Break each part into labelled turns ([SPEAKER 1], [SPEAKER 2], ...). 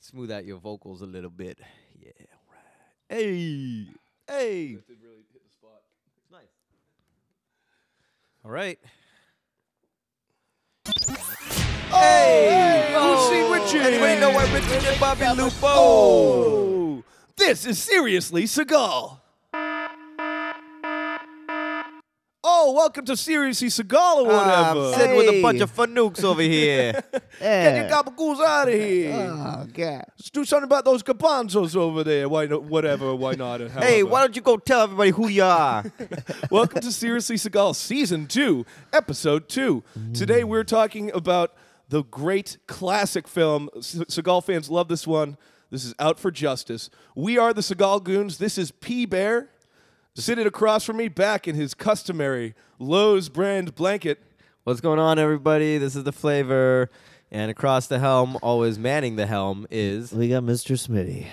[SPEAKER 1] smooth out your vocals a little bit. Yeah, right. Hey, hey.
[SPEAKER 2] That did really hit the spot.
[SPEAKER 1] Nice. All right.
[SPEAKER 3] Oh,
[SPEAKER 1] Hey, Lucy Richard. Anybody know why Richard and Bobby Lupo? This is seriously Seagal. Oh, welcome to Seriously Seagal or
[SPEAKER 3] Ah, I'm
[SPEAKER 1] whatever.
[SPEAKER 3] sitting with a bunch of
[SPEAKER 1] fanooks over here.
[SPEAKER 3] Yeah.
[SPEAKER 1] gabagoos out of here.
[SPEAKER 3] Oh god.
[SPEAKER 2] Let's do something about those caponzos over there. Why not? Whatever. Why not? and
[SPEAKER 3] Hey,
[SPEAKER 2] however.
[SPEAKER 3] why don't you go tell everybody who you are?
[SPEAKER 2] Welcome to Seriously Seagal Season 2, Episode 2. Today we're talking about the great classic film. Se- Seagal fans love this one. This is Out for Justice. We are the Seagal Goons. This is P Bear. Sitting across from me, back in his customary Lowe's brand blanket.
[SPEAKER 1] What's going on, everybody? This is the flavor. And across the helm, always manning the helm, is
[SPEAKER 3] We got Mr. Smitty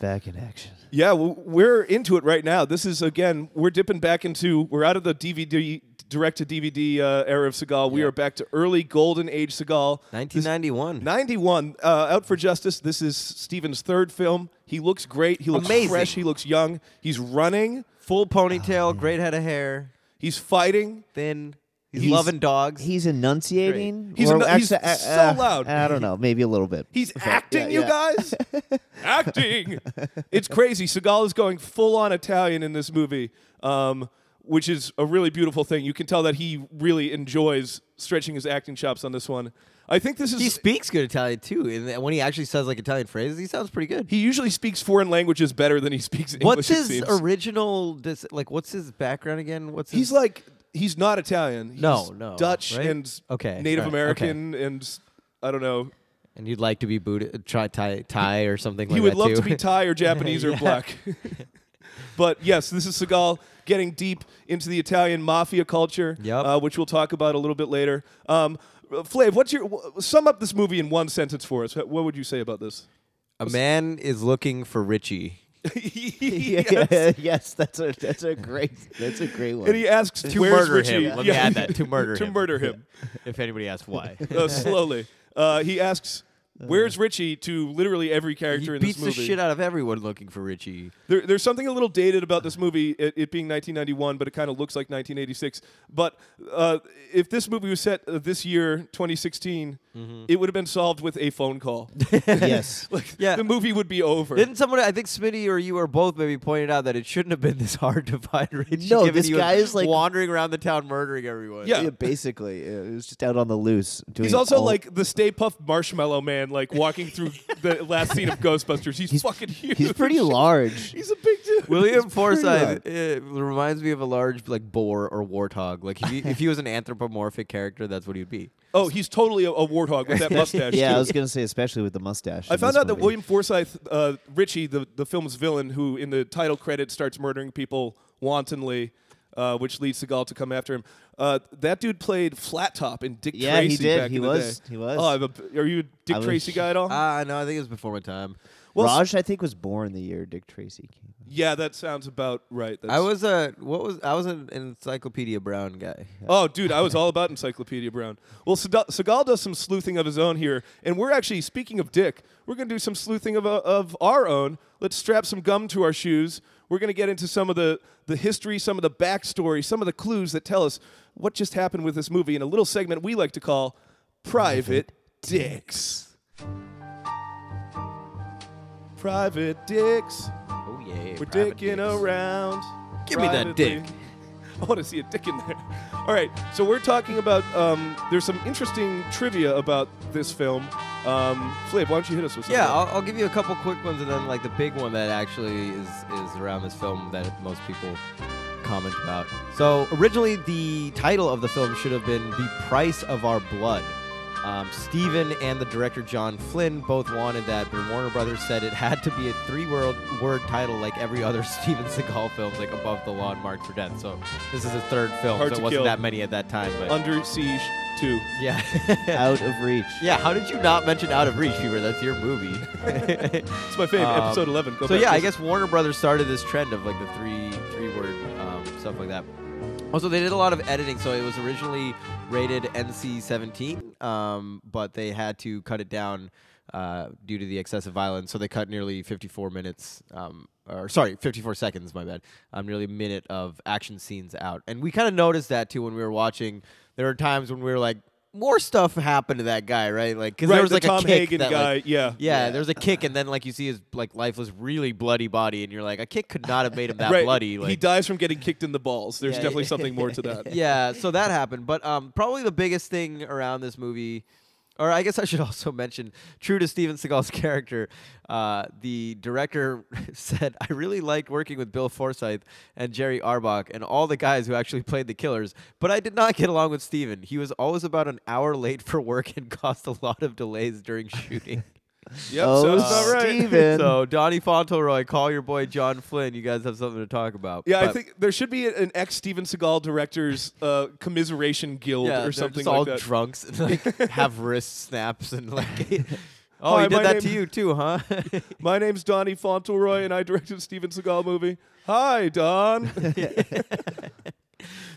[SPEAKER 3] back in action.
[SPEAKER 2] Yeah, w- we're into it right now. This is again, we're dipping back into. We're out of the DVD direct to DVD uh, era of Seagal. We are back to early golden age Seagal. This-
[SPEAKER 1] 1991.
[SPEAKER 2] 91 uh, out for justice this is steven's third film he looks great he looks
[SPEAKER 1] Amazing.
[SPEAKER 2] fresh he looks young he's running
[SPEAKER 1] Full ponytail, great head of hair,
[SPEAKER 2] he's fighting
[SPEAKER 1] thin. He's,
[SPEAKER 2] He's-
[SPEAKER 1] loving dogs.
[SPEAKER 3] He's enunciating.
[SPEAKER 1] Great.
[SPEAKER 2] He's
[SPEAKER 3] Or
[SPEAKER 2] enu- he's
[SPEAKER 3] actually,
[SPEAKER 2] so loud.
[SPEAKER 3] I don't know. Maybe a little bit.
[SPEAKER 2] he's acting
[SPEAKER 3] yeah,
[SPEAKER 2] you guys acting it's crazy seagal is going full on italian in this movie um, which is a really beautiful thing you can tell that he really enjoys stretching his acting chops on this one i think this is
[SPEAKER 1] he speaks good Italian too, and th- when he actually says like Italian phrases, he sounds pretty good.
[SPEAKER 2] he usually speaks foreign languages better than he speaks english
[SPEAKER 1] what's
[SPEAKER 2] it
[SPEAKER 1] his
[SPEAKER 2] seems.
[SPEAKER 1] original? Dis- like, what's his background again? What's
[SPEAKER 2] He's
[SPEAKER 1] his-
[SPEAKER 2] like he's not Italian. He's
[SPEAKER 1] No, no,
[SPEAKER 2] Dutch
[SPEAKER 1] right?
[SPEAKER 2] and
[SPEAKER 1] Okay,
[SPEAKER 2] Native
[SPEAKER 1] all right,
[SPEAKER 2] American and I don't know.
[SPEAKER 1] and you'd like to be Buddha, try Thai, Thai or something.
[SPEAKER 2] He
[SPEAKER 1] like
[SPEAKER 2] would
[SPEAKER 1] that
[SPEAKER 2] love
[SPEAKER 1] too.
[SPEAKER 2] to be Thai or Japanese or
[SPEAKER 1] Yeah.
[SPEAKER 2] black. but yes, this is Seagal getting deep into the Italian mafia culture,
[SPEAKER 1] Yep.
[SPEAKER 2] uh, which we'll talk about a little bit later. Um, Flav, what's your w- sum up this movie in one sentence for us? What would you say about this?
[SPEAKER 1] a man is looking for Richie.
[SPEAKER 3] Yeah,
[SPEAKER 2] Yes.
[SPEAKER 3] yes. that's a that's a great that's a great one.
[SPEAKER 2] And he asks
[SPEAKER 1] To
[SPEAKER 2] "Where's
[SPEAKER 1] murder him.
[SPEAKER 2] Richie?"
[SPEAKER 1] Let me add that, to murder
[SPEAKER 2] to
[SPEAKER 1] him.
[SPEAKER 2] murder him.
[SPEAKER 1] If anybody asks why,
[SPEAKER 2] uh, slowly. Uh, he asks, "Where's Richie?" to literally every
[SPEAKER 1] Uh, he
[SPEAKER 2] character in this
[SPEAKER 1] beats the
[SPEAKER 2] movie.
[SPEAKER 1] shit out of everyone looking for Richie.
[SPEAKER 2] There, there's something a little dated about this movie, it, it being 1991, but it kind of looks like 1986. But uh, if this movie was set uh, this year, 2016,
[SPEAKER 1] Mm-hmm.
[SPEAKER 2] it would have been solved with a phone call.
[SPEAKER 3] yes.
[SPEAKER 2] like,
[SPEAKER 1] Yeah.
[SPEAKER 2] the movie would be over.
[SPEAKER 1] Didn't someone? I think Smitty or you or both maybe pointed out that it shouldn't have been this hard to find Richie.
[SPEAKER 3] No,
[SPEAKER 1] given
[SPEAKER 3] this
[SPEAKER 1] he was
[SPEAKER 3] guy is, like-
[SPEAKER 1] wandering around the town murdering everyone.
[SPEAKER 2] Yeah.
[SPEAKER 3] Yeah, basically, uh, it was just out on the loose. Doing
[SPEAKER 2] He's also
[SPEAKER 3] all-
[SPEAKER 2] like the Stay Puffed Marshmallow Man, like walking through the last scene of Ghostbusters. He's,
[SPEAKER 3] He's-
[SPEAKER 2] fucking huge.
[SPEAKER 3] he's pretty large.
[SPEAKER 2] He's a big dude.
[SPEAKER 1] William Forsythe it reminds me of a large like boar or warthog. Like if he, if he was an anthropomorphic character, that's what he'd be.
[SPEAKER 2] Oh, he's totally a, a warthog with that mustache.
[SPEAKER 3] yeah,
[SPEAKER 2] too.
[SPEAKER 3] I was gonna say, especially with the mustache.
[SPEAKER 2] I
[SPEAKER 3] in
[SPEAKER 2] found
[SPEAKER 3] this
[SPEAKER 2] out that
[SPEAKER 3] movie.
[SPEAKER 2] William Forsythe, uh, Richie, the, the film's villain, who in the title credit starts murdering people wantonly, uh, which leads Seagal to come after him. Uh, that dude played Flat Top in Dick
[SPEAKER 3] Yeah, he
[SPEAKER 2] Tracy.
[SPEAKER 3] did.
[SPEAKER 2] Back
[SPEAKER 3] He
[SPEAKER 2] in the
[SPEAKER 3] was-
[SPEAKER 2] day.
[SPEAKER 3] he was.
[SPEAKER 2] Oh, I'm a, are you a Dick
[SPEAKER 3] I was-
[SPEAKER 2] Tracy guy at all?
[SPEAKER 1] Ah, no, I think it was before my time.
[SPEAKER 2] well, s-
[SPEAKER 3] Raj, I think, was born the year Dick Tracy came. out.
[SPEAKER 2] yeah, that sounds about right. That's,
[SPEAKER 1] I was a what was I was an Encyclopedia Brown guy.
[SPEAKER 2] Oh, dude, I was all about Encyclopedia Brown. Well, Seda- Seagal does some sleuthing of his own here, and we're actually speaking of Dick. We're gonna do some sleuthing of, uh, of our own. Let's strap some gum to our shoes. We're gonna get into some of the the history, some of the backstory, some of the clues that tell us what just happened with this movie in a little segment we like to call Private Dicks. Private Dicks.
[SPEAKER 1] Oh yeah,
[SPEAKER 2] We're dicking around.
[SPEAKER 1] Give me that dick.
[SPEAKER 2] privately. I want to see a dick in there. All right, so we're talking about. Um, there's some interesting trivia about this film. Um, Flav, why don't you hit us with something?
[SPEAKER 1] Yeah, I'll, I'll give you a couple quick ones, and then like the big one that actually is is around this film that most people comment about. So originally, the title of the film should have been "The Price of Our Blood." Um, Steven and the director John Flynn both wanted that, but Warner Brothers said it had to be a three-word word title, like every other Steven Seagal film, like Above the Law and Marked for Death. So this is his third film,
[SPEAKER 2] Hard
[SPEAKER 1] so
[SPEAKER 2] to
[SPEAKER 1] it wasn't
[SPEAKER 2] Kill.
[SPEAKER 1] that many at that time. But
[SPEAKER 2] Under Siege 2.
[SPEAKER 1] yeah.
[SPEAKER 3] Out of reach.
[SPEAKER 1] Yeah, how did you not mention Out of Reach, Fever? That's your movie.
[SPEAKER 2] It's my favorite,
[SPEAKER 1] Um,
[SPEAKER 2] episode 11. Go
[SPEAKER 1] so
[SPEAKER 2] back
[SPEAKER 1] yeah, I
[SPEAKER 2] listen.
[SPEAKER 1] guess Warner Brothers started this trend of like the three three word um, stuff like that. Also, they did a lot of editing, so it was originally rated NC-17, um, but they had to cut it down uh, due to the excessive violence. So they cut nearly 54 minutes, um, or sorry, 54 seconds, my bad, um, nearly a minute of action scenes out. And we kind of noticed that too when we were watching. There were times when we were like, more stuff happened to that guy, right? Like, because
[SPEAKER 2] Right,
[SPEAKER 1] there was
[SPEAKER 2] the
[SPEAKER 1] like
[SPEAKER 2] Tom
[SPEAKER 1] a kick
[SPEAKER 2] Hagen
[SPEAKER 1] that,
[SPEAKER 2] guy,
[SPEAKER 1] like-
[SPEAKER 2] yeah.
[SPEAKER 1] yeah, there's a kick, and then like you see his like lifeless, really bloody body, and you're like, a kick could not have made him that
[SPEAKER 2] right.
[SPEAKER 1] bloody.
[SPEAKER 2] he
[SPEAKER 1] Like,
[SPEAKER 2] dies from getting kicked in the balls. There's
[SPEAKER 1] Yeah.
[SPEAKER 2] definitely something more to that.
[SPEAKER 1] yeah, so that happened. But um, probably the biggest thing around this movie, or I guess I should also mention, true to Steven Seagal's character, uh, the director said, I really liked working with Bill Forsyth and Jerry Arbach and all the guys who actually played the killers, but I did not get along with Steven. He was always about an hour late for work and caused a lot of delays during shooting.
[SPEAKER 2] Yep,
[SPEAKER 3] oh,
[SPEAKER 1] Uh,
[SPEAKER 2] sounds about right.
[SPEAKER 3] Steven.
[SPEAKER 1] so, Donnie Fauntleroy, call your boy John Flynn. You guys have something to talk about.
[SPEAKER 2] Yeah, I
[SPEAKER 1] But-
[SPEAKER 2] think there should be an ex Steven Seagal director's uh, commiseration guild
[SPEAKER 1] yeah,
[SPEAKER 2] or
[SPEAKER 1] they're
[SPEAKER 2] something
[SPEAKER 1] just all
[SPEAKER 2] like that.
[SPEAKER 1] drunks and like have wrist snaps and like. oh,
[SPEAKER 2] Hi,
[SPEAKER 1] he
[SPEAKER 2] my
[SPEAKER 1] did that to
[SPEAKER 2] name-
[SPEAKER 1] you too, huh?
[SPEAKER 2] My name's Donnie Fauntleroy, and I directed a Steven Seagal movie. Hi, Don.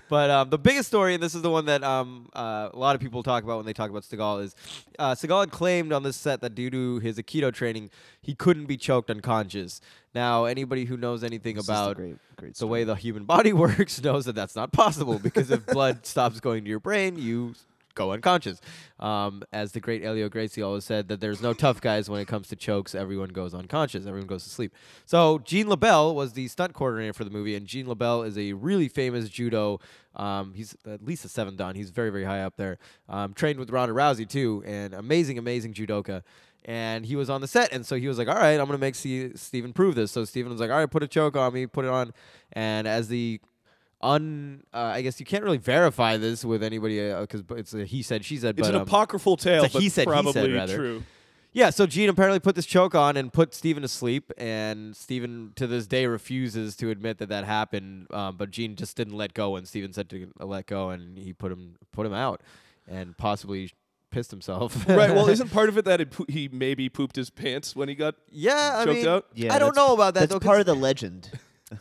[SPEAKER 1] but um, the biggest story, and this is the one that um, uh, a lot of people talk about when they talk about Seagal, is uh, Seagal had claimed on this set that due to his Aikido training, he couldn't be choked unconscious. Now, anybody who knows anything
[SPEAKER 3] This is the
[SPEAKER 1] about
[SPEAKER 3] great, great
[SPEAKER 1] the
[SPEAKER 3] story.
[SPEAKER 1] way the human body works knows that that's not possible because if blood stops going to your brain, you go unconscious. Um, as the great Elio Gracie always said, that there's no tough guys when it comes to chokes. Everyone goes unconscious. Everyone goes to sleep. So Gene LaBelle was the stunt coordinator for the movie, and Gene LaBelle is a really famous judo. Um, he's at least a seven dan. He's very, very high up there. Um, trained with Ronda Rousey too, and amazing, amazing judoka and he was on the set and so he was like all right i'm gonna make Ste steven prove this so steven was like all right put a choke on me put it on and as the un uh, i guess you can't really verify this with anybody because it's a he said she said
[SPEAKER 2] It's
[SPEAKER 1] but
[SPEAKER 2] an
[SPEAKER 1] um,
[SPEAKER 2] apocryphal tale,
[SPEAKER 1] it's a
[SPEAKER 2] but
[SPEAKER 1] he said, he said,
[SPEAKER 2] probably
[SPEAKER 1] rather.
[SPEAKER 2] true.
[SPEAKER 1] yeah so gene apparently put this choke on and put steven to sleep and steven to this day refuses to admit that that happened um, but gene just didn't let go and steven said to let go and he put him put him out and possibly pissed himself
[SPEAKER 2] right. Well, isn't part of it that it po- he maybe pooped his pants when he got?
[SPEAKER 1] yeah i
[SPEAKER 2] Choked
[SPEAKER 1] mean
[SPEAKER 2] out?
[SPEAKER 1] i don't
[SPEAKER 3] that's-
[SPEAKER 1] know about that
[SPEAKER 3] That's
[SPEAKER 1] though, 'cause-
[SPEAKER 3] part of the legend.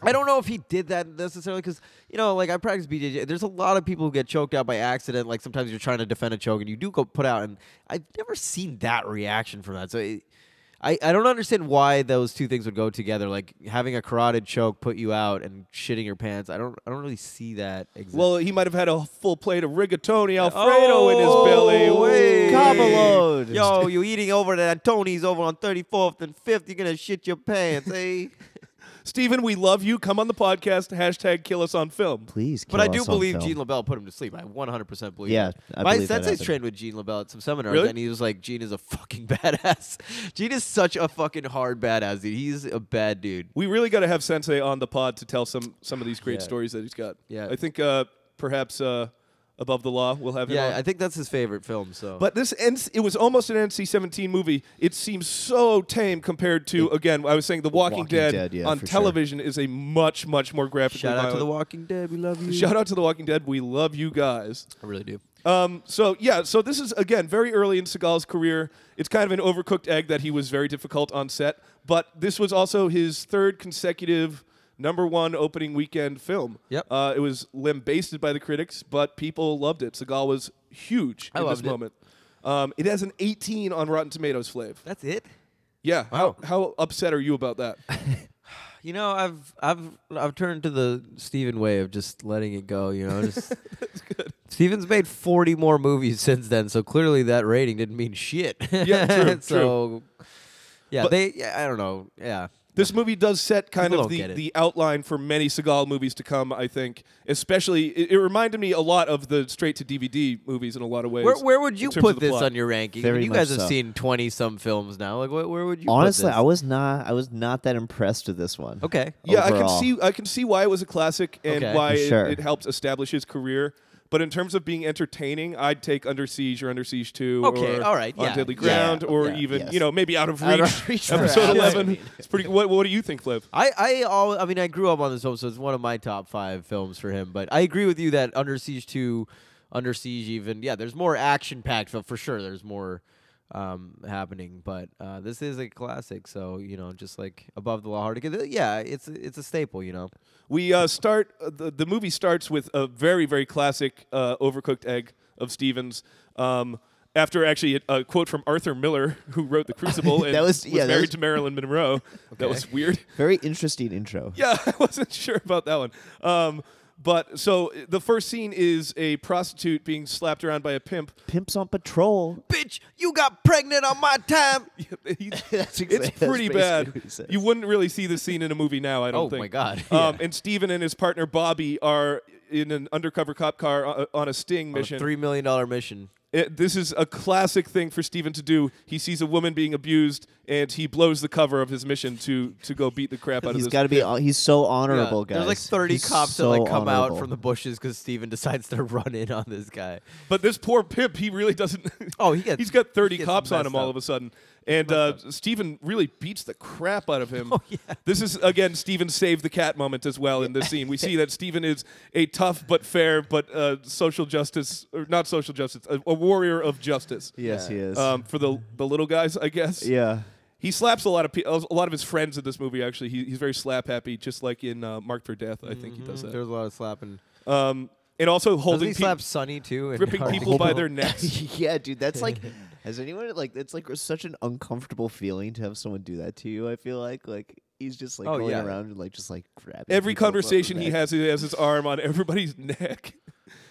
[SPEAKER 1] I don't know if he did that necessarily because you know, like I practice BJJ. There's a lot of people who get choked out by accident. Like sometimes you're trying to defend a choke and you do go put out, and I've never seen that reaction from that. So. It, I, I don't understand why those two things would go together. Like having a carotid choke put you out and shitting your pants. I don't I don't really see that. Exist.
[SPEAKER 2] Well, he might have had a full plate of rigatoni Alfredo in his belly.
[SPEAKER 1] Oh, wait.
[SPEAKER 3] Caballode.
[SPEAKER 1] Yo, you eating over at Tony's over on 34th and 5th. You're gonna shit your pants, eh?
[SPEAKER 2] Steven, we love you. Come on the podcast. Hashtag kill us on film.
[SPEAKER 3] Please,
[SPEAKER 1] But
[SPEAKER 3] kill
[SPEAKER 1] I do
[SPEAKER 3] us on
[SPEAKER 1] believe
[SPEAKER 3] film.
[SPEAKER 1] Gene LaBelle put him to sleep. I 100% believe
[SPEAKER 3] Yeah,
[SPEAKER 1] that.
[SPEAKER 3] I
[SPEAKER 1] My
[SPEAKER 3] believe that
[SPEAKER 1] sensei's
[SPEAKER 3] happened.
[SPEAKER 1] trained with Gene LaBelle at some seminars,
[SPEAKER 2] Really?
[SPEAKER 1] and he was like, Gene is a fucking badass. Gene is such a fucking hard badass, dude. He's a bad dude.
[SPEAKER 2] We really got to have Sensei on the pod to tell some some of these great
[SPEAKER 1] Yeah.
[SPEAKER 2] stories that he's got.
[SPEAKER 1] Yeah.
[SPEAKER 2] I think uh, perhaps uh, above the law we'll have him. on.
[SPEAKER 1] Yeah, I think that's his favorite film, so.
[SPEAKER 2] But this NC, it was almost an NC-17 movie. It seems so tame compared to again. I was saying The Walking,
[SPEAKER 3] Walking
[SPEAKER 2] Dead,
[SPEAKER 3] Dead, yeah,
[SPEAKER 2] on
[SPEAKER 3] for sure.
[SPEAKER 2] television is a much much more graphically
[SPEAKER 1] shout out to The
[SPEAKER 2] violent-
[SPEAKER 1] Walking Dead. We love you.
[SPEAKER 2] Shout out to The Walking Dead. We love you guys.
[SPEAKER 1] I really do.
[SPEAKER 2] Um, so yeah, so this is again very early in Seagal's career. It's kind of an overcooked egg that he was very difficult on set, but this was also his third consecutive number one opening weekend film.
[SPEAKER 1] Yep.
[SPEAKER 2] Uh, it was lambasted by the critics, but people loved it. Seagal was huge
[SPEAKER 1] I
[SPEAKER 2] in this
[SPEAKER 1] loved it.
[SPEAKER 2] moment. Um, it has an 18 on Rotten Tomatoes, Flav.
[SPEAKER 1] That's it?
[SPEAKER 2] Yeah.
[SPEAKER 1] Wow.
[SPEAKER 2] How, how upset are you about that?
[SPEAKER 1] You know, I've I've I've turned to the Steven way of just letting it go, you know. Just Steven's made 40 more movies since then, so clearly that rating didn't mean shit.
[SPEAKER 2] Yeah, true,
[SPEAKER 1] so Yeah,
[SPEAKER 2] But-
[SPEAKER 1] they yeah, I don't know. Yeah.
[SPEAKER 2] This movie does set kind
[SPEAKER 1] People
[SPEAKER 2] of
[SPEAKER 1] don't get
[SPEAKER 2] the,
[SPEAKER 1] it.
[SPEAKER 2] the outline for many Seagal movies to come, I think. Especially, it, it reminded me a lot of the straight to DVD movies in a lot of ways.
[SPEAKER 1] Where, where would you
[SPEAKER 2] in terms of
[SPEAKER 1] put
[SPEAKER 2] the
[SPEAKER 1] this
[SPEAKER 2] plot.
[SPEAKER 1] on your ranking?
[SPEAKER 3] Very
[SPEAKER 1] you guys
[SPEAKER 3] much
[SPEAKER 1] have
[SPEAKER 3] so.
[SPEAKER 1] seen 20 some films now. Like where, where would you put
[SPEAKER 3] Honestly,
[SPEAKER 1] this?
[SPEAKER 3] I was not. I was not that impressed with this one.
[SPEAKER 1] Okay.
[SPEAKER 2] Yeah, I can
[SPEAKER 3] overall.
[SPEAKER 2] see I can see why it was a classic and
[SPEAKER 1] Okay.
[SPEAKER 2] why
[SPEAKER 3] For sure.
[SPEAKER 2] it, it helped establish his career. But in terms of being entertaining, I'd take Under Siege or Under Siege Two,
[SPEAKER 1] Okay,
[SPEAKER 2] or
[SPEAKER 1] all right,
[SPEAKER 2] on
[SPEAKER 1] yeah,
[SPEAKER 2] Deadly
[SPEAKER 1] yeah,
[SPEAKER 2] Ground, or
[SPEAKER 3] yeah,
[SPEAKER 2] even
[SPEAKER 3] yes.
[SPEAKER 2] you know maybe Out of Reach,
[SPEAKER 1] Out of Reach, right.
[SPEAKER 2] episode
[SPEAKER 1] Yeah.
[SPEAKER 2] eleven. It's pretty. What, what do you think, Fliv?
[SPEAKER 1] I I all I mean I grew up on this film, so it's one of my top five films for him. But I agree with you that Under Siege two, Under Siege even yeah, there's more action packed film for sure. There's more um, happening, but uh, this is a classic. So you know, just like above the law, hard to get. Yeah, it's it's a staple. You know,
[SPEAKER 2] We uh, start uh, the, the movie starts with a very very classic uh, overcooked egg of Stevens. Um, after actually a, a quote from Arthur Miller, who wrote The Crucible and
[SPEAKER 3] That was- yeah, that
[SPEAKER 2] married
[SPEAKER 3] was-
[SPEAKER 2] to Marilyn Monroe. That was weird.
[SPEAKER 3] Very interesting intro.
[SPEAKER 2] Yeah, I wasn't sure about that one. Um, but so the first scene is a prostitute being slapped around by a pimp.
[SPEAKER 3] Pimps on patrol.
[SPEAKER 1] Bitch, you got pregnant on my time.
[SPEAKER 3] that's exactly,
[SPEAKER 2] It's pretty bad. You wouldn't really see this scene in a movie now, I don't
[SPEAKER 1] Oh
[SPEAKER 2] think.
[SPEAKER 1] my God,
[SPEAKER 2] Um, and Steven and his partner Bobby are in an undercover cop car o- on a sting
[SPEAKER 1] A
[SPEAKER 2] mission.
[SPEAKER 1] three million dollar mission.
[SPEAKER 2] It- this is a classic thing for Steven to do. He sees a woman being abused and he blows the cover of his mission to to go beat the crap out of
[SPEAKER 3] He's
[SPEAKER 2] this
[SPEAKER 3] got to be. hon- He's so
[SPEAKER 1] Yeah,
[SPEAKER 3] honorable, guys.
[SPEAKER 1] There's like 30
[SPEAKER 3] He's
[SPEAKER 1] cops
[SPEAKER 3] so
[SPEAKER 1] that like come
[SPEAKER 3] honorable.
[SPEAKER 1] out from the bushes because Steven decides to run in on this guy.
[SPEAKER 2] But this poor pimp, he really doesn't.
[SPEAKER 1] Oh, he gets-
[SPEAKER 2] he's got thirty
[SPEAKER 1] he gets
[SPEAKER 2] cops on
[SPEAKER 1] messed
[SPEAKER 2] him all
[SPEAKER 1] up.
[SPEAKER 2] of a sudden, and uh, Steven really beats the crap out of him.
[SPEAKER 1] Oh, yeah.
[SPEAKER 2] This is again Steven save the cat moment as well in this scene. We see that Steven is a tough but fair but uh, social justice or not social justice, a, a warrior of justice.
[SPEAKER 3] Yes,
[SPEAKER 1] Yeah.
[SPEAKER 3] he is.
[SPEAKER 2] Um, for the the little guys, I guess.
[SPEAKER 3] yeah.
[SPEAKER 2] He slaps a lot of pe- a lot of his friends in this movie. Actually, he, he's very slap happy, just like in uh, Marked for Death. I think he does that.
[SPEAKER 1] There's a lot of slapping.
[SPEAKER 2] Um, and also
[SPEAKER 1] Mm-hmm. Doesn't
[SPEAKER 2] uh, holding
[SPEAKER 1] he
[SPEAKER 2] peop-
[SPEAKER 1] slap Sonny too? and
[SPEAKER 2] gripping
[SPEAKER 1] Harding?
[SPEAKER 2] people by their necks.
[SPEAKER 3] yeah, dude. That's like. Has anyone like? It's like such an uncomfortable feeling to have someone do that to you. I feel like like he's just like
[SPEAKER 1] Oh,
[SPEAKER 3] going
[SPEAKER 1] yeah.
[SPEAKER 3] around and like just like grabbing
[SPEAKER 2] Every
[SPEAKER 3] people above the
[SPEAKER 2] conversation he
[SPEAKER 3] neck.
[SPEAKER 2] has, he has his arm on everybody's neck.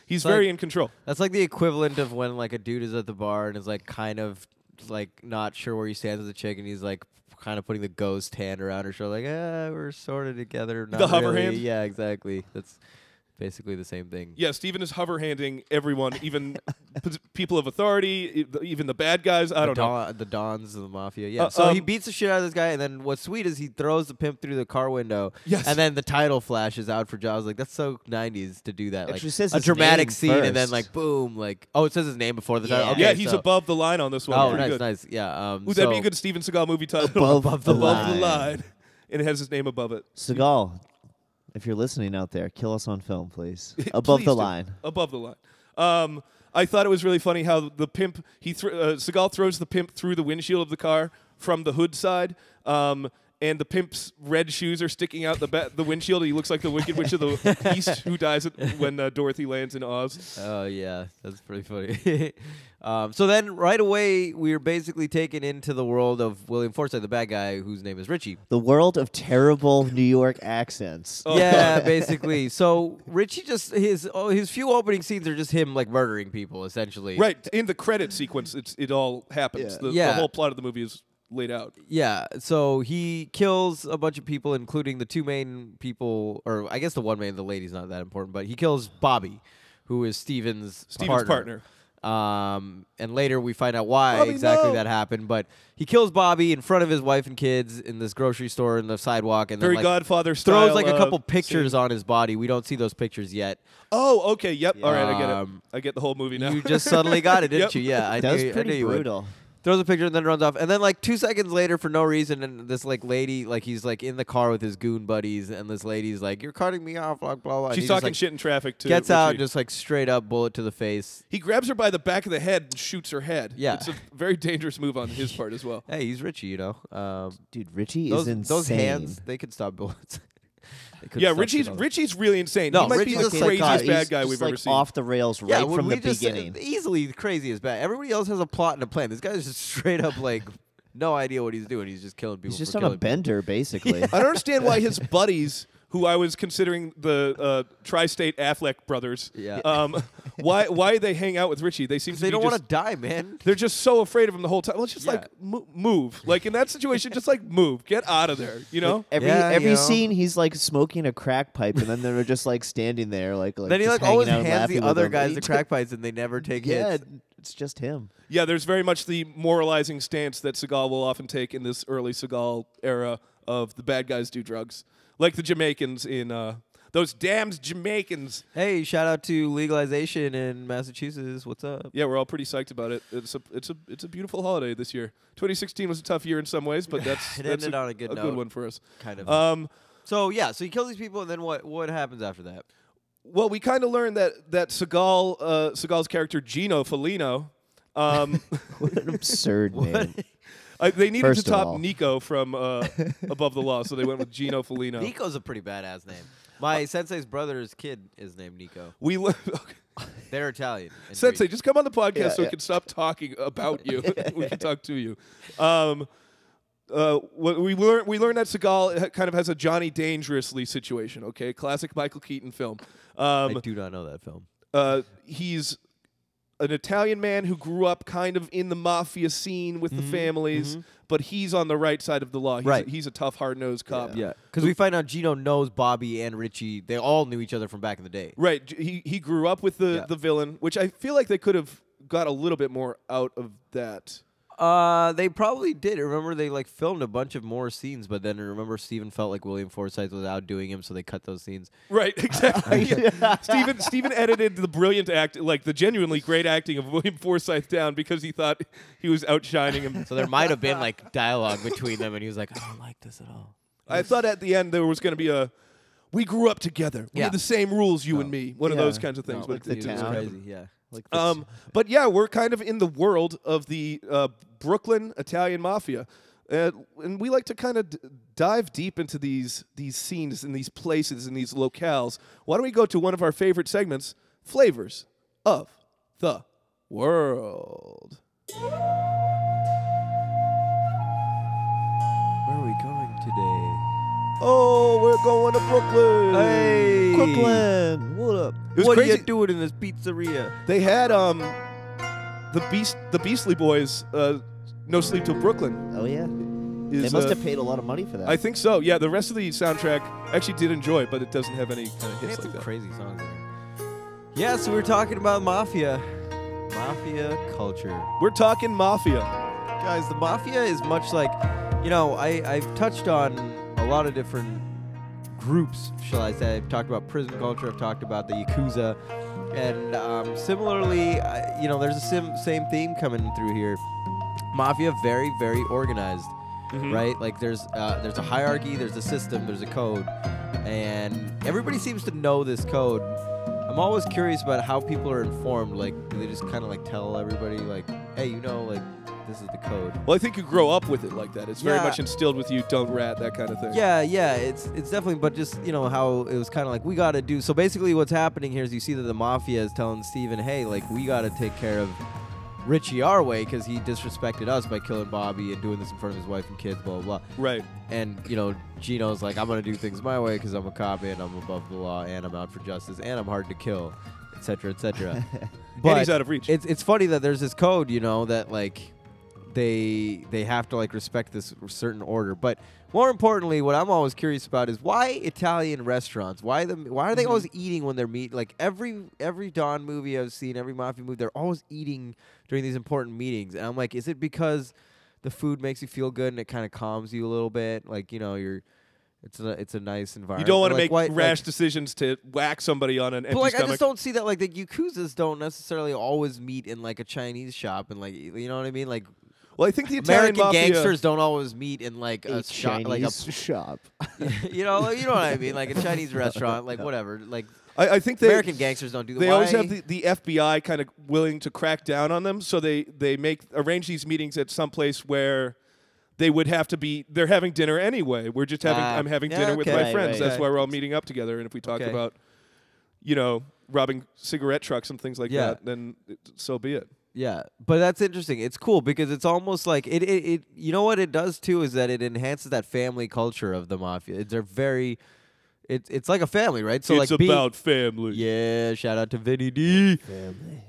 [SPEAKER 2] He's
[SPEAKER 1] like-
[SPEAKER 2] very in control.
[SPEAKER 1] That's like the equivalent of when like a dude is at the bar and is like kind of like not sure where he stands with a chick and he's like kind of putting the ghost hand around her shoulder like ah we're sort of together not
[SPEAKER 2] hover
[SPEAKER 1] really."
[SPEAKER 2] hand?
[SPEAKER 1] yeah exactly that's basically the same thing
[SPEAKER 2] Yeah, Steven is hover handing everyone, even p- people of authority, e- even the bad guys. I
[SPEAKER 1] the,
[SPEAKER 2] don't know.
[SPEAKER 1] don- the dons of the mafia. Yeah.
[SPEAKER 2] Uh,
[SPEAKER 1] so he
[SPEAKER 2] um,
[SPEAKER 1] beats the shit out of this guy, and then what's sweet is he throws the pimp through the car window.
[SPEAKER 2] Yes.
[SPEAKER 1] And then the title flashes out for Jaws. Like that's so '90s to do that. Like
[SPEAKER 3] Actually says
[SPEAKER 1] a
[SPEAKER 3] his
[SPEAKER 1] dramatic
[SPEAKER 3] name
[SPEAKER 1] scene, and then
[SPEAKER 3] first.
[SPEAKER 1] like boom, like oh, it says his name before the title.
[SPEAKER 3] Yeah.
[SPEAKER 1] Okay,
[SPEAKER 2] yeah, he's
[SPEAKER 1] so-
[SPEAKER 2] above the line on this one.
[SPEAKER 1] Oh,
[SPEAKER 2] Pretty
[SPEAKER 1] nice,
[SPEAKER 2] good.
[SPEAKER 1] nice. Yeah. Um,
[SPEAKER 2] Ooh, that'd be a
[SPEAKER 1] so-
[SPEAKER 2] good Steven Seagal movie title.
[SPEAKER 3] above, the
[SPEAKER 2] Above
[SPEAKER 3] line.
[SPEAKER 2] And it has his name above it.
[SPEAKER 3] Seagal, if you're listening out there, kill us on film, please. Above
[SPEAKER 2] Please
[SPEAKER 3] the
[SPEAKER 2] do.
[SPEAKER 3] line.
[SPEAKER 2] Above the line. Um, I thought it was really funny how the pimp he thr uh, Seagal throws the pimp through the windshield of the car from the hood side. Um, and the pimp's red shoes are sticking out the ba- the windshield. He looks like the Wicked Witch of the East, who dies at- when uh, Dorothy lands in Oz.
[SPEAKER 1] Oh yeah, that's pretty funny. um, so then, right away, we are basically taken into the world of William Forsythe, the bad guy whose name is Richie.
[SPEAKER 3] The world of terrible New York accents.
[SPEAKER 2] Oh.
[SPEAKER 1] Yeah, basically. So Richie just his oh, his few opening scenes are just him like murdering people essentially.
[SPEAKER 2] Right in the credit sequence, it's it all happens.
[SPEAKER 3] Yeah.
[SPEAKER 2] The, the
[SPEAKER 1] Yeah.
[SPEAKER 2] whole plot of the movie is laid out.
[SPEAKER 1] Yeah. So he kills a bunch of people, including the two main people, or I guess the one main, the lady's not that important, but he kills Bobby, who is Steven's
[SPEAKER 2] Steven's partner.
[SPEAKER 1] Um, and later we find out why
[SPEAKER 2] Bobby,
[SPEAKER 1] exactly
[SPEAKER 2] no.
[SPEAKER 1] that happened, but he kills Bobby in front of his wife and kids in this grocery store in the sidewalk, and
[SPEAKER 2] Very
[SPEAKER 1] then like
[SPEAKER 2] Godfather style.
[SPEAKER 1] throws like a
[SPEAKER 2] uh,
[SPEAKER 1] couple
[SPEAKER 2] scene.
[SPEAKER 1] pictures on his body. We don't see those pictures yet.
[SPEAKER 2] Oh, okay. Yep. All right. I get it.
[SPEAKER 1] Um,
[SPEAKER 2] I get the whole movie now.
[SPEAKER 1] You just suddenly got it, didn't
[SPEAKER 2] Yep.
[SPEAKER 1] you? Yeah, I
[SPEAKER 3] that
[SPEAKER 1] knew,
[SPEAKER 3] was
[SPEAKER 1] I knew
[SPEAKER 3] pretty
[SPEAKER 1] you would.
[SPEAKER 3] brutal.
[SPEAKER 1] Throws a picture and then runs off, and then like two seconds later, for no reason, and this like lady, like he's like in the car with his goon buddies, and this lady's like, "You're cutting me off," blah blah. blah. and
[SPEAKER 2] She's
[SPEAKER 1] he just,
[SPEAKER 2] talking
[SPEAKER 1] like,
[SPEAKER 2] shit in traffic too.
[SPEAKER 1] Gets out,
[SPEAKER 2] Richie.
[SPEAKER 1] and just like straight up bullet to the face.
[SPEAKER 2] He grabs her by the back of the head and shoots her head.
[SPEAKER 1] Yeah.
[SPEAKER 2] It's a very dangerous move on his part as well.
[SPEAKER 1] Hey, he's Richie, you know. Um,
[SPEAKER 3] Dude, Richie
[SPEAKER 1] those
[SPEAKER 3] is insane.
[SPEAKER 1] those hands, they could stop bullets. They could
[SPEAKER 2] yeah,
[SPEAKER 1] stop
[SPEAKER 2] Richie's
[SPEAKER 1] shit on-
[SPEAKER 2] Richie's really insane.
[SPEAKER 1] No,
[SPEAKER 2] he might
[SPEAKER 1] Richie's
[SPEAKER 2] be
[SPEAKER 1] a
[SPEAKER 2] the
[SPEAKER 1] psychotic.
[SPEAKER 2] craziest
[SPEAKER 3] He's
[SPEAKER 2] bad guy
[SPEAKER 3] just,
[SPEAKER 2] we've
[SPEAKER 3] like
[SPEAKER 2] ever seen.
[SPEAKER 3] Off the rails right
[SPEAKER 1] Yeah, when
[SPEAKER 3] from
[SPEAKER 1] we
[SPEAKER 3] the
[SPEAKER 1] just uh,
[SPEAKER 3] beginning.
[SPEAKER 1] easily the craziest bad. Everybody else has a plot and a plan. This guy's just straight up like no idea what he's doing. He's just killing people.
[SPEAKER 3] He's just
[SPEAKER 1] for
[SPEAKER 3] on a
[SPEAKER 1] killing people.
[SPEAKER 3] bender, basically.
[SPEAKER 2] I don't understand why his buddies, who I was considering the uh, tri-state Affleck brothers,
[SPEAKER 1] Yeah.
[SPEAKER 2] um, why why they hang out with Richie? They seem to
[SPEAKER 1] They
[SPEAKER 2] be
[SPEAKER 1] don't
[SPEAKER 2] just,
[SPEAKER 1] want to die, man.
[SPEAKER 2] They're just so afraid of him the whole time. Let's just
[SPEAKER 1] Yeah.
[SPEAKER 2] like mo- move. Like in that situation, just like move, get out of there. You know.
[SPEAKER 3] Every
[SPEAKER 1] Yeah, you
[SPEAKER 3] every
[SPEAKER 1] know.
[SPEAKER 3] scene, he's like smoking a crack pipe, and then they're just like standing there, like, like
[SPEAKER 1] then he like
[SPEAKER 3] just hanging
[SPEAKER 1] always
[SPEAKER 3] out and
[SPEAKER 1] hands
[SPEAKER 3] laughing
[SPEAKER 1] the
[SPEAKER 3] with
[SPEAKER 1] other
[SPEAKER 3] him.
[SPEAKER 1] guys
[SPEAKER 3] He
[SPEAKER 1] the
[SPEAKER 3] d-
[SPEAKER 1] crack pipes and they never take
[SPEAKER 3] Yeah,
[SPEAKER 1] hits.
[SPEAKER 3] it's just him.
[SPEAKER 2] Yeah, there's very much the moralizing stance that Seagal will often take in this early Seagal era of the bad guys do drugs, like the Jamaicans in uh, those damned Jamaicans.
[SPEAKER 1] Hey, shout out to legalization in Massachusetts. What's up?
[SPEAKER 2] Yeah, we're all pretty psyched about it. It's a it's a it's a beautiful holiday this year. 2016 was a tough year in some ways, but that's
[SPEAKER 1] It
[SPEAKER 2] that's
[SPEAKER 1] ended
[SPEAKER 2] a,
[SPEAKER 1] on a good note.
[SPEAKER 2] one for us.
[SPEAKER 1] Kind of.
[SPEAKER 2] Um,
[SPEAKER 1] Uh, so yeah, so he kills these people and then what what happens after that?
[SPEAKER 2] well, we kind of learned that that Seagal uh, Seagal's character Gino Felino. Um,
[SPEAKER 3] What an absurd name.
[SPEAKER 2] I, they needed
[SPEAKER 3] First
[SPEAKER 2] to
[SPEAKER 3] of
[SPEAKER 2] top
[SPEAKER 3] all.
[SPEAKER 2] Nico from uh, Above the Law, so they went with Gino Felino.
[SPEAKER 1] Uh, Nico's a pretty badass name. My sensei's brother's kid is named Nico.
[SPEAKER 2] We le- okay.
[SPEAKER 1] They're Italian. and
[SPEAKER 2] Sensei,
[SPEAKER 1] Greek.
[SPEAKER 2] just come on the podcast
[SPEAKER 3] Yeah,
[SPEAKER 2] so we
[SPEAKER 3] yeah.
[SPEAKER 2] can stop talking about you. we can talk to you. Um, uh, what we learned we learned that Seagal ha- kind of has a Johnny Dangerously situation. Okay, classic Michael Keaton film.
[SPEAKER 1] I
[SPEAKER 2] Um,
[SPEAKER 1] do not know that film.
[SPEAKER 2] uh, he's an Italian man who grew up kind of in the mafia scene with the families, but he's on the right side of the law. He's,
[SPEAKER 1] Mm-hmm, Right.
[SPEAKER 2] he's a tough, hard nosed cop.
[SPEAKER 1] Yeah, because we find out Gino knows Bobby and Richie. They all knew each other from back in the day.
[SPEAKER 2] Right. j- He he grew up with the
[SPEAKER 1] Yeah.
[SPEAKER 2] the villain, which I feel like they could have got a little bit more out of that.
[SPEAKER 1] Uh, they probably did. Remember, they like filmed a bunch of more scenes, but then remember, Steven felt like William Forsythe was outdoing him, so they cut those scenes.
[SPEAKER 2] Right, exactly. Yeah. Steven Steven edited the brilliant act like the genuinely great acting of William Forsythe down because he thought he was outshining him.
[SPEAKER 1] So there might have been like dialogue between them, and he was like, "I don't like this at all."
[SPEAKER 2] I thought at the end there was going to be a we grew up together. We
[SPEAKER 1] Yeah.
[SPEAKER 2] had the same rules you and me. One of
[SPEAKER 3] Yeah.
[SPEAKER 2] those kinds of things.
[SPEAKER 3] No,
[SPEAKER 2] but
[SPEAKER 3] like the
[SPEAKER 2] it didn't
[SPEAKER 3] town.
[SPEAKER 2] happen.
[SPEAKER 1] Crazy, yeah.
[SPEAKER 3] Like the
[SPEAKER 2] Um, but yeah, we're kind of in the world of the uh, Brooklyn Italian mafia, uh, and we like to kind of d- dive deep into these these scenes and these places and these locales. Why don't we go to one of our favorite segments, flavors of the world?
[SPEAKER 1] Where are we going today?
[SPEAKER 2] Oh, we're going to Brooklyn.
[SPEAKER 1] Hey,
[SPEAKER 3] Brooklyn, what up?
[SPEAKER 2] It was
[SPEAKER 1] what are
[SPEAKER 2] crazy.
[SPEAKER 1] you doing in this pizzeria?
[SPEAKER 2] They had um the beast the Beastly Boys. Uh, no sleep till Brooklyn.
[SPEAKER 3] Oh yeah,
[SPEAKER 2] Is,
[SPEAKER 3] they must
[SPEAKER 2] uh,
[SPEAKER 3] have paid a lot of money for that.
[SPEAKER 2] I think so. Yeah, the rest of the soundtrack I actually did enjoy it, but it doesn't have any kind of
[SPEAKER 1] They
[SPEAKER 2] hits
[SPEAKER 1] had
[SPEAKER 2] like
[SPEAKER 1] some
[SPEAKER 2] that.
[SPEAKER 1] crazy songs in there. Yeah, so we were talking about mafia, mafia culture.
[SPEAKER 2] We're talking mafia.
[SPEAKER 1] Guys, the mafia is much like, you know, I, I've touched on a lot of different groups, shall I say. I've talked about prison culture, I've talked about the Yakuza. And um, similarly, I, you know, there's a sim- same theme coming through here. Mafia, very, very organized, right? Like there's uh, there's a hierarchy, there's a system, there's a code, and everybody seems to know this code. I'm always curious about how people are informed. Like, do they just kind of like tell everybody, like, hey, you know, like this is the code.
[SPEAKER 2] Well, I think you grow up with it like that. It's very
[SPEAKER 1] Yeah.
[SPEAKER 2] much instilled with you. Don't rat that kind of thing.
[SPEAKER 1] Yeah, yeah, it's it's definitely, but just you know how it was kind of like we got to do. So basically, what's happening here is you see that the mafia is telling Steven, hey, like we got to take care of Richie our way because he disrespected us by killing Bobby and doing this in front of his wife and kids, blah blah. blah.
[SPEAKER 2] Right.
[SPEAKER 1] And you know, Gino's like, I'm gonna do things my way because I'm a cop and I'm above the law and I'm out for justice and I'm hard to kill, etc. Cetera, etc. Cetera.
[SPEAKER 2] and he's out of reach.
[SPEAKER 1] It's it's funny that there's this code, you know, that like they they have to like respect this certain order. But more importantly, what I'm always curious about is why Italian restaurants? Why the why are
[SPEAKER 2] Mm-hmm.
[SPEAKER 1] they always eating when they're meet? Like every every Don movie I've seen, every mafia movie, they're always eating during these important meetings. And I'm like, is it because the food makes you feel good and it kind of calms you a little bit? Like you know, you're it's a it's a nice
[SPEAKER 2] you
[SPEAKER 1] environment.
[SPEAKER 2] don't want to
[SPEAKER 1] Like,
[SPEAKER 2] make
[SPEAKER 1] why- like-
[SPEAKER 2] rash decisions to whack somebody on an empty
[SPEAKER 1] but like, I
[SPEAKER 2] stomach.
[SPEAKER 1] just don't see that. Like, the Yakuza's don't necessarily always meet in like a Chinese shop, and like, you know what I mean? Like,
[SPEAKER 2] well, I think the Italian
[SPEAKER 1] American
[SPEAKER 2] mafia,
[SPEAKER 1] gangsters don't always meet in like
[SPEAKER 3] a
[SPEAKER 1] a shop, like
[SPEAKER 3] Chinese
[SPEAKER 1] a,
[SPEAKER 3] shop.
[SPEAKER 1] you know, you know what I mean? Like a Chinese restaurant, like whatever. Like
[SPEAKER 2] I, I think they,
[SPEAKER 1] American gangsters don't do that.
[SPEAKER 2] They always
[SPEAKER 1] Why?
[SPEAKER 2] have the, the FBI kind of willing to crack down on them, so they they make arrange these meetings at some place where they would have to be. They're having dinner anyway. We're just having.
[SPEAKER 1] Ah.
[SPEAKER 2] I'm having
[SPEAKER 1] Yeah,
[SPEAKER 2] dinner with
[SPEAKER 1] okay.
[SPEAKER 2] my
[SPEAKER 1] Right,
[SPEAKER 2] friends.
[SPEAKER 3] right.
[SPEAKER 2] That's
[SPEAKER 1] Okay.
[SPEAKER 2] why we're all meeting up together. And if we talk
[SPEAKER 1] Okay.
[SPEAKER 2] about, you know, robbing cigarette trucks and things like
[SPEAKER 1] Yeah.
[SPEAKER 2] that, then it, so be it.
[SPEAKER 1] Yeah, but that's interesting. It's cool because it's almost like it, it, it. You know what it does too is that it enhances that family culture of the mafia. It's- They're very, it's it's like a family, right? So
[SPEAKER 2] it's
[SPEAKER 1] like being-
[SPEAKER 2] about family.
[SPEAKER 1] yeah. Shout out to Vinny D.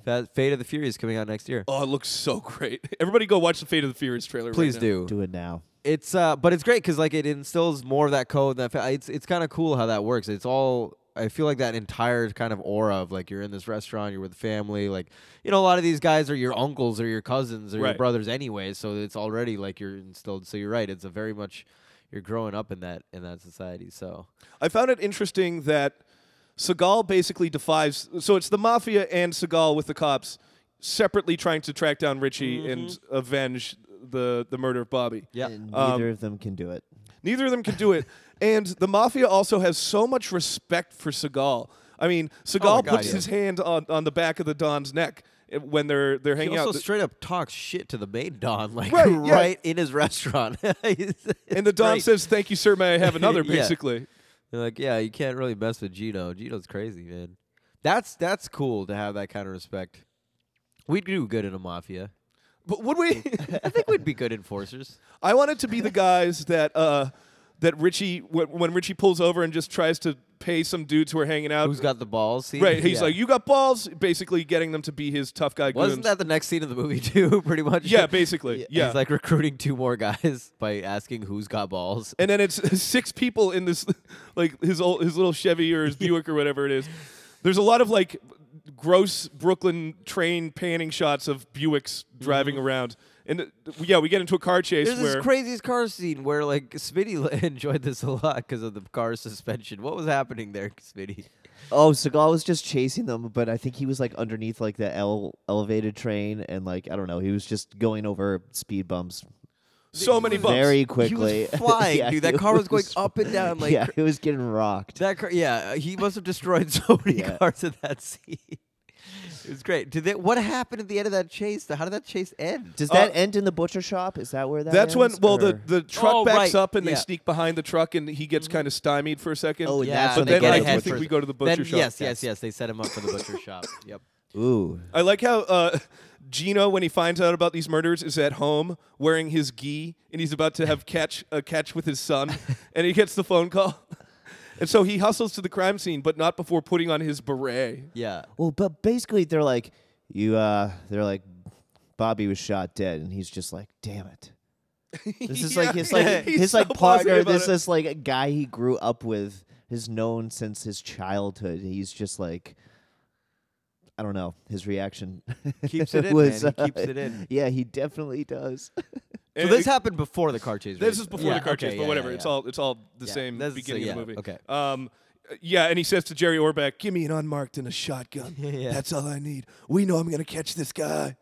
[SPEAKER 1] That Fate of the Furious coming out next year.
[SPEAKER 2] Oh, it looks so great. Everybody go watch the Fate of the Furious trailer.
[SPEAKER 1] Please
[SPEAKER 2] right now.
[SPEAKER 1] do.
[SPEAKER 3] Do it now.
[SPEAKER 1] It's uh, but it's great because like it instills more of that code. That fa- it's it's kind of cool how that works. It's all I feel like that entire kind of aura of like you're in this restaurant, you're with family. Like you know, a lot of these guys are your uncles or your cousins or
[SPEAKER 2] Right.
[SPEAKER 1] your brothers anyway. So it's already like you're instilled. So you're right. It's a very much you're growing up in that in that society. So
[SPEAKER 2] I found it interesting that Seagal basically defies. So it's the mafia and Seagal with the cops separately trying to track down Richie and avenge the the murder of Bobby.
[SPEAKER 1] Mm-hmm. yeah,
[SPEAKER 3] And
[SPEAKER 2] Um,
[SPEAKER 3] neither of them can do it.
[SPEAKER 2] Neither of them can do it. and the mafia also has so much respect for Seagal. I mean, Seagal
[SPEAKER 1] Oh God,
[SPEAKER 2] puts
[SPEAKER 1] yeah.
[SPEAKER 2] his hand on, on the back of the Don's neck eh, when they're they're
[SPEAKER 1] he
[SPEAKER 2] hanging
[SPEAKER 1] also
[SPEAKER 2] out.
[SPEAKER 1] straight up talks shit to the maid don like
[SPEAKER 2] Right,
[SPEAKER 1] right,
[SPEAKER 2] yeah.
[SPEAKER 1] in his restaurant.
[SPEAKER 2] and the Don
[SPEAKER 1] says.
[SPEAKER 2] says, "Thank you, sir. May I have another?"
[SPEAKER 1] Yeah.
[SPEAKER 2] Basically,
[SPEAKER 1] They're like, yeah, you can't really mess with Gino. Gino's crazy, man. That's that's cool to have that kind of respect. We'd do good in a mafia.
[SPEAKER 2] But would we?
[SPEAKER 1] I think we'd be good enforcers.
[SPEAKER 2] I wanted to be the guys that uh, that Richie wh- when Richie pulls over and just tries to pay some dudes who are hanging out.
[SPEAKER 1] Who's got the balls? See?
[SPEAKER 2] right? He's
[SPEAKER 1] Yeah.
[SPEAKER 2] like, "You got balls," basically getting them to be his tough guy.
[SPEAKER 1] Wasn't
[SPEAKER 2] goons.
[SPEAKER 1] that the next scene of the movie too? Pretty much.
[SPEAKER 2] Yeah, basically. Yeah.
[SPEAKER 1] He's like recruiting two more guys by asking who's got balls.
[SPEAKER 2] and then it's six people in this, like his old, his little Chevy or his Buick or whatever it is. There's a lot of like gross Brooklyn train panning shots of Buicks driving
[SPEAKER 1] Mm-hmm.
[SPEAKER 2] around, and uh, yeah, we get into a car chase
[SPEAKER 1] There's
[SPEAKER 2] where
[SPEAKER 1] this craziest car scene where like Smitty enjoyed this a lot because of the car suspension. What was happening there, Smitty?
[SPEAKER 3] Oh, Seagal was just chasing them, but I think he was like underneath like the ele- elevated train, and like I don't know, he was just going over speed bumps
[SPEAKER 2] so many bumps.
[SPEAKER 3] very
[SPEAKER 1] He
[SPEAKER 3] quickly.
[SPEAKER 1] was flying,
[SPEAKER 3] Yeah,
[SPEAKER 1] dude. That
[SPEAKER 3] he
[SPEAKER 1] car was going
[SPEAKER 3] was-
[SPEAKER 1] up and down like
[SPEAKER 3] yeah, it was getting rocked.
[SPEAKER 1] That car, yeah, uh, he must have destroyed so many
[SPEAKER 3] Yeah.
[SPEAKER 1] cars in that scene. It was great. Did they, what happened at the end of that chase? How did that chase end?
[SPEAKER 3] Does
[SPEAKER 2] Uh,
[SPEAKER 3] that end in the butcher shop? Is that where that?
[SPEAKER 2] That's when
[SPEAKER 3] ends,
[SPEAKER 2] well the,
[SPEAKER 3] or-
[SPEAKER 2] the truck
[SPEAKER 1] Oh, right,
[SPEAKER 2] backs up and they
[SPEAKER 1] yeah.
[SPEAKER 2] sneak behind the truck and he gets kind of stymied for a second.
[SPEAKER 3] Oh,
[SPEAKER 1] yeah,
[SPEAKER 3] that's
[SPEAKER 2] but
[SPEAKER 3] when they
[SPEAKER 2] then
[SPEAKER 3] get
[SPEAKER 2] I do
[SPEAKER 3] ahead for
[SPEAKER 2] think
[SPEAKER 3] the-
[SPEAKER 2] we go to the butcher
[SPEAKER 1] Then,
[SPEAKER 2] shop.
[SPEAKER 1] yes, yes, yes. They set him up for the butcher shop. Yep.
[SPEAKER 3] ooh,
[SPEAKER 2] I like how uh, Gino, when he finds out about these murders, is at home wearing his gi, and he's about to have catch a catch with his son, and he gets the phone call, and so he hustles to the crime scene, but not before putting on his beret.
[SPEAKER 1] Yeah.
[SPEAKER 3] well, but basically they're like you. uh They're like Bobby was shot dead, and he's just like, damn it. This is like his like
[SPEAKER 2] He's
[SPEAKER 3] his like
[SPEAKER 2] so positive
[SPEAKER 3] partner.
[SPEAKER 2] about
[SPEAKER 3] This
[SPEAKER 2] it.
[SPEAKER 3] is like a guy he grew up with, has known since his childhood. He's just like, I don't know. His reaction
[SPEAKER 1] Keeps it in,
[SPEAKER 3] was,
[SPEAKER 1] man. He
[SPEAKER 3] uh,
[SPEAKER 1] keeps it in.
[SPEAKER 3] Yeah, he definitely does.
[SPEAKER 1] So
[SPEAKER 2] And
[SPEAKER 1] this
[SPEAKER 2] it-
[SPEAKER 1] happened before the car chase.
[SPEAKER 2] this
[SPEAKER 1] right?
[SPEAKER 2] is before
[SPEAKER 1] Yeah,
[SPEAKER 2] the car
[SPEAKER 1] okay,
[SPEAKER 2] chase, but
[SPEAKER 1] yeah,
[SPEAKER 2] whatever.
[SPEAKER 1] yeah,
[SPEAKER 2] It's
[SPEAKER 1] yeah.
[SPEAKER 2] all it's all the
[SPEAKER 1] Yeah,
[SPEAKER 2] same
[SPEAKER 1] that's- so
[SPEAKER 2] beginning
[SPEAKER 1] yeah,
[SPEAKER 2] of the movie.
[SPEAKER 1] okay.
[SPEAKER 2] Um, yeah, and he says to Jerry Orbach, "Give me an unmarked and a shotgun.
[SPEAKER 1] Yeah.
[SPEAKER 2] That's all I need. We know I'm gonna catch this guy."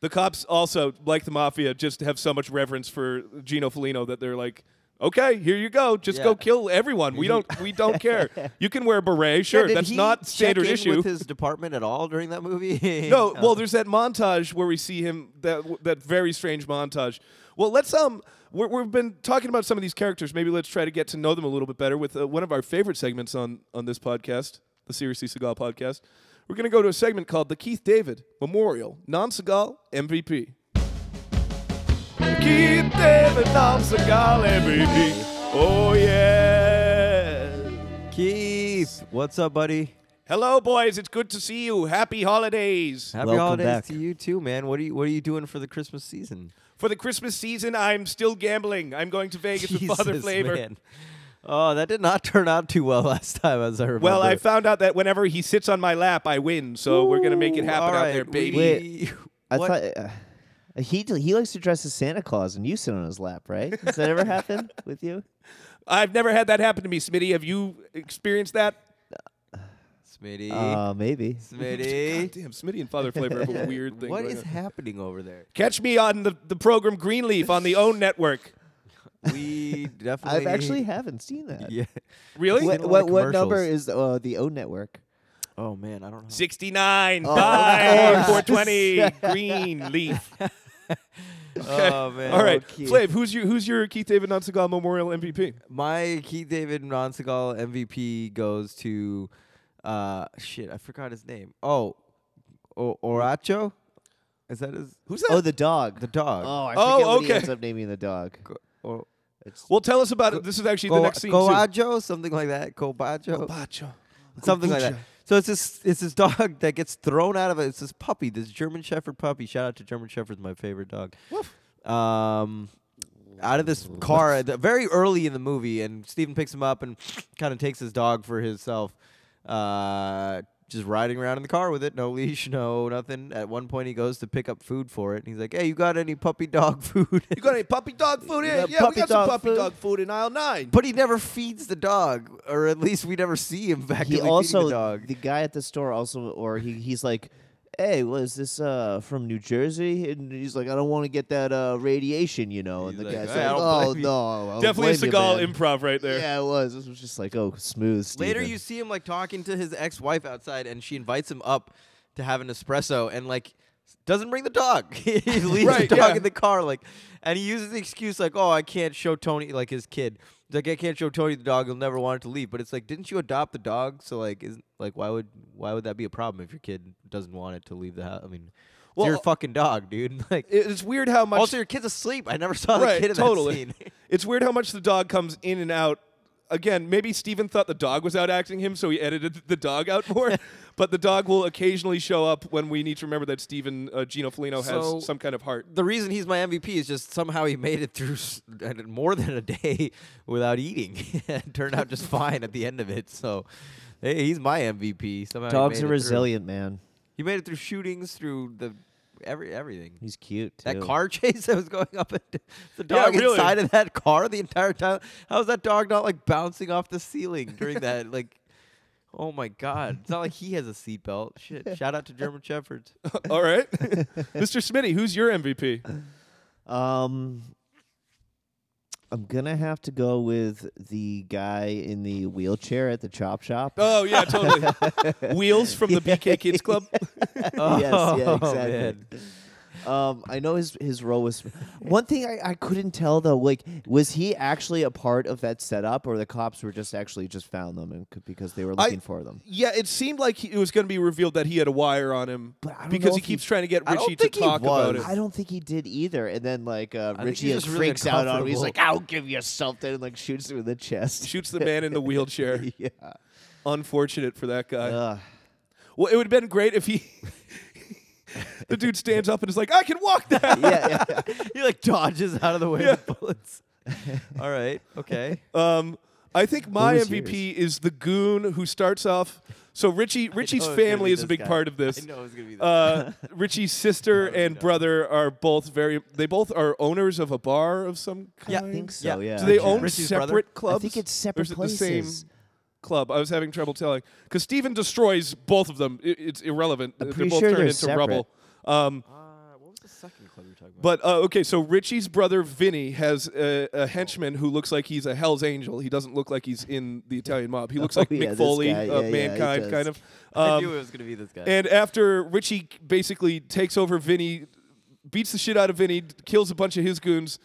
[SPEAKER 2] The cops also, like the mafia, just have so much reverence for Gino Felino that they're like, "Okay, here you go. Just
[SPEAKER 1] Yeah.
[SPEAKER 2] go kill everyone. We don't we don't care. You can wear a beret,
[SPEAKER 1] Yeah,
[SPEAKER 2] sure.
[SPEAKER 1] did
[SPEAKER 2] That's
[SPEAKER 1] he
[SPEAKER 2] not
[SPEAKER 1] check
[SPEAKER 2] standard
[SPEAKER 1] in
[SPEAKER 2] issue."
[SPEAKER 1] With his department at all during that movie?
[SPEAKER 2] No, well, there's that montage where we see him that that very strange montage. Well, let's um, we're, we've been talking about some of these characters. Maybe let's try to get to know them a little bit better with uh, one of our favorite segments on on this podcast, the Seriously Seagal podcast. We're gonna go to a segment called the Keith David Memorial Non Seagal MVP. Keith David Non Seagal MVP. Oh yeah.
[SPEAKER 1] Keith, what's up, buddy?
[SPEAKER 2] Hello, boys. It's good to see you. Happy holidays.
[SPEAKER 1] Happy
[SPEAKER 3] Welcome
[SPEAKER 1] holidays
[SPEAKER 3] back.
[SPEAKER 1] to you too, man. What are you What are you doing for the Christmas season?
[SPEAKER 2] For the Christmas season, I'm still gambling. I'm going to Vegas with Father
[SPEAKER 1] Jesus,
[SPEAKER 2] Flavor.
[SPEAKER 1] man. Oh, that did not turn out too well last time, as I remember.
[SPEAKER 2] Well, I found out that whenever he sits on my lap, I win. So we're gonna make it
[SPEAKER 1] Ooh,
[SPEAKER 2] happen
[SPEAKER 1] all
[SPEAKER 2] out there,
[SPEAKER 1] right,
[SPEAKER 2] baby.
[SPEAKER 3] Wait.
[SPEAKER 1] we-
[SPEAKER 3] I
[SPEAKER 1] what-
[SPEAKER 3] thought uh, he d- he likes to dress as Santa Claus, and you sit on his lap, right? Does that ever happen with you?
[SPEAKER 2] I've never had that happen to me, Smitty. Have you experienced that?
[SPEAKER 1] Smitty,
[SPEAKER 3] Uh, maybe.
[SPEAKER 1] Smitty,
[SPEAKER 2] Damn, Smitty and Father Flavor have a weird thing.
[SPEAKER 1] what
[SPEAKER 2] going
[SPEAKER 1] is
[SPEAKER 2] on.
[SPEAKER 1] happening over there?
[SPEAKER 2] Catch me on the, the program Greenleaf on the OWN network.
[SPEAKER 1] We definitely.
[SPEAKER 3] I've actually haven't seen that.
[SPEAKER 1] Yeah.
[SPEAKER 2] Really?
[SPEAKER 1] Wait. seen
[SPEAKER 3] What,
[SPEAKER 1] a lot
[SPEAKER 3] what,
[SPEAKER 1] of
[SPEAKER 3] what number
[SPEAKER 1] commercials.
[SPEAKER 3] is uh, the O network?
[SPEAKER 1] Oh man, I don't know.
[SPEAKER 2] 69,
[SPEAKER 3] Oh,
[SPEAKER 2] bye,
[SPEAKER 3] of course.
[SPEAKER 2] 420, Greenleaf. Okay.
[SPEAKER 1] Oh man.
[SPEAKER 2] All right,
[SPEAKER 3] Keith.
[SPEAKER 2] Flav, who's your who's your Keith David Nonsegal Memorial MVP?
[SPEAKER 1] My Keith David Non Seagal MVP goes to, uh, shit, I forgot his name. Oh, o- Oracho, is that his?
[SPEAKER 2] Who's that?
[SPEAKER 3] Oh, the dog.
[SPEAKER 1] The dog.
[SPEAKER 3] Oh, I
[SPEAKER 2] Oh,
[SPEAKER 3] forget what he
[SPEAKER 2] okay.
[SPEAKER 3] ends up naming the dog.
[SPEAKER 1] Go- or-
[SPEAKER 3] It's
[SPEAKER 2] Well, tell us about it. This is actually the
[SPEAKER 1] Go-
[SPEAKER 2] next scene too.
[SPEAKER 1] Goajo, something like that. Cobajo, something like that.
[SPEAKER 2] Kombucha.
[SPEAKER 1] So it's this it's this dog that gets thrown out of it. It's this puppy, this German Shepherd puppy. Shout out to German Shepherd's my favorite dog. Um, out of this car at the- very early in the movie, and Steven picks him up and kind of takes his dog for himself. Uh, just riding around in the car with it, no leash, no nothing. At one point, he goes to pick up food for it, and he's like, "Hey, you got any puppy dog food?"
[SPEAKER 2] You got any puppy dog food
[SPEAKER 1] You
[SPEAKER 2] in?
[SPEAKER 1] got
[SPEAKER 2] Yeah, we
[SPEAKER 1] puppy
[SPEAKER 2] got some
[SPEAKER 1] dog
[SPEAKER 2] puppy
[SPEAKER 1] food?
[SPEAKER 2] dog food in aisle nine.
[SPEAKER 1] But he never feeds the dog, or at least we never see him back
[SPEAKER 3] he
[SPEAKER 1] feeding
[SPEAKER 3] also
[SPEAKER 1] the dog.
[SPEAKER 3] guy at the store also or he he's like hey was this uh from new jersey and he's like i don't want to get that uh radiation you know and
[SPEAKER 1] He's
[SPEAKER 3] the
[SPEAKER 1] like,
[SPEAKER 3] guy's
[SPEAKER 1] "Hey, I
[SPEAKER 3] like
[SPEAKER 1] don't
[SPEAKER 3] oh
[SPEAKER 1] blame you."
[SPEAKER 3] no I don't
[SPEAKER 2] Definitely a
[SPEAKER 3] blame you,
[SPEAKER 2] Seagal
[SPEAKER 3] man."
[SPEAKER 2] improv right there.
[SPEAKER 3] yeah it was this was just like oh smooth Steven.
[SPEAKER 1] Later, you see him like talking to his ex-wife outside, and she invites him up to have an espresso, and like doesn't bring the dog. he leaves
[SPEAKER 2] Right,
[SPEAKER 1] the dog
[SPEAKER 2] yeah.
[SPEAKER 1] in the car, like, and he uses the excuse like, "Oh, I can't show Tony like his kid. He's like, I can't show Tony the dog. He'll never want it to leave." But it's like, didn't you adopt the dog? So like, isn't like why would why would that be a problem if your kid doesn't want it to leave the house? I mean, it's your
[SPEAKER 2] Well, uh,
[SPEAKER 1] fucking dog, dude. Like,
[SPEAKER 2] It's weird how much
[SPEAKER 1] also your kid's asleep. I never saw the
[SPEAKER 2] right,
[SPEAKER 1] kid in
[SPEAKER 2] totally.
[SPEAKER 1] that scene.
[SPEAKER 2] it's weird how much the dog comes in and out. Again, maybe Steven thought the dog was out acting him, so he edited the dog out more. but the dog will occasionally show up when we need to remember that Steven uh, Gino Felino
[SPEAKER 1] So-
[SPEAKER 2] has some kind of heart.
[SPEAKER 1] the reason he's my MVP is just somehow he made it through s- and more than a day without eating and turned out just fine at the end of it. So hey, he's my MVP. Somehow he
[SPEAKER 3] Dogs
[SPEAKER 1] made
[SPEAKER 3] are
[SPEAKER 1] it
[SPEAKER 3] resilient, man.
[SPEAKER 1] Through. He made it through shootings, through the every everything.
[SPEAKER 3] He's cute.
[SPEAKER 1] That
[SPEAKER 3] too.
[SPEAKER 1] car chase that was going up, and d- the
[SPEAKER 2] Yeah,
[SPEAKER 1] dog
[SPEAKER 2] really.
[SPEAKER 1] inside of that car the entire time. How is that dog not like bouncing off the ceiling during that? Like, oh my god! It's not like he has a seatbelt. Shit! Shout out to German shepherds.
[SPEAKER 2] All right, Mr. Smitty, who's your MVP?
[SPEAKER 3] Um, I'm gonna have to go with the guy in the wheelchair at the chop shop.
[SPEAKER 2] Oh yeah, totally. Wheels from the BK Kids Club.
[SPEAKER 3] yes, yeah,
[SPEAKER 1] Oh,
[SPEAKER 3] exactly.
[SPEAKER 1] man.
[SPEAKER 3] Um, I know his his role was one thing I, I couldn't tell though. Like, was he actually a part of that setup, or the cops were just actually just found them and could, because they were
[SPEAKER 2] I-
[SPEAKER 3] looking for them?
[SPEAKER 2] Yeah, it seemed like he, it was going to be revealed that he had a wire on him
[SPEAKER 3] But I don't know
[SPEAKER 2] because he
[SPEAKER 3] if he-
[SPEAKER 2] keeps trying to get
[SPEAKER 1] I don't
[SPEAKER 2] Richie to
[SPEAKER 1] think he
[SPEAKER 2] talk about
[SPEAKER 1] was.
[SPEAKER 2] it.
[SPEAKER 3] I don't think he did either. And then like uh,
[SPEAKER 1] think
[SPEAKER 3] Richie
[SPEAKER 1] he's
[SPEAKER 3] like,
[SPEAKER 1] just really
[SPEAKER 3] freaks out on him. He's
[SPEAKER 1] uncomfortable.
[SPEAKER 3] like, "I'll give you something," and like shoots him in the chest.
[SPEAKER 2] Shoots the man in the wheelchair.
[SPEAKER 3] yeah.
[SPEAKER 2] Unfortunate for that guy.
[SPEAKER 3] Ugh.
[SPEAKER 2] Well, it would have been great if he. the dude stands up and is like, I can walk that.
[SPEAKER 3] yeah, yeah, yeah.
[SPEAKER 1] he like dodges out of the way of the bullets. All right. Okay.
[SPEAKER 2] Um, I think my
[SPEAKER 3] was
[SPEAKER 2] MVP is the goon who starts off. So Richie, Richie's
[SPEAKER 1] know it's gonna
[SPEAKER 2] family
[SPEAKER 1] be
[SPEAKER 2] is a
[SPEAKER 1] this
[SPEAKER 2] big
[SPEAKER 1] guy.
[SPEAKER 2] part of this.
[SPEAKER 1] I know it's gonna be this.
[SPEAKER 2] Uh, Richie's sister and brother are both very. They both are owners of a bar of some kind.
[SPEAKER 1] Yeah,
[SPEAKER 3] I think so.
[SPEAKER 1] Yeah.
[SPEAKER 3] Yeah.
[SPEAKER 2] Do they
[SPEAKER 1] Richie's
[SPEAKER 2] own
[SPEAKER 1] Uh, brother?
[SPEAKER 2] separate clubs?
[SPEAKER 3] I think it's
[SPEAKER 2] Or
[SPEAKER 3] separate
[SPEAKER 2] is it
[SPEAKER 3] places.
[SPEAKER 2] The same club. I was having trouble telling because Steven destroys both of them. I- it's irrelevant.
[SPEAKER 3] I'm
[SPEAKER 2] they're
[SPEAKER 3] pretty
[SPEAKER 2] both
[SPEAKER 3] sure
[SPEAKER 2] turned
[SPEAKER 3] they're
[SPEAKER 2] into rubble. Um,
[SPEAKER 1] Uh, what was the second club you were talking about?
[SPEAKER 2] but uh, okay, so Richie's brother Vinny has a, a henchman who looks like he's a Hell's Angel. He doesn't look like he's in the Italian mob. He looks
[SPEAKER 3] Oh,
[SPEAKER 2] like
[SPEAKER 3] yeah,
[SPEAKER 2] Mick
[SPEAKER 3] this
[SPEAKER 2] Foley
[SPEAKER 3] guy.
[SPEAKER 2] of
[SPEAKER 3] Yeah, yeah, he
[SPEAKER 2] Mankind,
[SPEAKER 3] does.
[SPEAKER 2] kind of.
[SPEAKER 1] I knew
[SPEAKER 2] Um,
[SPEAKER 1] it was gonna be this guy.
[SPEAKER 2] and after Richie basically takes over Vinny, beats the shit out of Vinny, kills a bunch of his goons.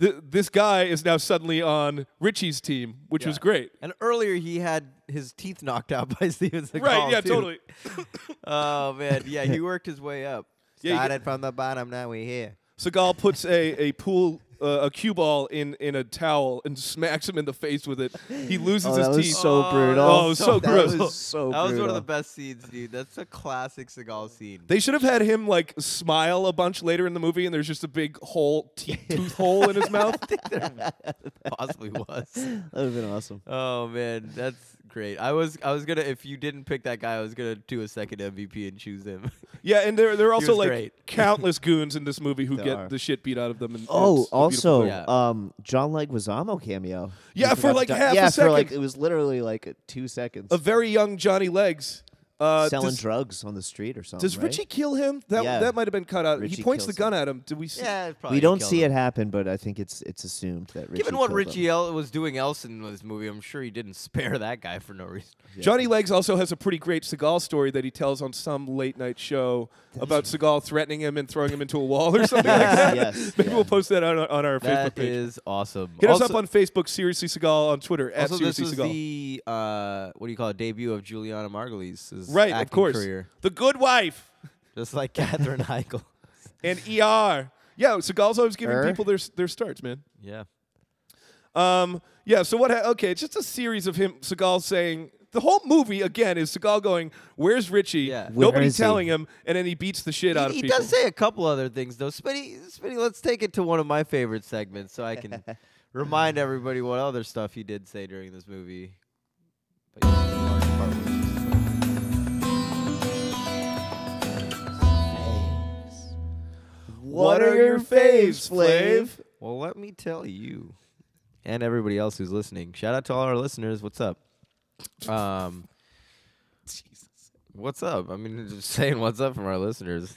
[SPEAKER 2] Th- this guy is now suddenly on Richie's team, which was
[SPEAKER 1] Yeah.
[SPEAKER 2] great.
[SPEAKER 1] And earlier he had his teeth knocked out by Steven Seagal.
[SPEAKER 2] Right? Yeah,
[SPEAKER 1] too.
[SPEAKER 2] totally.
[SPEAKER 1] Oh man, yeah, he worked his way up.
[SPEAKER 2] Yeah, you
[SPEAKER 1] Started from the bottom, now we're here.
[SPEAKER 2] Seagal puts a, a pool, uh, a cue ball in, in a towel and smacks him in the face with it. He loses
[SPEAKER 3] Oh,
[SPEAKER 2] his
[SPEAKER 3] that was
[SPEAKER 2] teeth.
[SPEAKER 3] so
[SPEAKER 1] Oh,
[SPEAKER 3] brutal.
[SPEAKER 2] that was so
[SPEAKER 3] that
[SPEAKER 2] gross.
[SPEAKER 3] Was so
[SPEAKER 1] that was one of the
[SPEAKER 3] brutal.
[SPEAKER 1] best scenes, dude. That's a classic Seagal scene.
[SPEAKER 2] They should have had him like smile a bunch later in the movie, and there's just a big hole, te- tooth hole in his mouth.
[SPEAKER 1] Possibly was.
[SPEAKER 3] That would have been awesome.
[SPEAKER 1] Oh man, that's great. I was I was gonna if you didn't pick that guy, I was gonna do a second MVP and choose him.
[SPEAKER 2] Yeah, and there there are also
[SPEAKER 1] was
[SPEAKER 2] like
[SPEAKER 1] great.
[SPEAKER 2] countless goons in this movie who
[SPEAKER 3] There
[SPEAKER 2] get
[SPEAKER 3] are.
[SPEAKER 2] the shit beat out of them. And it's
[SPEAKER 3] Oh,
[SPEAKER 2] a beautiful
[SPEAKER 3] also,
[SPEAKER 2] thing.
[SPEAKER 1] Yeah.
[SPEAKER 3] um, John Leguizamo cameo. We
[SPEAKER 2] Yeah, for
[SPEAKER 3] forgot to
[SPEAKER 2] like
[SPEAKER 3] talk-
[SPEAKER 2] half a
[SPEAKER 3] yeah, for like
[SPEAKER 2] second.
[SPEAKER 3] it was literally like two seconds.
[SPEAKER 2] a very young Johnny Legs. Uh,
[SPEAKER 3] selling
[SPEAKER 2] does,
[SPEAKER 3] drugs on the street or something.
[SPEAKER 2] does
[SPEAKER 3] right?
[SPEAKER 2] Richie kill him? That
[SPEAKER 3] Yeah.
[SPEAKER 2] that might have been cut out. he
[SPEAKER 3] Richie
[SPEAKER 2] points the
[SPEAKER 3] kills him.
[SPEAKER 2] gun at him. Do we? See?
[SPEAKER 1] yeah, it's probably
[SPEAKER 3] We don't see it happen, but I think it's it's assumed that Richie.
[SPEAKER 1] Given what
[SPEAKER 3] killed
[SPEAKER 1] Richie
[SPEAKER 3] him.
[SPEAKER 1] El- was doing else in this movie, I'm sure he didn't spare that guy for no reason.
[SPEAKER 2] Johnny Legs also has a pretty great Seagal story that he tells on some late night show about Seagal threatening him and throwing him into a wall or something like that.
[SPEAKER 3] yes,
[SPEAKER 2] Maybe
[SPEAKER 3] yeah.
[SPEAKER 2] we'll post that on, our- on our Facebook
[SPEAKER 1] That
[SPEAKER 2] page.
[SPEAKER 1] is awesome.
[SPEAKER 2] Hit
[SPEAKER 1] also,
[SPEAKER 2] us up on Facebook, Seriously Seagal, on Twitter, at
[SPEAKER 1] also this
[SPEAKER 2] Seriously
[SPEAKER 1] was
[SPEAKER 2] Seagal.
[SPEAKER 1] the uh, what do you call it? Debut of Juliana Margulies'
[SPEAKER 2] right,
[SPEAKER 1] acting
[SPEAKER 2] of course.
[SPEAKER 1] career,
[SPEAKER 2] The Good Wife
[SPEAKER 1] just like Katherine Heigl.
[SPEAKER 2] and ER. Yeah, Seagal's always giving
[SPEAKER 3] Er.
[SPEAKER 2] people their, their starts, man.
[SPEAKER 1] Yeah,
[SPEAKER 2] Um, yeah, so what? Ha- okay, it's just a series of him, Seagal saying the whole movie again is Seagal going, "Where's Richie?"
[SPEAKER 1] Yeah.
[SPEAKER 3] Where
[SPEAKER 2] Nobody
[SPEAKER 3] is he?
[SPEAKER 2] telling him, and then he beats the shit out of
[SPEAKER 1] he, he
[SPEAKER 2] people.
[SPEAKER 1] does say a couple other things though. Spitty, Spitty, let's take it to one of my favorite segments so I can remind everybody what other stuff he did say during this movie. But yeah, the large part was just, like,
[SPEAKER 2] What are your faves, Flav?
[SPEAKER 1] Well, let me tell you, and everybody else who's listening. Shout out to all our listeners. What's up? Um, what's up? I mean, just saying what's up from our listeners.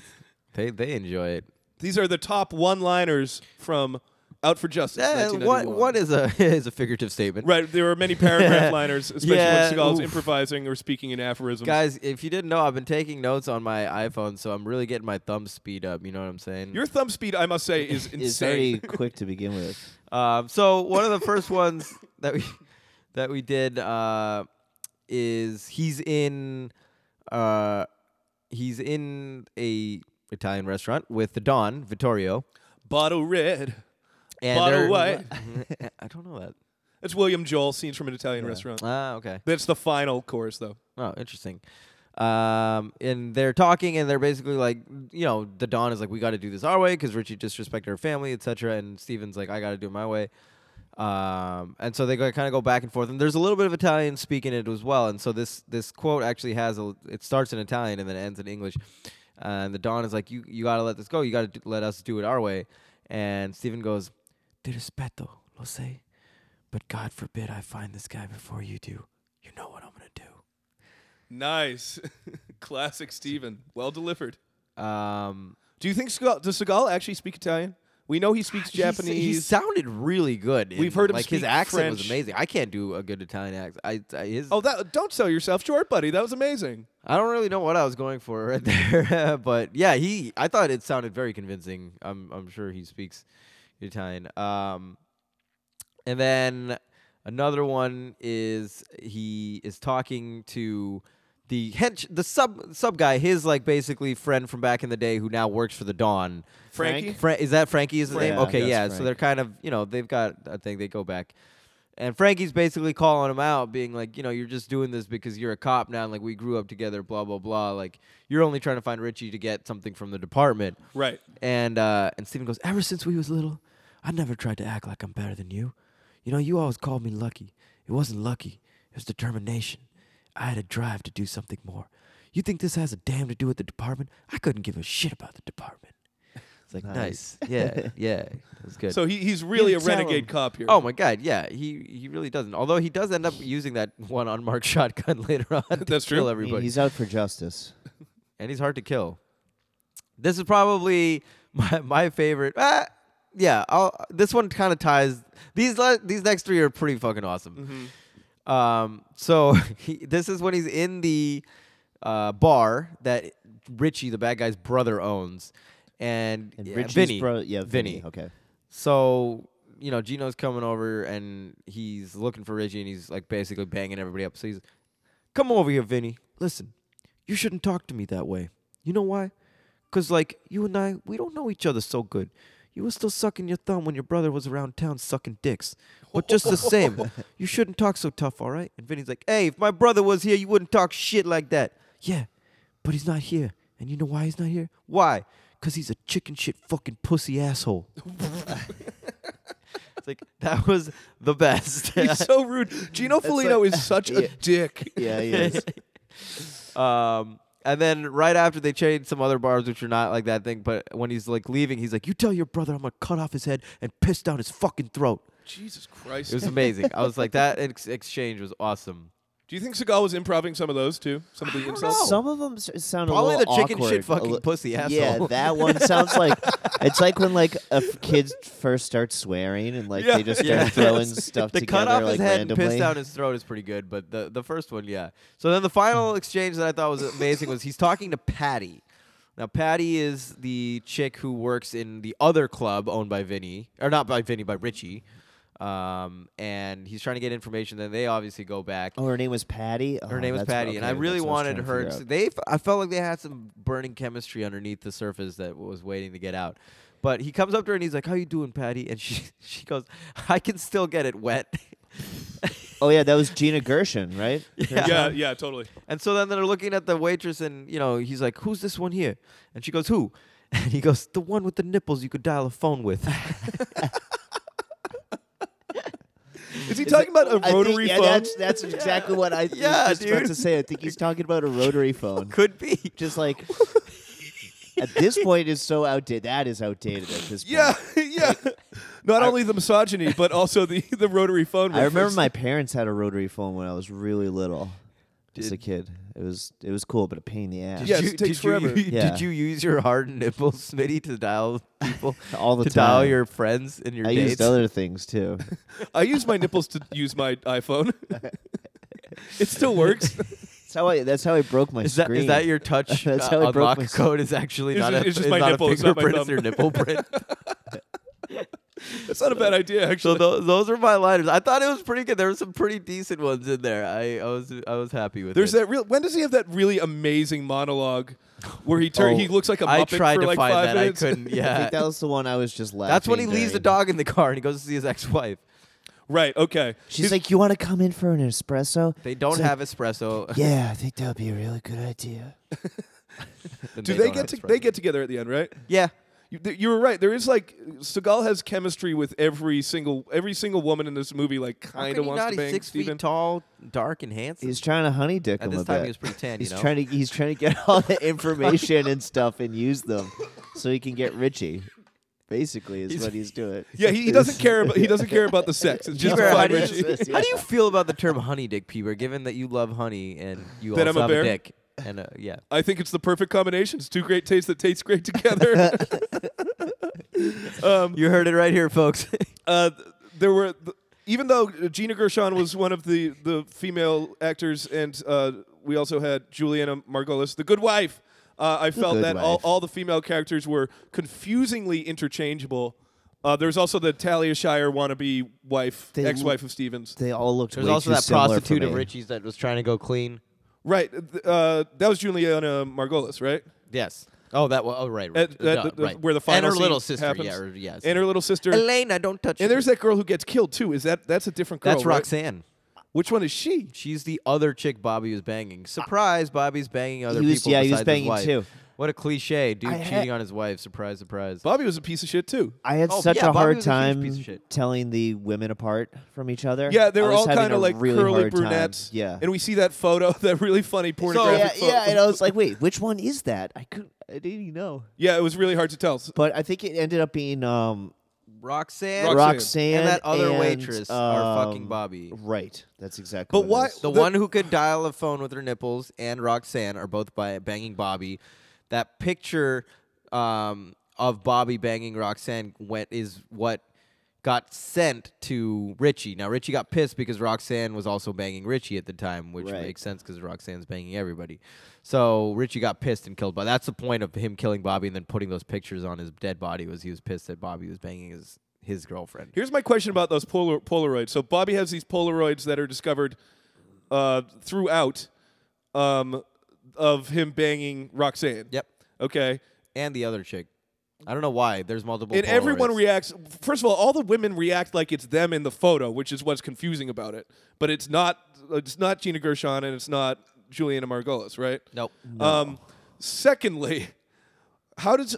[SPEAKER 1] They they enjoy it.
[SPEAKER 2] These are the top one-liners from Out for Justice.
[SPEAKER 1] Eh, what
[SPEAKER 2] 1991.
[SPEAKER 1] what is a is a figurative statement?
[SPEAKER 2] Right, there were many paragraph liners, especially
[SPEAKER 1] Yeah,
[SPEAKER 2] when Seagal's
[SPEAKER 1] oof.
[SPEAKER 2] improvising or speaking in aphorisms.
[SPEAKER 1] Guys, if you didn't know, I've been taking notes on my iPhone, so I'm really getting my thumb speed up. You know what I'm saying?
[SPEAKER 2] Your thumb speed, I must say, is insane.
[SPEAKER 3] It's very quick to begin with.
[SPEAKER 1] Um, so one of the first ones that we that we did uh, is he's in uh, he's in a Italian restaurant with the Don Vittorio
[SPEAKER 2] Bottle red.
[SPEAKER 1] and
[SPEAKER 2] Bottle
[SPEAKER 1] they're-
[SPEAKER 2] white.
[SPEAKER 1] I don't know that.
[SPEAKER 2] It's William Joel, scenes from an Italian restaurant.
[SPEAKER 1] Ah, okay.
[SPEAKER 2] That's the final chorus, though.
[SPEAKER 1] Oh, interesting. Um, and they're talking, and they're basically like, you know, the Don is like, we got to do this our way because Richie disrespected her family, etc. And Steven's like, I got to do it my way. Um, and so they kind of go back and forth, and there's a little bit of Italian speak in it as well. And so this this quote actually has a it starts in Italian and then ends in English. and the Don is like, you you got to let this go. You got to let us do it our way. And Steven goes, Ti rispetto, lo sai, but God forbid I find this guy before you do. You know what I'm gonna do.
[SPEAKER 2] Nice. Classic Steven. Well delivered.
[SPEAKER 1] Um,
[SPEAKER 2] Do you think Seagal, does Seagal actually speak Italian? We know he speaks
[SPEAKER 1] he's-
[SPEAKER 2] Japanese.
[SPEAKER 1] He sounded really good. in-
[SPEAKER 2] We've heard him
[SPEAKER 1] like his
[SPEAKER 2] speak
[SPEAKER 1] accent was
[SPEAKER 2] French.
[SPEAKER 1] amazing. I can't do a good Italian accent. I I, his,
[SPEAKER 2] oh, that, don't sell yourself short, buddy. That was amazing.
[SPEAKER 1] I don't really know what I was going for right there, but yeah, he. I thought it sounded very convincing. I'm I'm sure he speaks Italian. Um, and then another one is he is talking to. The hench, the sub sub guy, his like basically friend from back in the day who now works for the Dawn.
[SPEAKER 2] Frankie?
[SPEAKER 1] Fra- is that Frankie? Is the
[SPEAKER 3] Frank.
[SPEAKER 1] name?
[SPEAKER 3] Yeah,
[SPEAKER 1] Okay,
[SPEAKER 3] that's
[SPEAKER 1] yeah. So
[SPEAKER 3] Frank.
[SPEAKER 1] they're kind of, you know, they've got I think They go back, and Frankie's basically calling him out, being like, you know, you're just doing this because you're a cop now, and like we grew up together, blah blah blah. Like you're only trying to find Richie to get something from the department.
[SPEAKER 2] Right.
[SPEAKER 1] And uh, and Steven goes, ever since we was little, I never tried to act like I'm better than you. You know, you always called me lucky. It wasn't lucky. It was determination. I had a drive to do something more. You think this has a damn to do with the department? I couldn't give a shit about the department. It's like nice.
[SPEAKER 3] Nice.
[SPEAKER 1] Yeah, yeah. That's good.
[SPEAKER 2] So he, he's really a
[SPEAKER 3] didn't tell
[SPEAKER 2] renegade
[SPEAKER 3] him.
[SPEAKER 2] cop here.
[SPEAKER 1] oh my god, yeah. He he really doesn't. Although he does end up using that one unmarked shotgun later on to
[SPEAKER 2] That's
[SPEAKER 1] kill
[SPEAKER 2] true.
[SPEAKER 3] I mean,
[SPEAKER 1] everybody.
[SPEAKER 3] he's out for justice.
[SPEAKER 1] and he's hard to kill. This is probably my, my favorite. Ah, yeah, I'll, this one kind of ties these le- these next three are pretty fucking awesome.
[SPEAKER 3] Mm-hmm.
[SPEAKER 1] Um, so he, this is when he's in the uh, bar that Richie, the bad guy's brother, owns, and,
[SPEAKER 3] And
[SPEAKER 1] yeah,
[SPEAKER 3] Richie's
[SPEAKER 1] Vinny,
[SPEAKER 3] bro- yeah, Vinny.
[SPEAKER 1] Vinny.
[SPEAKER 3] Okay.
[SPEAKER 1] So you know, Gino's coming over and he's looking for Richie, and he's like basically banging everybody up. So he's, come over here, Vinny. Listen, you shouldn't talk to me that way. You know why? Cause like you and I, we don't know each other so good. You were still sucking your thumb when your brother was around town sucking dicks. But just the same, you shouldn't talk so tough, all right? And Vinny's like, hey, if my brother was here, you wouldn't talk shit like that. Yeah, but he's not here. And you know why he's not here? Why? Because he's a chicken shit fucking pussy asshole. It's like that was the best.
[SPEAKER 2] He's so rude. Gino Felino is such a dick.
[SPEAKER 3] Yeah, he is.
[SPEAKER 1] um, and then right after they changed some other bars, which are not like that thing. But when he's like leaving, he's like, "You tell your brother I'm gonna cut off his head and piss down his fucking throat."
[SPEAKER 2] Jesus Christ.
[SPEAKER 1] It was amazing. I was like, that ex- exchange was awesome.
[SPEAKER 2] Do you think Seagal was improving some of those too? Some of the insults?
[SPEAKER 1] know.
[SPEAKER 3] Some of them s- sound
[SPEAKER 1] Probably
[SPEAKER 3] a little
[SPEAKER 1] the chicken shit
[SPEAKER 3] awkward, a
[SPEAKER 1] fucking
[SPEAKER 3] li-
[SPEAKER 1] pussy
[SPEAKER 3] Yeah,
[SPEAKER 1] asshole.
[SPEAKER 3] that one sounds like it's like when like a f- kid first starts swearing and like
[SPEAKER 2] Yeah.
[SPEAKER 3] they just start throwing stuff
[SPEAKER 1] the
[SPEAKER 3] together
[SPEAKER 1] cut off
[SPEAKER 3] like
[SPEAKER 1] his head
[SPEAKER 3] randomly.
[SPEAKER 1] and piss down his throat is pretty good, but the the first one, yeah. So then the final
[SPEAKER 3] Hmm.
[SPEAKER 1] exchange that I thought was amazing was he's talking to Patty. Now Patty is the chick who works in the other club owned by Vinny, or not by Vinny, by Richie. Um, and he's trying to get information. Then they obviously go back.
[SPEAKER 3] oh, her name was Patty. Oh,
[SPEAKER 1] Her name was
[SPEAKER 3] that's-
[SPEAKER 1] Patty, and I
[SPEAKER 3] okay,
[SPEAKER 1] really
[SPEAKER 3] that's what was
[SPEAKER 1] wanted
[SPEAKER 3] trying to
[SPEAKER 1] her.
[SPEAKER 3] figure
[SPEAKER 1] To,
[SPEAKER 3] out.
[SPEAKER 1] they, f- I felt like they had some burning chemistry underneath the surface that was waiting to get out. But he comes up to her and he's like, "How you doing, Patty?" And she, she goes, "I can still get it wet."
[SPEAKER 3] Oh yeah, that was Gina Gershon, right?
[SPEAKER 2] yeah, yeah, totally.
[SPEAKER 1] And so then they're looking at the waitress, and you know, he's like, "Who's this one here?" And she goes, "Who?" And he goes, "The one with the nipples you could dial a phone with."
[SPEAKER 2] Is he talking about a
[SPEAKER 3] I think-
[SPEAKER 2] rotary
[SPEAKER 3] yeah,
[SPEAKER 2] phone?
[SPEAKER 3] That's that's exactly what I was
[SPEAKER 1] Yeah,
[SPEAKER 3] just about
[SPEAKER 1] dude.
[SPEAKER 3] to say. I think he's talking about a rotary phone.
[SPEAKER 1] could be.
[SPEAKER 3] Just like at this point is so outdated. That is outdated at this point.
[SPEAKER 2] yeah, yeah. Not only the misogyny, but also the, the rotary phone.
[SPEAKER 3] I remember
[SPEAKER 2] reference.
[SPEAKER 3] my parents had a rotary phone when I was really little. as a
[SPEAKER 1] Did-
[SPEAKER 3] kid. It was it was cool, but a pain in the ass.
[SPEAKER 2] Yeah, it takes
[SPEAKER 1] did
[SPEAKER 2] forever.
[SPEAKER 1] You,
[SPEAKER 3] Yeah.
[SPEAKER 1] Did you use your hard nipples, Smitty, to dial people?
[SPEAKER 3] all the
[SPEAKER 1] to
[SPEAKER 3] time.
[SPEAKER 1] dial your friends and your
[SPEAKER 3] I
[SPEAKER 1] dates?
[SPEAKER 3] used other things too.
[SPEAKER 2] I use my nipples to use my iPhone. it still works.
[SPEAKER 3] that's how I. That's how I broke my
[SPEAKER 1] is that
[SPEAKER 3] screen.
[SPEAKER 1] is that your touch
[SPEAKER 3] That's
[SPEAKER 1] uh,
[SPEAKER 3] how I broke
[SPEAKER 1] unlock
[SPEAKER 3] my s-
[SPEAKER 1] code? Is actually
[SPEAKER 2] It's
[SPEAKER 1] not
[SPEAKER 2] just-
[SPEAKER 1] a,
[SPEAKER 2] it's just
[SPEAKER 1] is
[SPEAKER 2] my
[SPEAKER 1] not
[SPEAKER 2] nipple,
[SPEAKER 1] a
[SPEAKER 2] it's not my
[SPEAKER 1] fingerprint, it's your
[SPEAKER 2] thumb.
[SPEAKER 1] nipple print.
[SPEAKER 2] That's not a bad idea,
[SPEAKER 1] so
[SPEAKER 2] actually.
[SPEAKER 1] tho- those are my lighters. I thought it was pretty good. There were some pretty decent ones in there. I, I was I was happy with
[SPEAKER 2] There's
[SPEAKER 1] it.
[SPEAKER 2] that real. When does he have that really amazing monologue where he turn,
[SPEAKER 1] Oh,
[SPEAKER 2] he looks like a
[SPEAKER 1] I
[SPEAKER 2] muppet
[SPEAKER 1] tried
[SPEAKER 2] for
[SPEAKER 1] to
[SPEAKER 2] like
[SPEAKER 1] find
[SPEAKER 2] five
[SPEAKER 1] that.
[SPEAKER 2] minutes?
[SPEAKER 1] I couldn't.
[SPEAKER 3] I
[SPEAKER 1] Yeah.
[SPEAKER 3] think that was the one I was just laughing.
[SPEAKER 1] That's when he leaves the
[SPEAKER 3] during.
[SPEAKER 1] dog in the car and he goes to see his ex-wife.
[SPEAKER 2] right. Okay.
[SPEAKER 3] She's like, "You want to come in for an espresso?"
[SPEAKER 1] They don't
[SPEAKER 3] He's like,
[SPEAKER 1] have espresso.
[SPEAKER 3] Yeah, I think that would be a really good idea.
[SPEAKER 1] and
[SPEAKER 2] do they,
[SPEAKER 1] don't
[SPEAKER 2] get to,
[SPEAKER 1] have
[SPEAKER 2] they
[SPEAKER 1] espresso.
[SPEAKER 2] get together at the end, right?
[SPEAKER 1] Yeah.
[SPEAKER 2] You, th- you were right. There is like Seagal has chemistry with every single every single woman in this movie. Like
[SPEAKER 1] How
[SPEAKER 2] kind
[SPEAKER 1] could
[SPEAKER 2] of
[SPEAKER 1] he
[SPEAKER 2] wants
[SPEAKER 1] not?
[SPEAKER 2] to
[SPEAKER 1] He's
[SPEAKER 2] bang
[SPEAKER 1] six
[SPEAKER 2] Steven.
[SPEAKER 1] feet tall, dark, and handsome.
[SPEAKER 3] He's trying to honey dick
[SPEAKER 1] At
[SPEAKER 3] him
[SPEAKER 1] this
[SPEAKER 3] a
[SPEAKER 1] time,
[SPEAKER 3] bit.
[SPEAKER 1] he was pretty tan.
[SPEAKER 3] he's
[SPEAKER 1] you know?
[SPEAKER 3] trying to he's trying to get all the information and stuff and use them so he can get Richie. Basically, is
[SPEAKER 1] He's-
[SPEAKER 3] what he's doing.
[SPEAKER 2] Yeah, he, he doesn't care about he doesn't care about the sex. It's just
[SPEAKER 1] Peter, how,
[SPEAKER 2] about
[SPEAKER 1] do
[SPEAKER 3] Fine,
[SPEAKER 2] Richie.
[SPEAKER 1] you,
[SPEAKER 3] Richie.
[SPEAKER 1] how do you feel about the term honey dick, Peter, given that you love honey and you
[SPEAKER 2] That
[SPEAKER 1] also
[SPEAKER 2] I'm a
[SPEAKER 1] have
[SPEAKER 2] bear?
[SPEAKER 1] a dick? And uh, yeah.
[SPEAKER 2] I think it's the perfect combination. It's two great tastes that taste great together. um,
[SPEAKER 1] You heard it right here, folks.
[SPEAKER 2] uh, th- there were th- even though Gina Gershon was one of the the female actors, and uh, we also had Juliana Margolis, the Good Wife. Uh, I felt
[SPEAKER 3] Good
[SPEAKER 2] that all,
[SPEAKER 3] Wife.
[SPEAKER 2] all the female characters were confusingly interchangeable. Uh, there's also the Talia Shire wannabe wife,
[SPEAKER 3] They-
[SPEAKER 2] ex-wife of Stevens.
[SPEAKER 3] They all looked.
[SPEAKER 1] There's
[SPEAKER 3] way
[SPEAKER 1] also
[SPEAKER 3] too
[SPEAKER 1] that
[SPEAKER 3] similar for
[SPEAKER 1] prostitute of
[SPEAKER 3] me.
[SPEAKER 1] Richie's that was trying to go clean.
[SPEAKER 2] Right. th- Uh, that was Juliana Margolis, right?
[SPEAKER 1] Yes. Oh, that was. Oh, right. right.
[SPEAKER 2] At- at
[SPEAKER 1] Duh,
[SPEAKER 2] the- the-
[SPEAKER 1] right.
[SPEAKER 2] Where the
[SPEAKER 1] and
[SPEAKER 2] final
[SPEAKER 1] her little
[SPEAKER 2] scene
[SPEAKER 1] sister.
[SPEAKER 2] happens.
[SPEAKER 1] Yeah. Or, yes.
[SPEAKER 2] And her little sister.
[SPEAKER 1] Elena, don't touch.
[SPEAKER 2] And
[SPEAKER 1] her.
[SPEAKER 2] there's that girl who gets killed too. Is that that's a different girl?
[SPEAKER 1] That's
[SPEAKER 2] right?
[SPEAKER 1] Roxanne.
[SPEAKER 2] Which one is she?
[SPEAKER 1] She's the other chick Bobby was banging. Surprise, Bobby's banging other
[SPEAKER 3] He was-
[SPEAKER 1] people.
[SPEAKER 3] yeah, he was
[SPEAKER 1] besides his
[SPEAKER 3] banging
[SPEAKER 1] wife.
[SPEAKER 3] too.
[SPEAKER 1] What a cliche, dude
[SPEAKER 3] I
[SPEAKER 1] cheating
[SPEAKER 3] had-
[SPEAKER 1] on his wife. Surprise, surprise.
[SPEAKER 2] Bobby was a piece of shit too.
[SPEAKER 3] I had
[SPEAKER 1] Oh,
[SPEAKER 3] such
[SPEAKER 1] yeah,
[SPEAKER 3] a
[SPEAKER 1] Bobby
[SPEAKER 3] hard
[SPEAKER 1] was a huge
[SPEAKER 3] time
[SPEAKER 1] piece of shit.
[SPEAKER 3] telling the women apart from each other.
[SPEAKER 2] Yeah, they
[SPEAKER 3] I
[SPEAKER 2] were
[SPEAKER 3] was
[SPEAKER 2] all
[SPEAKER 3] having
[SPEAKER 2] kind
[SPEAKER 3] a
[SPEAKER 2] of like
[SPEAKER 3] really
[SPEAKER 2] curly
[SPEAKER 3] hard time.
[SPEAKER 2] brunettes.
[SPEAKER 3] Yeah.
[SPEAKER 2] and we see that photo, that really funny
[SPEAKER 3] yeah,
[SPEAKER 2] pornographic photo.
[SPEAKER 3] yeah, and I was like, wait, which one is that? I couldn't, I didn't even know.
[SPEAKER 2] Yeah, it was really hard to tell. S-
[SPEAKER 3] But I think it ended up being um,
[SPEAKER 1] Roxanne,
[SPEAKER 2] Roxanne.
[SPEAKER 3] Roxanne,
[SPEAKER 1] and that other
[SPEAKER 3] and,
[SPEAKER 1] waitress are fucking
[SPEAKER 3] um,
[SPEAKER 1] Bobby.
[SPEAKER 3] Right, that's exactly.
[SPEAKER 2] But
[SPEAKER 3] what
[SPEAKER 2] why
[SPEAKER 3] it is.
[SPEAKER 1] The, one who could dial a phone with her nipples and Roxanne are both by banging Bobby. That picture um, of Bobby banging Roxanne went is what got sent to Richie. Now Richie got pissed because Roxanne was also banging Richie at the time, which
[SPEAKER 3] Right.
[SPEAKER 1] makes sense because Roxanne's banging everybody. So Richie got pissed and killed. But that's the point of him killing Bobby and then putting those pictures on his dead body was he was pissed that Bobby was banging his his girlfriend.
[SPEAKER 2] Here's my question about those Polaroid. Polaroids. So Bobby has these Polaroids that are discovered uh, throughout um, of him banging Roxanne.
[SPEAKER 1] Yep.
[SPEAKER 2] Okay.
[SPEAKER 1] And the other chick. I don't know why. There's multiple.
[SPEAKER 2] And everyone
[SPEAKER 1] Polaroids.
[SPEAKER 2] reacts. First of all, all the women react like it's them in the photo, which is what's confusing about it. But it's not. It's not Gina Gershon, and it's not Juliana Margolis, right?
[SPEAKER 1] Nope.
[SPEAKER 2] Um, secondly, how does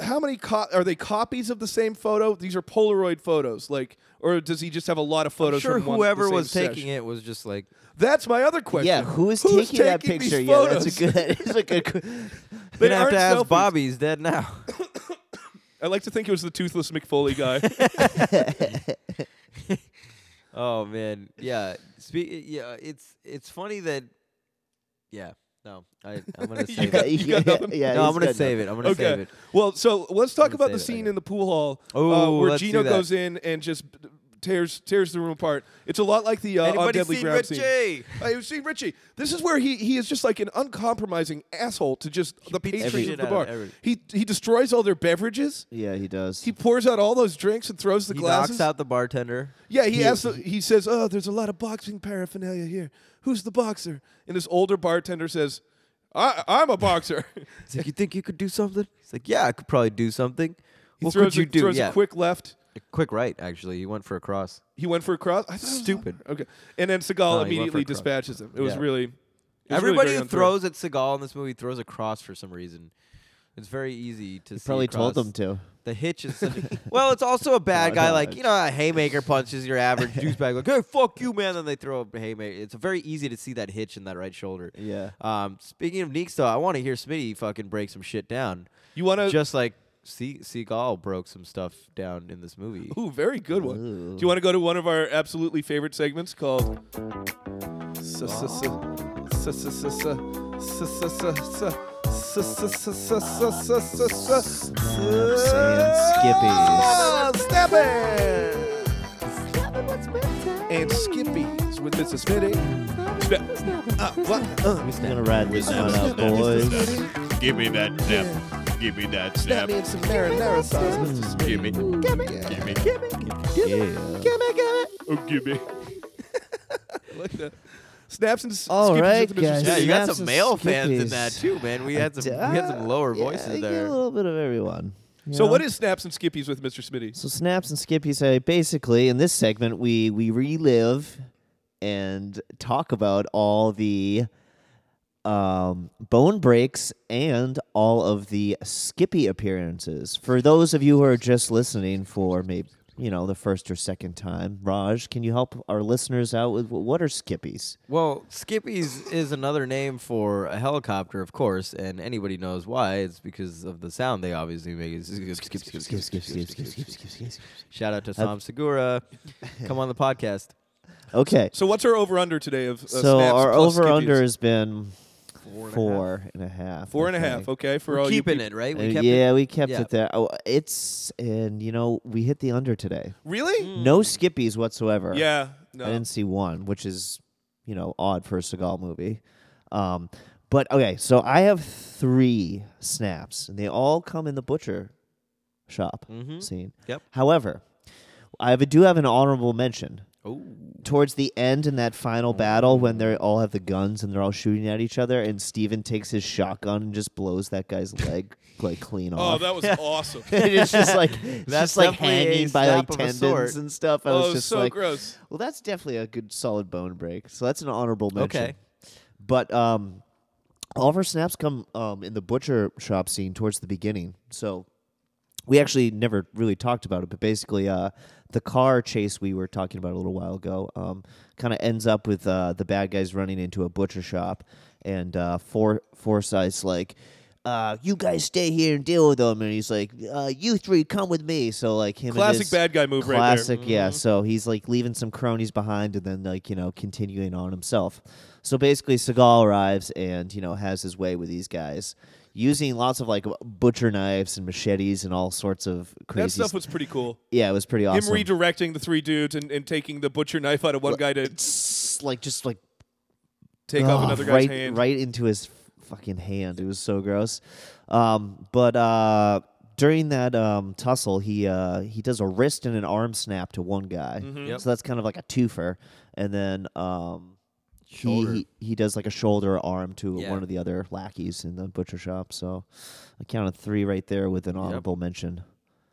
[SPEAKER 2] how many co- are they copies of the same photo? These are Polaroid photos, like, or does he just have a lot of photos?
[SPEAKER 1] sure
[SPEAKER 2] from one,
[SPEAKER 1] whoever
[SPEAKER 2] the same
[SPEAKER 1] was taking
[SPEAKER 2] sesh?
[SPEAKER 1] it was just like
[SPEAKER 2] That's my other question.
[SPEAKER 3] Yeah, who is
[SPEAKER 2] Who's
[SPEAKER 3] taking, that
[SPEAKER 2] taking these
[SPEAKER 3] picture? Yeah, that's
[SPEAKER 2] photos?
[SPEAKER 3] a good. That is a good.
[SPEAKER 2] They
[SPEAKER 1] we have
[SPEAKER 2] aren't
[SPEAKER 1] to ask
[SPEAKER 2] selfies.
[SPEAKER 1] Bobby's dead now.
[SPEAKER 2] I like to think it was the toothless McFoley guy.
[SPEAKER 1] oh man, yeah. Spe- yeah, it's it's funny that yeah. No, I, I'm gonna save
[SPEAKER 2] got-
[SPEAKER 1] it.
[SPEAKER 2] you got
[SPEAKER 3] yeah,
[SPEAKER 2] nothing?
[SPEAKER 3] yeah,
[SPEAKER 1] no, I'm
[SPEAKER 3] he's
[SPEAKER 1] gonna
[SPEAKER 3] got
[SPEAKER 1] save
[SPEAKER 3] nothing.
[SPEAKER 1] it. I'm gonna save
[SPEAKER 2] okay. Uh,
[SPEAKER 1] it.
[SPEAKER 2] Well, so let's talk
[SPEAKER 1] gonna
[SPEAKER 2] about
[SPEAKER 1] save
[SPEAKER 2] the
[SPEAKER 1] it
[SPEAKER 2] scene
[SPEAKER 1] later.
[SPEAKER 2] in the pool hall uh,
[SPEAKER 1] Ooh,
[SPEAKER 2] where
[SPEAKER 1] let's
[SPEAKER 2] Gino
[SPEAKER 1] do that.
[SPEAKER 2] goes in and just b- tears tears the room apart. It's a lot like the uh, on
[SPEAKER 1] Anybody
[SPEAKER 2] Deadly
[SPEAKER 1] seen
[SPEAKER 2] Ground
[SPEAKER 1] Richie?
[SPEAKER 2] scene. I have seen Richie. This is where he, he is just like an uncompromising asshole to just the
[SPEAKER 1] beats the
[SPEAKER 2] patrons
[SPEAKER 1] shit
[SPEAKER 2] of the
[SPEAKER 1] out of
[SPEAKER 2] bar.
[SPEAKER 1] everybody.
[SPEAKER 2] he he destroys all their beverages.
[SPEAKER 3] Yeah, he does.
[SPEAKER 2] He pours out all those drinks and throws the
[SPEAKER 1] He
[SPEAKER 2] glasses.
[SPEAKER 1] knocks out the bartender.
[SPEAKER 2] yeah, he, asks. the- He says, "Oh, there's a lot of boxing paraphernalia here. Who's the boxer?" And this older bartender says, I, "I'm a boxer."
[SPEAKER 1] He's like, "You think you could do something?" He's like, "Yeah, I could probably do something."
[SPEAKER 2] he
[SPEAKER 1] what
[SPEAKER 2] throws,
[SPEAKER 1] could you
[SPEAKER 2] a,
[SPEAKER 1] do?
[SPEAKER 2] throws
[SPEAKER 1] yeah,
[SPEAKER 2] a quick left.
[SPEAKER 1] A quick right. Actually, he went for a cross.
[SPEAKER 2] He went for a cross. I thought it was-
[SPEAKER 1] Stupid.
[SPEAKER 2] Okay, and then
[SPEAKER 1] went
[SPEAKER 2] Seagal
[SPEAKER 1] for
[SPEAKER 2] immediately
[SPEAKER 1] a cross.
[SPEAKER 2] dispatches him. It was
[SPEAKER 1] Yeah.
[SPEAKER 2] really. it was really
[SPEAKER 1] Everybody
[SPEAKER 2] very
[SPEAKER 1] who
[SPEAKER 2] unfair.
[SPEAKER 1] throws at Seagal in this movie throws a cross for some reason. It's very easy to see.
[SPEAKER 3] Probably told
[SPEAKER 1] across.
[SPEAKER 3] them to.
[SPEAKER 1] The hitch is such a- well. It's also a bad
[SPEAKER 3] No,
[SPEAKER 1] guy.
[SPEAKER 3] no,
[SPEAKER 1] Like
[SPEAKER 3] it's-
[SPEAKER 1] you know, a haymaker punches your average douchebag. Like hey, fuck you, man. Then they throw a haymaker. It's very easy to see that hitch in that right shoulder.
[SPEAKER 3] Yeah.
[SPEAKER 1] Um. Speaking of Neeks, though, I want to hear Smitty fucking break some shit down.
[SPEAKER 2] You
[SPEAKER 3] Uh,
[SPEAKER 2] want to
[SPEAKER 1] Just like Se- Seagal broke some stuff down in this movie.
[SPEAKER 2] Ooh, very good one.
[SPEAKER 3] Ooh.
[SPEAKER 2] Do you want to go to one of our absolutely favorite segments called S- s- s- Sam Skippy's. And Skippy's with Mr. Smitty. Uh, what? Uh,
[SPEAKER 3] We're gonna ride this one out, boys.
[SPEAKER 4] Give me that snap. Give me that snap.
[SPEAKER 2] me in some marinara sauce, Mr. Smitty.
[SPEAKER 4] Give me. Give me. Give me.
[SPEAKER 3] Hmm, Yeah.
[SPEAKER 4] Oh, give me.
[SPEAKER 2] Like that. Snaps and s-
[SPEAKER 3] All
[SPEAKER 2] Skippy's
[SPEAKER 3] right,
[SPEAKER 2] with Mr.
[SPEAKER 3] guys.
[SPEAKER 1] Yeah, you got
[SPEAKER 3] Snaps
[SPEAKER 1] some
[SPEAKER 3] and
[SPEAKER 1] male fans in
[SPEAKER 3] Skippies.
[SPEAKER 1] that too, man. We had some we had some lower
[SPEAKER 3] Yeah,
[SPEAKER 1] voices
[SPEAKER 3] I get
[SPEAKER 1] there.
[SPEAKER 3] A little bit of everyone. you
[SPEAKER 2] So
[SPEAKER 3] know?
[SPEAKER 2] what is snaps and skippies with Mr. Smitty?
[SPEAKER 3] So snaps and skippies. I basically in this segment we we relive and talk about all the um, bone breaks and all of the Skippy appearances. For those of you who are just listening for maybe you know the first or second time, Raj, can you help our listeners out with wh- what are Skippies?
[SPEAKER 1] Well, Skippies is another name for a helicopter, of course, and anybody knows why. It's because of the sound they obviously make. It's- skip, skip, skip, skip, skip, skip, skip. Shout out to Tom Segura. Come on the podcast.
[SPEAKER 3] Okay,
[SPEAKER 2] So what's our over under today of uh,
[SPEAKER 3] so
[SPEAKER 2] snaps
[SPEAKER 3] our
[SPEAKER 2] plus
[SPEAKER 3] over
[SPEAKER 2] skippies?
[SPEAKER 3] under has been four and a half.
[SPEAKER 2] four and a
[SPEAKER 3] I
[SPEAKER 2] half.
[SPEAKER 3] think.
[SPEAKER 2] Okay, for
[SPEAKER 1] We're
[SPEAKER 2] all you
[SPEAKER 1] keeping
[SPEAKER 2] peop-
[SPEAKER 1] it, right?
[SPEAKER 3] Uh,
[SPEAKER 1] kept
[SPEAKER 3] yeah,
[SPEAKER 1] it.
[SPEAKER 3] we kept
[SPEAKER 1] Yeah.
[SPEAKER 3] it there. Oh, it's and you know we hit the under today.
[SPEAKER 2] Really?
[SPEAKER 1] Mm.
[SPEAKER 3] No skippies whatsoever.
[SPEAKER 2] Yeah.
[SPEAKER 3] I
[SPEAKER 2] No.
[SPEAKER 3] didn't see one, which is you know odd for a Seagal movie. Um, but okay, so I have three snaps, and they all come in the butcher shop scene.
[SPEAKER 1] Yep.
[SPEAKER 3] However, I have, do have an honorable mention
[SPEAKER 1] Oh,
[SPEAKER 3] towards the end in that final battle when they all have the guns and they're all shooting at each other and Steven takes his shotgun and just blows that guy's leg like clean
[SPEAKER 2] Oh,
[SPEAKER 3] off.
[SPEAKER 2] that was awesome.
[SPEAKER 3] and it's just like it's
[SPEAKER 1] That's
[SPEAKER 3] just like
[SPEAKER 1] definitely a
[SPEAKER 3] hanging by like
[SPEAKER 1] slap of a
[SPEAKER 3] tendons
[SPEAKER 1] sort.
[SPEAKER 3] and stuff. I
[SPEAKER 2] Oh,
[SPEAKER 3] was just
[SPEAKER 2] so
[SPEAKER 3] like,
[SPEAKER 2] gross.
[SPEAKER 3] well, that's definitely a good solid bone break. So that's an honorable mention.
[SPEAKER 1] Okay.
[SPEAKER 3] But um, all of our snaps come um, in the butcher shop scene towards the beginning. So we actually never really talked about it, but basically, uh, the car chase we were talking about a little while ago um, kind of ends up with uh, the bad guys running into a butcher shop, and uh, For Forsyth's like, uh, "You guys stay here and deal with them," and he's like, uh, "You three come with me." So like him, and
[SPEAKER 2] Classic
[SPEAKER 3] his-
[SPEAKER 2] bad guy move right there. Mm-hmm.
[SPEAKER 3] classic, yeah. So he's like leaving some cronies behind, and then like you know continuing on himself. So basically, Seagal arrives and you know has his way with these guys. Using lots of like butcher knives and machetes and all sorts of crazy
[SPEAKER 2] That stuff
[SPEAKER 3] st-
[SPEAKER 2] was pretty cool.
[SPEAKER 3] yeah, it was pretty awesome.
[SPEAKER 2] Him redirecting the three dudes and, and taking the butcher knife out of one guy to
[SPEAKER 3] It's like just like
[SPEAKER 2] take off
[SPEAKER 3] ugh,
[SPEAKER 2] another guy's
[SPEAKER 3] right,
[SPEAKER 2] hand.
[SPEAKER 3] right into his fucking hand. It was so gross. Um, but uh, during that um, tussle, he uh, he does a wrist and an arm snap to one guy.
[SPEAKER 2] Mm-hmm.
[SPEAKER 1] Yep.
[SPEAKER 3] So that's kind of like a twofer, and then. Um, he,
[SPEAKER 1] Shoulder.
[SPEAKER 3] he he does like a shoulder arm to
[SPEAKER 1] Yeah.
[SPEAKER 3] one of the other lackeys in the butcher shop. So I counted three right there with an honorable mention.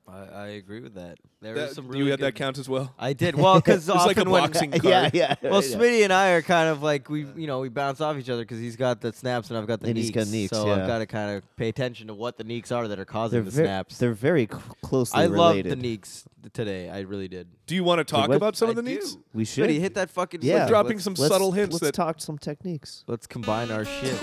[SPEAKER 1] I, I agree with that. There is
[SPEAKER 2] That-
[SPEAKER 1] some
[SPEAKER 2] you
[SPEAKER 1] really
[SPEAKER 2] had that
[SPEAKER 1] good-
[SPEAKER 2] count as well.
[SPEAKER 1] I did well because
[SPEAKER 2] It was
[SPEAKER 1] often
[SPEAKER 2] like a
[SPEAKER 1] when
[SPEAKER 2] boxing card.
[SPEAKER 3] Yeah, yeah.
[SPEAKER 1] Well,
[SPEAKER 3] yeah.
[SPEAKER 1] Smitty and I are kind of like we, you know, we bounce off each other because he's got the snaps and I've got the
[SPEAKER 3] And
[SPEAKER 1] neeks.
[SPEAKER 3] he's got neeks,
[SPEAKER 1] so I've
[SPEAKER 3] yeah.
[SPEAKER 1] got to kind of pay attention to what the neeks are that are causing the
[SPEAKER 3] they're ver-
[SPEAKER 1] snaps.
[SPEAKER 3] They're very cl- closely
[SPEAKER 1] I loved
[SPEAKER 3] related.
[SPEAKER 1] the neeks today. I really did.
[SPEAKER 2] Do you want to talk
[SPEAKER 3] what-
[SPEAKER 2] about some
[SPEAKER 1] I
[SPEAKER 2] of the
[SPEAKER 1] do.
[SPEAKER 2] needs?
[SPEAKER 3] We should.
[SPEAKER 1] Smitty hit that fucking.
[SPEAKER 3] Yeah.
[SPEAKER 1] let's-
[SPEAKER 2] Dropping
[SPEAKER 1] let's-
[SPEAKER 2] some
[SPEAKER 3] Let's-
[SPEAKER 2] subtle hints
[SPEAKER 3] Let's
[SPEAKER 2] that
[SPEAKER 3] talk some techniques.
[SPEAKER 1] Let's combine our shit.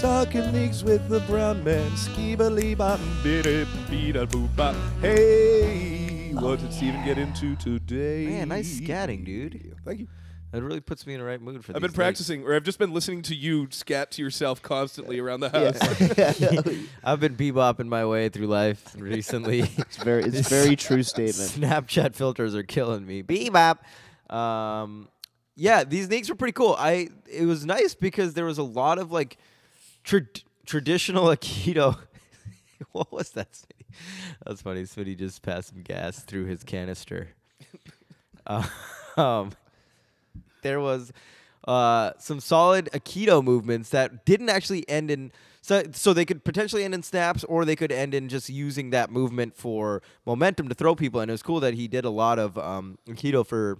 [SPEAKER 2] Talking leagues with the brown man, skibberly bop, bit it, beat a boop bop. Hey, what did Steven get into today?
[SPEAKER 1] Man, nice scatting, dude.
[SPEAKER 2] Thank you.
[SPEAKER 1] That really puts me in the right mood for
[SPEAKER 2] I've
[SPEAKER 1] these
[SPEAKER 2] been practicing, or I've just been listening to you scat to yourself constantly around the house.
[SPEAKER 1] nights. I've been bebopping my way through life recently.
[SPEAKER 3] It's very, it's very true statement.
[SPEAKER 1] Snapchat filters are killing me. Bebop. Um, yeah, these neeks were pretty cool. I it was nice because there was a lot of like tra- traditional Aikido. what was that? Smitty? That's funny. Smitty just passed some gas through his canister. Uh, um, there was uh, some solid Aikido movements that didn't actually end in so so they could potentially end in snaps or they could end in just using that movement for momentum to throw people. And it was cool that he did a lot of um, Aikido for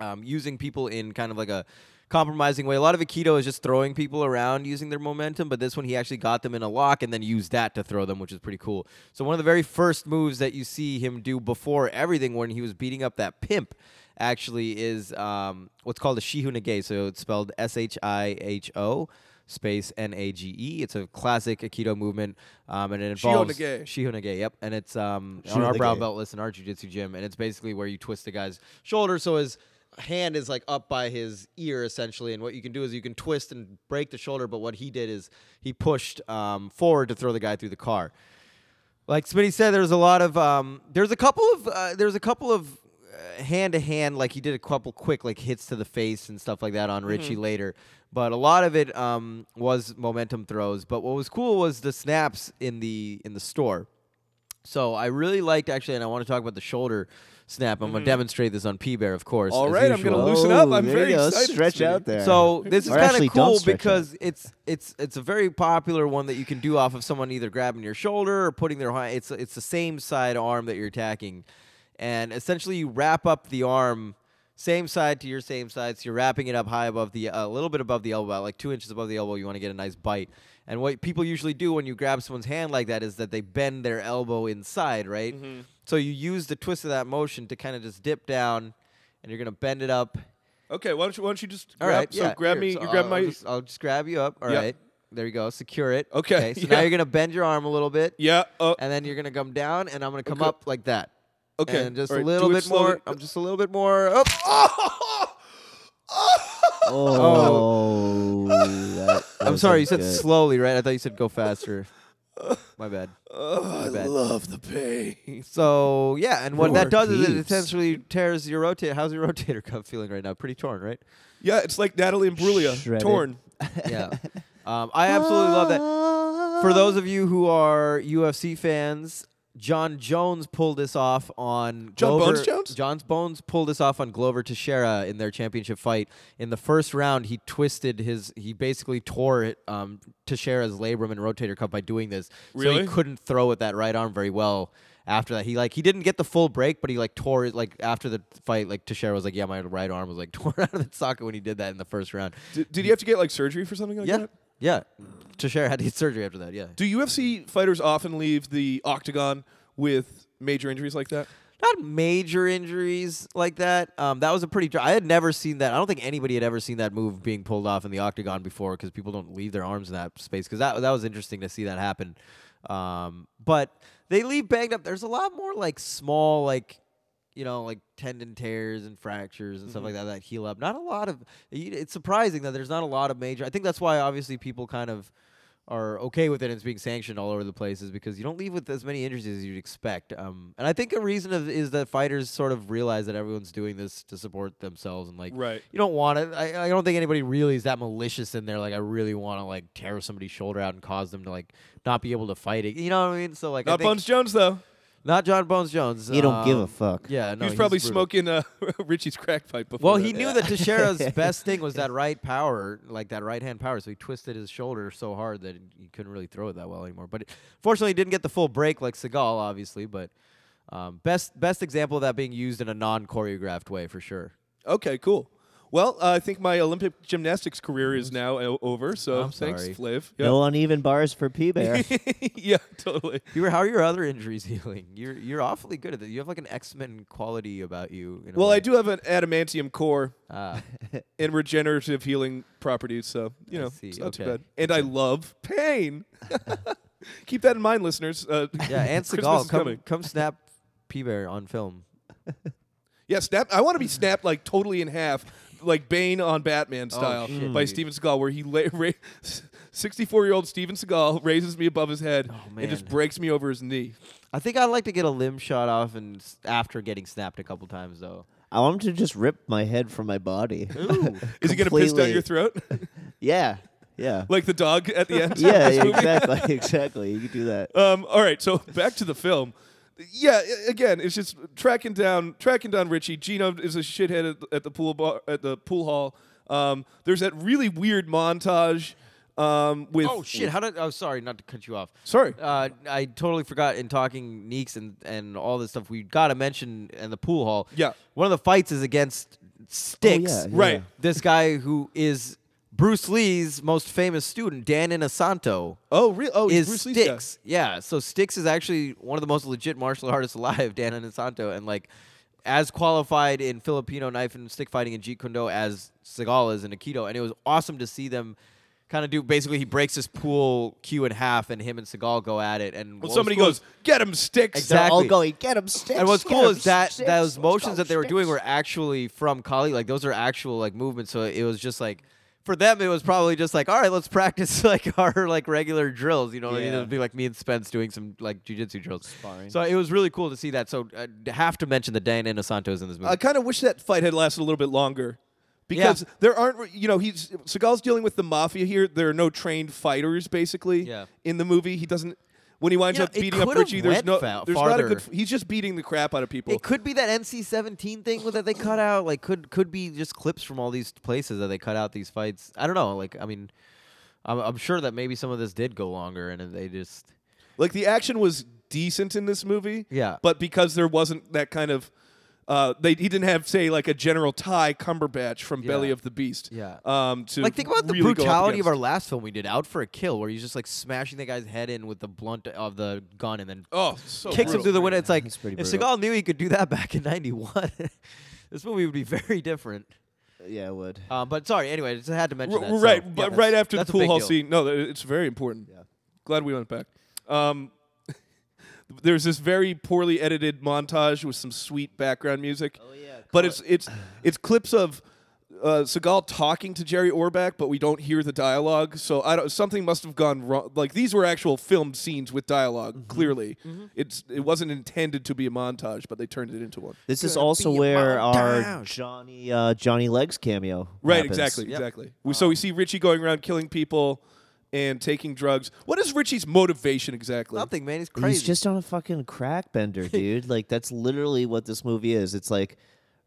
[SPEAKER 1] um, using people in kind of like a compromising way. A lot of Aikido is just throwing people around using their momentum, but this one he actually got them in a lock and then used that to throw them, which is pretty cool. So one of the very first moves that you see him do before everything when he was beating up that pimp actually is um, what's called a shihu nage. So it's spelled S H I H O space N A G E. It's a classic Aikido movement, um, and it
[SPEAKER 2] Shiho
[SPEAKER 1] involves
[SPEAKER 2] nage.
[SPEAKER 1] Shihonage, yep. And it's um, on our
[SPEAKER 3] Shihonage.
[SPEAKER 1] brown belt list in our jiu-jitsu gym, and it's basically where you twist the guy's shoulder so his hand is like up by his ear essentially, and what you can do is you can twist and break the shoulder. But what he did is he pushed um, forward to throw the guy through the car. Like Smitty said, there's a lot of um, there's a couple of uh, there's a couple of hand to hand like he did a couple quick like hits to the face and stuff like that on
[SPEAKER 2] Mm-hmm.
[SPEAKER 1] Richie later, but a lot of it um, was momentum throws. But what was cool was the snaps in the in the store. So I really liked actually, and I want to talk about the shoulder snap. I'm gonna demonstrate this on P Bear, of course.
[SPEAKER 2] Mm-hmm. All
[SPEAKER 1] as
[SPEAKER 2] right, I'm
[SPEAKER 1] usual.
[SPEAKER 2] gonna loosen up.
[SPEAKER 3] Oh,
[SPEAKER 2] I'm
[SPEAKER 3] there
[SPEAKER 2] very
[SPEAKER 3] you go.
[SPEAKER 2] excited,
[SPEAKER 3] Stretch
[SPEAKER 2] sweetie.
[SPEAKER 3] out there.
[SPEAKER 1] So this is
[SPEAKER 3] Or
[SPEAKER 1] kind
[SPEAKER 3] actually
[SPEAKER 1] of
[SPEAKER 3] don't
[SPEAKER 1] cool
[SPEAKER 3] stretch it.
[SPEAKER 1] because it's it's it's a very popular one that you can do off of someone either grabbing your shoulder or putting their hand. It's it's the same side arm that you're attacking, and essentially you wrap up the arm, same side to your same side. So you're wrapping it up high above the a little bit above the elbow, like two inches above the elbow. You want to get a nice bite. And what people usually do when you grab someone's hand like that is that they bend their elbow inside, right? So you use the twist of that motion to kind of just dip down, and you're gonna bend it up.
[SPEAKER 2] Okay, why don't you why don't you just
[SPEAKER 1] All
[SPEAKER 2] grab,
[SPEAKER 1] right.
[SPEAKER 2] so
[SPEAKER 1] yeah,
[SPEAKER 2] grab
[SPEAKER 1] here,
[SPEAKER 2] me
[SPEAKER 1] so
[SPEAKER 2] you grab
[SPEAKER 1] I'll,
[SPEAKER 2] my
[SPEAKER 1] I'll just, I'll just grab you up. All right,
[SPEAKER 2] Yeah.
[SPEAKER 1] There you go. Secure it.
[SPEAKER 2] Okay,
[SPEAKER 1] so
[SPEAKER 2] yeah.
[SPEAKER 1] now you're gonna bend your arm a little bit.
[SPEAKER 2] yeah uh,
[SPEAKER 1] And then you're gonna come down, and I'm gonna come
[SPEAKER 2] Okay.
[SPEAKER 1] up like that.
[SPEAKER 2] okay
[SPEAKER 1] And just
[SPEAKER 2] All right,
[SPEAKER 1] a little
[SPEAKER 2] do it
[SPEAKER 1] bit
[SPEAKER 2] slowly.
[SPEAKER 1] more. I'm just a little bit more. Up.
[SPEAKER 3] Oh, that
[SPEAKER 1] I'm sorry. You said
[SPEAKER 3] wasn't good.
[SPEAKER 1] slowly, right? I thought you said go faster. My bad.
[SPEAKER 2] Oh, I
[SPEAKER 1] bad.
[SPEAKER 2] love the pain.
[SPEAKER 1] So yeah, and what
[SPEAKER 3] Poor
[SPEAKER 1] that does is it
[SPEAKER 3] peeps.
[SPEAKER 1] essentially tears your rotator. How's your rotator cuff feeling right now? Pretty torn, right?
[SPEAKER 2] Yeah, it's like Natalie Imbruglia,
[SPEAKER 3] Shredded.
[SPEAKER 2] torn.
[SPEAKER 1] Yeah. um, I absolutely love that. For those of you who are UFC fans, John Jones pulled this off on
[SPEAKER 2] John
[SPEAKER 1] Glover.
[SPEAKER 2] Bones Jones?
[SPEAKER 1] John Bones pulled this off on Glover Teixeira in their championship fight. In the first round, he twisted his. He basically tore it, um, Teixeira's labrum and rotator cuff by doing this. So
[SPEAKER 2] Really?
[SPEAKER 1] he couldn't throw with that right arm very well. After that, he like he didn't get the full break, but he like tore it. Like after the fight, like Teixeira was like, "Yeah, my right arm was like torn out of its socket when he did that in the first round."
[SPEAKER 2] Did, did you have to get like surgery for something like
[SPEAKER 1] yeah,
[SPEAKER 2] that?
[SPEAKER 1] yeah. Teixeira had to get surgery after that. Yeah.
[SPEAKER 2] Do UFC fighters often leave the octagon with major injuries like that?
[SPEAKER 1] not major injuries like that. Um, that was a pretty. I had never seen that. I don't think anybody had ever seen that move being pulled off in the octagon before because people don't leave their arms in that space. Because that that was interesting to see that happen. Um, but they leave banged up. There's a lot more like small like. You know, like tendon tears and fractures and stuff like
[SPEAKER 2] Mm-hmm.
[SPEAKER 1] that that heal up. Not a lot of. It's surprising that there's not a lot of major. I think that's why obviously people kind of are okay with it and it's being sanctioned all over the place is because you don't leave with as many injuries as you'd expect. Um, and I think a reason of, is that fighters sort of realize that everyone's doing this to support themselves and like
[SPEAKER 2] Right.
[SPEAKER 1] you don't want to. I, I don't think anybody really is that malicious in there. Like I really want to like tear somebody's shoulder out and cause them to like not be able to fight it. You know what I mean? So like I
[SPEAKER 2] Not
[SPEAKER 1] think-
[SPEAKER 2] Bones Jones though.
[SPEAKER 1] not John Bones Jones.
[SPEAKER 3] You don't give a
[SPEAKER 1] um,
[SPEAKER 3] fuck.
[SPEAKER 1] Yeah,
[SPEAKER 2] He
[SPEAKER 1] no,
[SPEAKER 2] was probably
[SPEAKER 1] brutal.
[SPEAKER 2] smoking uh, Richie's crack pipe before.
[SPEAKER 1] Well, he knew that Teixeira's best thing was that right power, like that right hand power. So he twisted his shoulder so hard that he couldn't really throw it that well anymore. But fortunately, he didn't get the full break like Seagal, obviously. But um, best best example of that being used in a non choreographed way for sure.
[SPEAKER 2] Okay, cool. Well, uh, I think my Olympic gymnastics career is now o- over. So
[SPEAKER 1] I'm
[SPEAKER 2] thanks,
[SPEAKER 1] sorry.
[SPEAKER 2] Fliv. Yeah.
[SPEAKER 3] No uneven bars for P Bear.
[SPEAKER 2] yeah, totally.
[SPEAKER 1] You were, how are your other injuries healing? You're you're awfully good at that. You have like an X Men quality about you. in a
[SPEAKER 2] Well,
[SPEAKER 1] way.
[SPEAKER 2] I do have an adamantium core
[SPEAKER 1] Ah,
[SPEAKER 2] and regenerative healing properties, so you
[SPEAKER 1] I
[SPEAKER 2] know
[SPEAKER 1] see.
[SPEAKER 2] it's not too
[SPEAKER 1] Okay.
[SPEAKER 2] bad. And I love pain. Keep that in mind, listeners. Uh,
[SPEAKER 1] yeah, and
[SPEAKER 2] Christmas
[SPEAKER 1] Seagal,
[SPEAKER 2] is
[SPEAKER 1] come
[SPEAKER 2] coming.
[SPEAKER 1] come snap P Bear on film.
[SPEAKER 2] Yeah, snap. I want to be snapped like totally in half, like Bane on Batman style
[SPEAKER 1] Oh, shit,
[SPEAKER 2] by
[SPEAKER 1] dude.
[SPEAKER 2] Steven Seagal, where he la- ra- sixty-four-year-old Steven Seagal raises me above his head and just
[SPEAKER 1] Oh, man.
[SPEAKER 2] breaks me over his knee.
[SPEAKER 1] I think I'd like to get a limb shot off and s- after getting snapped a couple times though.
[SPEAKER 3] I want him to just rip my head from my body.
[SPEAKER 1] Ooh.
[SPEAKER 2] Is he gonna piss down
[SPEAKER 3] Completely.
[SPEAKER 2] your throat
[SPEAKER 3] Yeah. Yeah.
[SPEAKER 2] like the dog at the end?
[SPEAKER 3] yeah, yeah, exactly. Exactly. You could do that.
[SPEAKER 2] Um, all right, so back to the film. Yeah, a- again, it's just tracking down, tracking down Richie. Gino is a shithead at, at the pool bar, at the pool hall. Um, there's that really weird montage um, with.
[SPEAKER 1] Oh shit! How did? Oh, sorry, not to cut you off.
[SPEAKER 2] Sorry.
[SPEAKER 1] Uh, I totally forgot in talking Neeks and and all this stuff. We got to mention in the pool hall.
[SPEAKER 2] Yeah.
[SPEAKER 1] One of the fights is against Sticks.
[SPEAKER 3] Oh, yeah,
[SPEAKER 2] Right. yeah.
[SPEAKER 1] This guy who is Bruce Lee's most famous student, Dan Inosanto.
[SPEAKER 2] Oh, really? Oh, it's
[SPEAKER 1] is
[SPEAKER 2] Bruce Lee's guy.
[SPEAKER 1] Styx. Yeah. So Styx is actually one of the most legit martial artists alive, Dan Inosanto, and like as qualified in Filipino knife and stick fighting and Jeet Kune Do as Seagal is in Aikido, and it was awesome to see them. kind of do. Basically, he breaks his pool cue in half, and him and Seagal go at it. And
[SPEAKER 2] Well,
[SPEAKER 1] what
[SPEAKER 2] somebody
[SPEAKER 1] was cool
[SPEAKER 2] goes, "Get him sticks."
[SPEAKER 1] Exact-
[SPEAKER 3] They're all
[SPEAKER 1] Exactly.
[SPEAKER 3] going, get him sticks.
[SPEAKER 1] and what's
[SPEAKER 3] get
[SPEAKER 1] cool
[SPEAKER 3] 'em
[SPEAKER 1] is that
[SPEAKER 3] sticks,
[SPEAKER 1] those
[SPEAKER 3] let's
[SPEAKER 1] motions
[SPEAKER 3] go
[SPEAKER 1] that they were doing
[SPEAKER 3] sticks."
[SPEAKER 1] were actually from Kali. Like those are actual like movements. So it was just like for them, it was probably just like, all right, let's practice like our like regular drills. You know, what I mean?
[SPEAKER 3] Yeah.
[SPEAKER 1] it would be like me and Spence doing some like jujitsu drills.
[SPEAKER 3] Sparring.
[SPEAKER 1] So it was really cool to see that. So I have to mention that Diana Santos in this movie.
[SPEAKER 2] I kind of wish that fight had lasted a little bit longer. Because there aren't, you know, he's Seagal's dealing with the mafia here. There are no trained fighters, basically,
[SPEAKER 1] Yeah.
[SPEAKER 2] in the movie. He doesn't. When he winds
[SPEAKER 1] You know,
[SPEAKER 2] up
[SPEAKER 1] it
[SPEAKER 2] beating up
[SPEAKER 1] could've
[SPEAKER 2] Richie, there's
[SPEAKER 1] went
[SPEAKER 2] no,
[SPEAKER 1] fa-
[SPEAKER 2] there's not a good.
[SPEAKER 1] farther.
[SPEAKER 2] He's just beating the crap out of people.
[SPEAKER 1] It could be that NC-17 thing that they cut out. Like, could could be just clips from all these places that they cut out these fights. I don't know. Like, I mean, I'm, I'm sure that maybe some of this did go longer, and then they just
[SPEAKER 2] Like the action was decent in this movie.
[SPEAKER 1] Yeah.
[SPEAKER 2] But because there wasn't that kind of uh, they he didn't have say like a General Ty Cumberbatch from Belly of the Beast.
[SPEAKER 1] Yeah.
[SPEAKER 2] Um to
[SPEAKER 1] like think about the
[SPEAKER 2] really go up
[SPEAKER 1] brutality of our
[SPEAKER 2] against.
[SPEAKER 1] last film we did, Out for a Kill, where he's just like smashing the guy's head in with the blunt of the gun, and then
[SPEAKER 2] Oh, so
[SPEAKER 1] kicks him
[SPEAKER 2] brutal.
[SPEAKER 1] through the window. It's like
[SPEAKER 3] That's
[SPEAKER 1] if
[SPEAKER 3] pretty brutal.
[SPEAKER 1] Seagal knew he could do that back in '91, this movie would be very different.
[SPEAKER 3] Yeah, it would.
[SPEAKER 1] Um, but sorry, anyway, I just had to mention
[SPEAKER 2] R-
[SPEAKER 1] that. so,
[SPEAKER 2] right,
[SPEAKER 1] yeah,
[SPEAKER 2] but
[SPEAKER 1] that's-
[SPEAKER 2] right after the
[SPEAKER 1] that's a
[SPEAKER 2] pool
[SPEAKER 1] big
[SPEAKER 2] hall
[SPEAKER 1] deal.
[SPEAKER 2] scene. No, th- it's very important.
[SPEAKER 3] Yeah.
[SPEAKER 2] Glad we went back. Um, there's this very poorly edited montage with some sweet background music. Oh
[SPEAKER 3] yeah,
[SPEAKER 2] but
[SPEAKER 3] cl-
[SPEAKER 2] it's it's it's clips of. Uh, Seagal talking to Jerry Orbach, but we don't hear the dialogue. So I don't. Something must have gone wrong. Like these were actual filmed scenes with dialog
[SPEAKER 1] Mm-hmm.
[SPEAKER 2] Clearly, it's it wasn't intended to be a montage, but they turned it into one.
[SPEAKER 3] This is also where our Johnny uh, Johnny Legs cameo.
[SPEAKER 2] Right,
[SPEAKER 3] happens. Um,
[SPEAKER 2] exactly,
[SPEAKER 1] Yep.
[SPEAKER 2] exactly. We, so we see Richie going around killing people and taking drugs. What is Richie's motivation exactly?
[SPEAKER 1] Nothing, man. He's crazy.
[SPEAKER 3] He's just on a fucking crack bender, dude. like that's literally what this movie is. It's like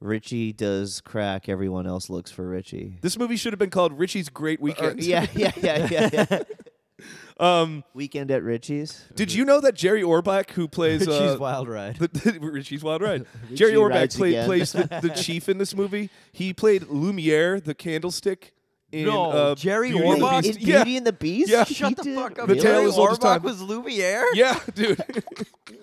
[SPEAKER 3] Richie does crack, everyone else looks for Richie.
[SPEAKER 2] This movie should have been called Richie's Great
[SPEAKER 3] Or-
[SPEAKER 2] Weekend.
[SPEAKER 3] Uh, yeah, yeah, yeah, yeah. yeah. um, Weekend at Richie's.
[SPEAKER 2] Did you know that Jerry Orbach, who plays
[SPEAKER 1] Richie's
[SPEAKER 2] uh,
[SPEAKER 1] Wild Ride.
[SPEAKER 2] the, Richie's Wild Ride, Jerry Orbach
[SPEAKER 3] rides
[SPEAKER 2] play,
[SPEAKER 3] again.
[SPEAKER 2] plays the, the chief in this movie. He played Lumiere, the candlestick. In,
[SPEAKER 1] No,
[SPEAKER 2] uh,
[SPEAKER 1] Jerry
[SPEAKER 2] Beauty and the
[SPEAKER 1] Orbach?
[SPEAKER 2] Beast.
[SPEAKER 3] In
[SPEAKER 2] Yeah,
[SPEAKER 3] Beauty and the Beast?
[SPEAKER 2] Yeah.
[SPEAKER 3] He
[SPEAKER 1] Shut the
[SPEAKER 3] did?
[SPEAKER 1] fuck up.
[SPEAKER 2] The
[SPEAKER 1] Jerry
[SPEAKER 2] tale is old as
[SPEAKER 1] Orbach
[SPEAKER 2] time.
[SPEAKER 1] was Lumiere?
[SPEAKER 2] yeah, dude.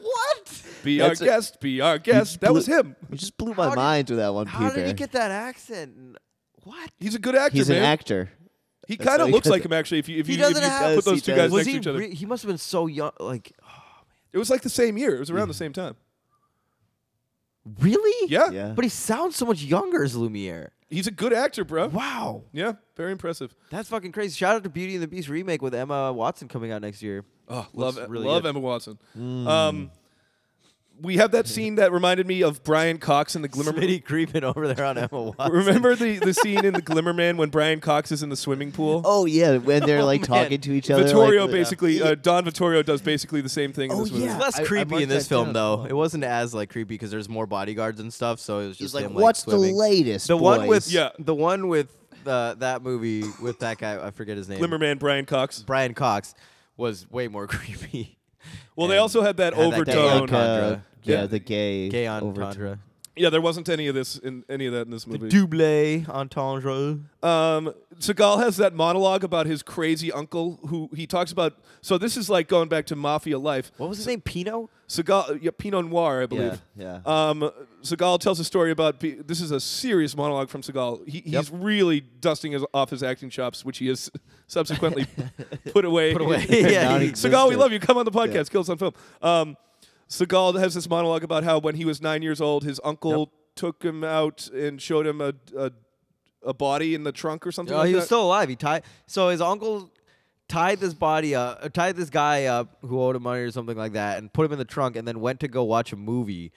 [SPEAKER 1] What?
[SPEAKER 2] be our
[SPEAKER 3] That's a-
[SPEAKER 2] guest. Be our guest. That
[SPEAKER 3] blew-
[SPEAKER 2] was him.
[SPEAKER 3] You just blew my
[SPEAKER 1] How did-
[SPEAKER 3] mind with that one,
[SPEAKER 1] How
[SPEAKER 3] Peter.
[SPEAKER 1] did he get that accent? And What?
[SPEAKER 2] He's a good actor,
[SPEAKER 3] He's
[SPEAKER 2] man.
[SPEAKER 3] an actor.
[SPEAKER 2] he
[SPEAKER 3] That's
[SPEAKER 2] kind
[SPEAKER 3] how
[SPEAKER 2] of
[SPEAKER 3] he
[SPEAKER 2] looks
[SPEAKER 3] got
[SPEAKER 2] like
[SPEAKER 3] the-
[SPEAKER 2] him actually. If you if
[SPEAKER 1] He
[SPEAKER 2] you, if
[SPEAKER 1] doesn't
[SPEAKER 2] you
[SPEAKER 1] have-
[SPEAKER 2] put
[SPEAKER 3] Does,
[SPEAKER 2] those
[SPEAKER 3] he
[SPEAKER 2] two guys
[SPEAKER 3] does.
[SPEAKER 1] Was
[SPEAKER 2] next to
[SPEAKER 1] he?
[SPEAKER 2] each other,
[SPEAKER 1] Re- he must have been so young. Like,
[SPEAKER 2] it was like the same year. It was around the
[SPEAKER 1] Mm-hmm.
[SPEAKER 2] same time.
[SPEAKER 1] really?
[SPEAKER 2] Yeah.
[SPEAKER 3] Yeah.
[SPEAKER 1] But he sounds so much younger as Lumiere.
[SPEAKER 2] He's a good actor, bro.
[SPEAKER 1] Wow,
[SPEAKER 2] Yeah, very impressive.
[SPEAKER 1] that's fucking crazy! Shout out to Beauty and the Beast remake with Emma Watson coming out next year.
[SPEAKER 2] Oh, love
[SPEAKER 1] Looks really
[SPEAKER 2] love
[SPEAKER 1] good.
[SPEAKER 2] Emma Watson.
[SPEAKER 3] Mm.
[SPEAKER 2] Um, we have that scene that reminded me of Brian Cox in the Glimmer.
[SPEAKER 1] Smitty creeping over there on Emma Watson.
[SPEAKER 2] Remember the, the scene in the Glimmer Man when Brian Cox is in the swimming pool?
[SPEAKER 3] Oh, yeah, when they're like
[SPEAKER 1] man.
[SPEAKER 3] talking to each other.
[SPEAKER 2] Vittorio
[SPEAKER 3] like,
[SPEAKER 2] basically, uh, Don Vittorio does basically the same thing. in
[SPEAKER 3] Oh,
[SPEAKER 2] this movie.
[SPEAKER 1] It's
[SPEAKER 3] yeah.
[SPEAKER 1] less
[SPEAKER 3] I- I
[SPEAKER 1] creepy
[SPEAKER 3] marked
[SPEAKER 1] in this
[SPEAKER 3] that
[SPEAKER 1] film
[SPEAKER 3] down.
[SPEAKER 1] though. It wasn't as like creepy because there's more bodyguards and stuff. So it was just
[SPEAKER 3] He's like,
[SPEAKER 1] him,
[SPEAKER 3] what's
[SPEAKER 1] swimming.
[SPEAKER 3] the latest?
[SPEAKER 1] The one with
[SPEAKER 3] boys?"
[SPEAKER 2] Yeah.
[SPEAKER 1] the one with uh, that movie with that guy. I forget his name.
[SPEAKER 2] Glimmer Man Brian Cox.
[SPEAKER 1] Brian Cox was way more creepy.
[SPEAKER 2] Well, they
[SPEAKER 1] And
[SPEAKER 2] also had that
[SPEAKER 1] had that
[SPEAKER 3] That,
[SPEAKER 2] overtone.
[SPEAKER 1] Gay
[SPEAKER 3] like, uh,
[SPEAKER 1] entendre.
[SPEAKER 3] yeah,
[SPEAKER 2] Yeah.
[SPEAKER 3] the gay.
[SPEAKER 1] Gay
[SPEAKER 3] overtone.
[SPEAKER 1] entendre.
[SPEAKER 2] yeah, there wasn't any of this in any of that in this movie.
[SPEAKER 1] Double entendre.
[SPEAKER 2] Um, Seagal has that monologue about his crazy uncle who he talks about. So this is like going back to mafia life.
[SPEAKER 1] What was his name? Pino?
[SPEAKER 2] Seagal, yeah, Pinot Noir, I believe.
[SPEAKER 3] Yeah,
[SPEAKER 2] Um, Seagal tells a story about P- this is a serious monologue from Seagal. He, he's really dusting his, off his acting chops, which he has subsequently put away.
[SPEAKER 1] Put away. yeah. he-
[SPEAKER 3] Non-existent.
[SPEAKER 2] Seagal, we love you. Come on the podcast. Kills on film. Um, Seagal has this monologue about how when he was nine years old, his uncle took him out and showed him a, a a body in the trunk or something.
[SPEAKER 1] Oh,
[SPEAKER 2] like
[SPEAKER 1] he was
[SPEAKER 2] that.
[SPEAKER 1] still alive. He tied. So his uncle tied this body up, uh, tied this guy up who owed him money or something like that, and put him in the trunk, and then went to go watch a movie.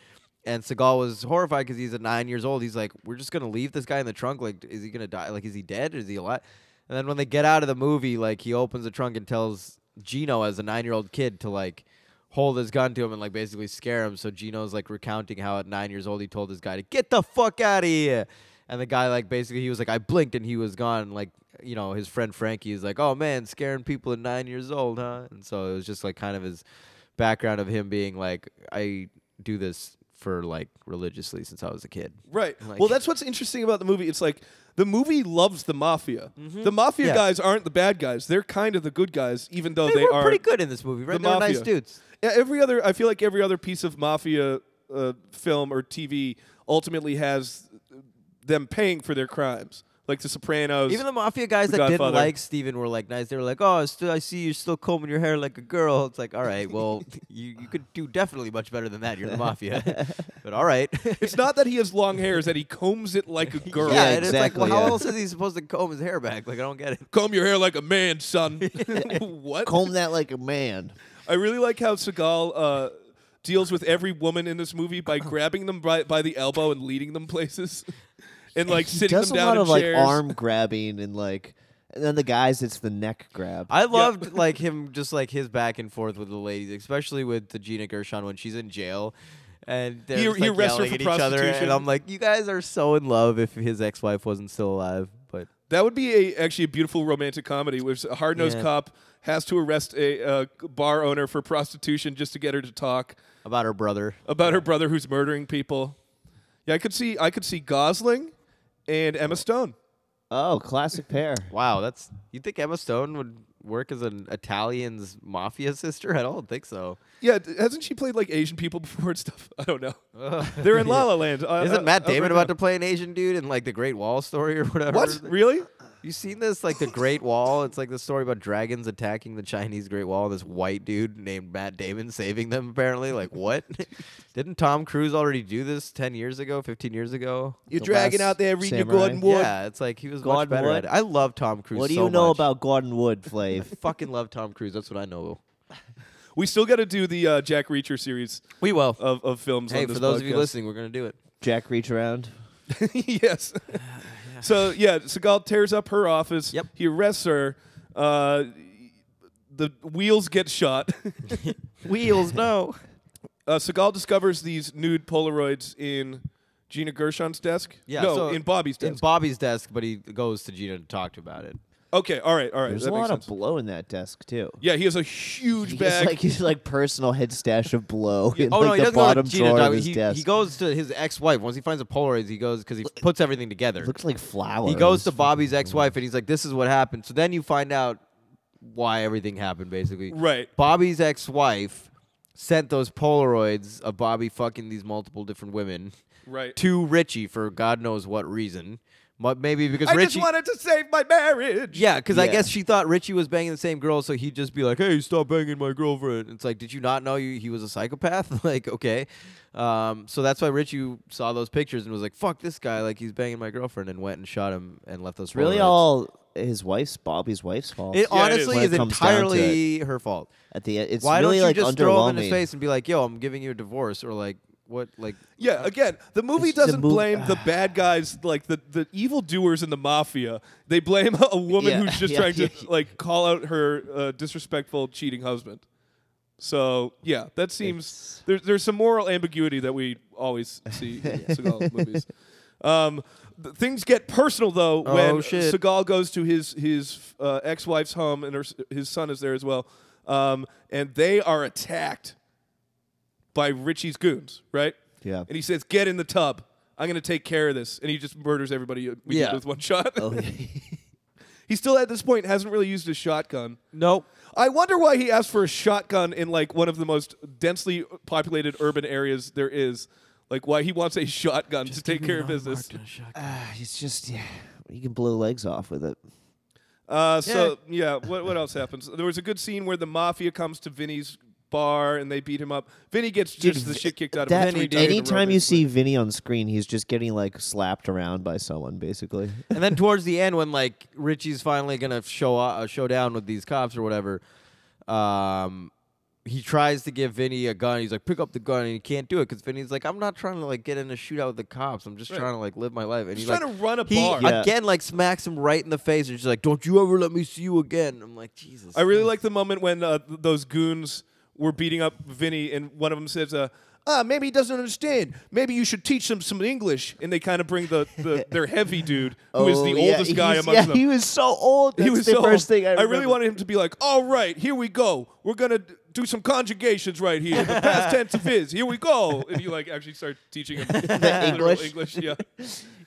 [SPEAKER 1] And Seagal was horrified because he's at nine years old. He's like, "We're just gonna leave this guy in the trunk. Like, is he gonna die? Like, is he dead? Is he alive?" And then when they get out of the movie, like he opens the trunk and tells Gino, as a nine-year-old kid, to like hold his gun to him and like basically scare him. So Gino's like recounting how at nine years old he told this guy to get the fuck out of here. And the guy like basically he was like I blinked and he was gone. Like you know his friend Frankie is like oh man scaring people at nine years old huh? And so it was just like kind of his background of him being like I do this for like religiously since I was a kid.
[SPEAKER 2] Right.
[SPEAKER 1] Like-
[SPEAKER 2] well, that's what's interesting about the movie. It's like the movie loves the mafia. The mafia
[SPEAKER 1] Mm-hmm. Yeah.
[SPEAKER 2] guys aren't the bad guys. They're kind of the good guys, even though
[SPEAKER 1] They,
[SPEAKER 2] they,
[SPEAKER 1] were
[SPEAKER 2] are
[SPEAKER 1] pretty good in this movie, right?
[SPEAKER 2] the
[SPEAKER 1] they were nice
[SPEAKER 2] mafia.
[SPEAKER 1] dudes.
[SPEAKER 2] Yeah, Every other, I feel like every other piece of mafia uh, film or TV ultimately has them paying for their crimes. like The Sopranos.
[SPEAKER 1] Even the mafia guys
[SPEAKER 2] The
[SPEAKER 1] that didn't
[SPEAKER 2] Godfather.
[SPEAKER 1] like Steven were like nice. They were like, "Oh, I still, I see you're still combing your hair like a girl." It's like, all right, well, you, you could do definitely much better than that. You're the mafia, but all right.
[SPEAKER 2] it's not that he has long hair; it's that he combs it like a girl.
[SPEAKER 1] yeah, and it's like, well,
[SPEAKER 3] exactly,
[SPEAKER 1] how
[SPEAKER 3] yeah.
[SPEAKER 1] else is he supposed to comb his hair back? Like, I don't get it.
[SPEAKER 2] Comb your hair like a man, son. what?
[SPEAKER 3] Comb that like a man.
[SPEAKER 2] I really like how Seagal uh, deals with every woman in this movie by
[SPEAKER 3] Oh.
[SPEAKER 2] grabbing them by, by the elbow and leading them places, and like
[SPEAKER 3] he
[SPEAKER 2] sitting
[SPEAKER 3] does
[SPEAKER 2] them
[SPEAKER 3] a
[SPEAKER 2] down
[SPEAKER 3] lot
[SPEAKER 2] in
[SPEAKER 3] of like
[SPEAKER 2] chairs.
[SPEAKER 3] arm grabbing and like, and then the guys, it's the neck grab.
[SPEAKER 1] I loved like him just like his back and forth with the ladies, especially with the Gina Gershon when she's in jail. And they're
[SPEAKER 2] He-
[SPEAKER 1] just,
[SPEAKER 2] he
[SPEAKER 1] like,
[SPEAKER 2] arrests her
[SPEAKER 1] yelling
[SPEAKER 2] for
[SPEAKER 1] at each other,
[SPEAKER 2] prostitution.
[SPEAKER 1] and I'm like, you guys are so in love. If his ex-wife wasn't still alive, but
[SPEAKER 2] That would be a actually a beautiful romantic comedy, where a hard nosed
[SPEAKER 1] Yeah.
[SPEAKER 2] cop has to arrest a uh, bar owner for prostitution just to get her to talk
[SPEAKER 1] about her brother,
[SPEAKER 2] about her brother who's murdering people. Yeah, I could see I could see Gosling and Emma Stone.
[SPEAKER 3] Oh, classic pair.
[SPEAKER 1] Wow, that's you think Emma Stone would work as an Italian's mafia sister? I don't think so.
[SPEAKER 2] Yeah, d- hasn't she played like Asian people before and stuff? I don't know. They're in La La Land. Uh, uh,
[SPEAKER 1] Isn't Matt
[SPEAKER 2] uh, right
[SPEAKER 1] Damon about
[SPEAKER 2] now.
[SPEAKER 1] to play an Asian dude in like the Great Wall story or whatever?
[SPEAKER 2] What? Really?
[SPEAKER 1] You seen this like the Great Wall? It's like the story about dragons attacking the Chinese Great Wall. This white dude named Matt Damon saving them apparently. Like what? Didn't Tom Cruise already do this ten years ago, fifteen years ago?
[SPEAKER 2] You're
[SPEAKER 3] The
[SPEAKER 2] dragging
[SPEAKER 3] last
[SPEAKER 2] out there reading your
[SPEAKER 3] samurai.
[SPEAKER 2] Gordon Wood.
[SPEAKER 1] Yeah, it's like he was much
[SPEAKER 3] Gordon
[SPEAKER 1] better
[SPEAKER 3] Wood?
[SPEAKER 1] at it. I love Tom Cruise.
[SPEAKER 3] What do
[SPEAKER 1] so
[SPEAKER 3] you know
[SPEAKER 1] much.
[SPEAKER 3] about Gordon Wood, Flav?
[SPEAKER 1] Fucking love Tom Cruise. That's what I know.
[SPEAKER 2] We still got to do the uh, Jack Reacher series
[SPEAKER 1] We will.
[SPEAKER 2] of, of films.
[SPEAKER 1] hey,
[SPEAKER 2] on this
[SPEAKER 1] for those of you
[SPEAKER 2] podcast.
[SPEAKER 1] listening, we're gonna do it.
[SPEAKER 3] Jack reach around.
[SPEAKER 2] yes. So yeah, Seagal tears up her office.
[SPEAKER 1] Yep.
[SPEAKER 2] He arrests her. Uh, the wheels get shot.
[SPEAKER 1] Wheels, no.
[SPEAKER 2] uh, Seagal discovers these nude Polaroids in Gina Gershon's desk.
[SPEAKER 1] Yeah,
[SPEAKER 2] No,
[SPEAKER 1] so-
[SPEAKER 2] in Bobby's
[SPEAKER 1] In
[SPEAKER 2] desk.
[SPEAKER 1] Bobby's desk, but he goes to Gina to talk to about it.
[SPEAKER 2] okay. All right. All right.
[SPEAKER 3] There's
[SPEAKER 2] that
[SPEAKER 3] a lot
[SPEAKER 2] makes
[SPEAKER 3] of
[SPEAKER 2] sense.
[SPEAKER 3] blow in that desk too.
[SPEAKER 2] yeah, he has a huge
[SPEAKER 3] He's
[SPEAKER 2] bag.
[SPEAKER 3] like he's like personal head stash of blow in
[SPEAKER 1] oh
[SPEAKER 3] like
[SPEAKER 1] no, he
[SPEAKER 3] the
[SPEAKER 1] doesn't go
[SPEAKER 3] bottom
[SPEAKER 1] to Gina.
[SPEAKER 3] drawer
[SPEAKER 1] to
[SPEAKER 3] of
[SPEAKER 1] talk-
[SPEAKER 3] his
[SPEAKER 1] he,
[SPEAKER 3] desk.
[SPEAKER 1] he goes to his ex-wife once he finds the Polaroids. He goes because he puts everything together.
[SPEAKER 3] looks like flour.
[SPEAKER 1] He goes to Bobby's ex-wife and he's like, "This is what happened." So then you find out why everything happened, basically.
[SPEAKER 2] Right.
[SPEAKER 1] Bobby's ex-wife sent those Polaroids of Bobby fucking these multiple different women
[SPEAKER 2] right.
[SPEAKER 1] to Richie for God knows what reason. Mu- Maybe because
[SPEAKER 2] I
[SPEAKER 1] Richie.
[SPEAKER 2] just wanted to save my marriage.
[SPEAKER 1] Yeah, because I
[SPEAKER 3] Yeah.
[SPEAKER 1] guess she thought Richie was banging the same girl, so he'd just be like, "Hey, stop banging my girlfriend." It's like, did you not know you, he was a psychopath? like, okay, um, so that's why Richie saw those pictures and was like, "Fuck this guy! Like, he's banging my girlfriend," and went and shot him and left those.
[SPEAKER 3] really
[SPEAKER 1] Polaroids.
[SPEAKER 3] all his wife's Bobby's wife's fault.
[SPEAKER 1] It
[SPEAKER 2] Yeah, it
[SPEAKER 1] honestly
[SPEAKER 2] is.
[SPEAKER 3] When
[SPEAKER 1] is
[SPEAKER 3] it comes down to
[SPEAKER 1] entirely her fault.
[SPEAKER 3] At the end, it's
[SPEAKER 1] Why don't
[SPEAKER 3] really
[SPEAKER 1] you
[SPEAKER 3] like
[SPEAKER 1] just
[SPEAKER 3] underwhelming.
[SPEAKER 1] throw him in his face and be like, "Yo, I'm giving you a divorce," or like, "What?" Like,
[SPEAKER 2] Yeah, again, the movie
[SPEAKER 3] It's the
[SPEAKER 2] doesn't
[SPEAKER 3] mov-
[SPEAKER 2] blame the bad guys, like the, the evil doers in the mafia. They blame a woman
[SPEAKER 3] Yeah,
[SPEAKER 2] who's just
[SPEAKER 3] yeah,
[SPEAKER 2] trying to
[SPEAKER 3] yeah.
[SPEAKER 2] like call out her uh, disrespectful, cheating husband. So yeah, that seems
[SPEAKER 3] It's-
[SPEAKER 2] there's there's some moral ambiguity that we always see in Seagal movies. Um, th- things get personal though when
[SPEAKER 1] Oh, shit.
[SPEAKER 2] Seagal goes to his his uh, ex wife's home and her, s- his son is there as well, um, and they are attacked by Richie's goons, right?
[SPEAKER 3] Yeah.
[SPEAKER 2] And he says, "Get in the tub. I'm going to take care of this." And he just murders everybody we did
[SPEAKER 1] Yeah.
[SPEAKER 2] with one shot.
[SPEAKER 3] Oh,
[SPEAKER 2] he still at this point hasn't really used his shotgun.
[SPEAKER 1] nope.
[SPEAKER 2] I wonder why he asked for a shotgun in like one of the most densely populated urban areas there is. Like why he wants a shotgun to take care of business.
[SPEAKER 3] Ah, he's just yeah, you can blow legs off with it.
[SPEAKER 2] Uh, so yeah, what what else happens? There was a good scene where the mafia comes to Vinny's bar and they beat him up. Vinny gets just the
[SPEAKER 3] Vi-
[SPEAKER 2] shit kicked out
[SPEAKER 3] that-
[SPEAKER 2] of him. three times in a row,
[SPEAKER 3] anytime you
[SPEAKER 2] basically.
[SPEAKER 3] see Vinny on screen, he's just getting like slapped around by someone, basically.
[SPEAKER 1] and then towards the end, when like Richie's finally gonna show uh, show down with these cops or whatever, um, he tries to give Vinny a gun. He's like, "Pick up the gun," and he can't do it because Vinny's like, "I'm not trying to like get in a shootout with the cops. I'm just
[SPEAKER 2] Right.
[SPEAKER 1] trying to like live my life." And
[SPEAKER 2] Just
[SPEAKER 1] he's like,
[SPEAKER 2] trying to run a
[SPEAKER 1] he
[SPEAKER 2] bar.
[SPEAKER 3] Yeah.
[SPEAKER 1] again like smacks him right in the face, and she's like, "Don't you ever let me see you again." I'm like, Jesus.
[SPEAKER 2] I really like the moment when uh, th- those goons were beating up Vinny, and one of them says, uh, "Ah, maybe he doesn't understand. Maybe you should teach him some English." And they kind of bring the, the their heavy dude, who is the
[SPEAKER 3] Oh, yeah,
[SPEAKER 2] oldest guy
[SPEAKER 3] he's-
[SPEAKER 2] amongst
[SPEAKER 3] yeah,
[SPEAKER 2] them.
[SPEAKER 3] he was so old. That's
[SPEAKER 2] He was
[SPEAKER 3] the
[SPEAKER 2] so
[SPEAKER 3] first thing I,
[SPEAKER 2] really
[SPEAKER 3] remember.
[SPEAKER 2] wanted him to be like, "All right, here we go. We're gonna d- do some conjugations right here. The past tense of his. Here we go." And you like actually start teaching him literal
[SPEAKER 3] English?
[SPEAKER 2] English, yeah.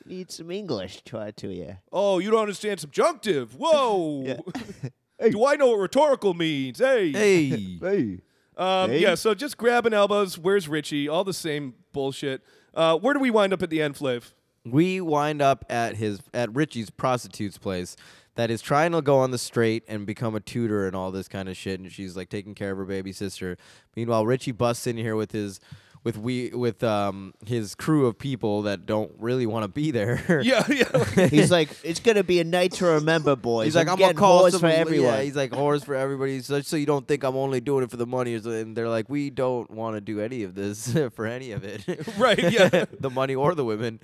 [SPEAKER 3] need some English taught to you.
[SPEAKER 2] Oh, you don't understand subjunctive. Whoa. Do I know what rhetorical means?
[SPEAKER 1] Hey.
[SPEAKER 3] Hey,
[SPEAKER 2] Um,
[SPEAKER 3] Hey.
[SPEAKER 2] Yeah, so just grabbing elbows. Where's Richie? All the same bullshit. Uh, where do we wind up at the end, Flav?
[SPEAKER 1] we wind up at his at Richie's prostitute's place that is trying to go on the straight and become a tutor and all this kind of shit and she's like taking care of her baby sister. Meanwhile, Richie busts in here with his with we with um his crew of people that don't really want to be there.
[SPEAKER 2] Yeah, yeah.
[SPEAKER 3] He's like, it's gonna be a night to remember, boys.
[SPEAKER 1] He's like, I'm, gonna
[SPEAKER 3] getting
[SPEAKER 1] call
[SPEAKER 3] whores
[SPEAKER 1] some
[SPEAKER 3] for everyone.
[SPEAKER 1] Yeah, he's like whores for everybody, so, so you don't think I'm only doing it for the money. And they're like, we don't want to do any of this for any of it,
[SPEAKER 2] Right, yeah.
[SPEAKER 1] the money or the women.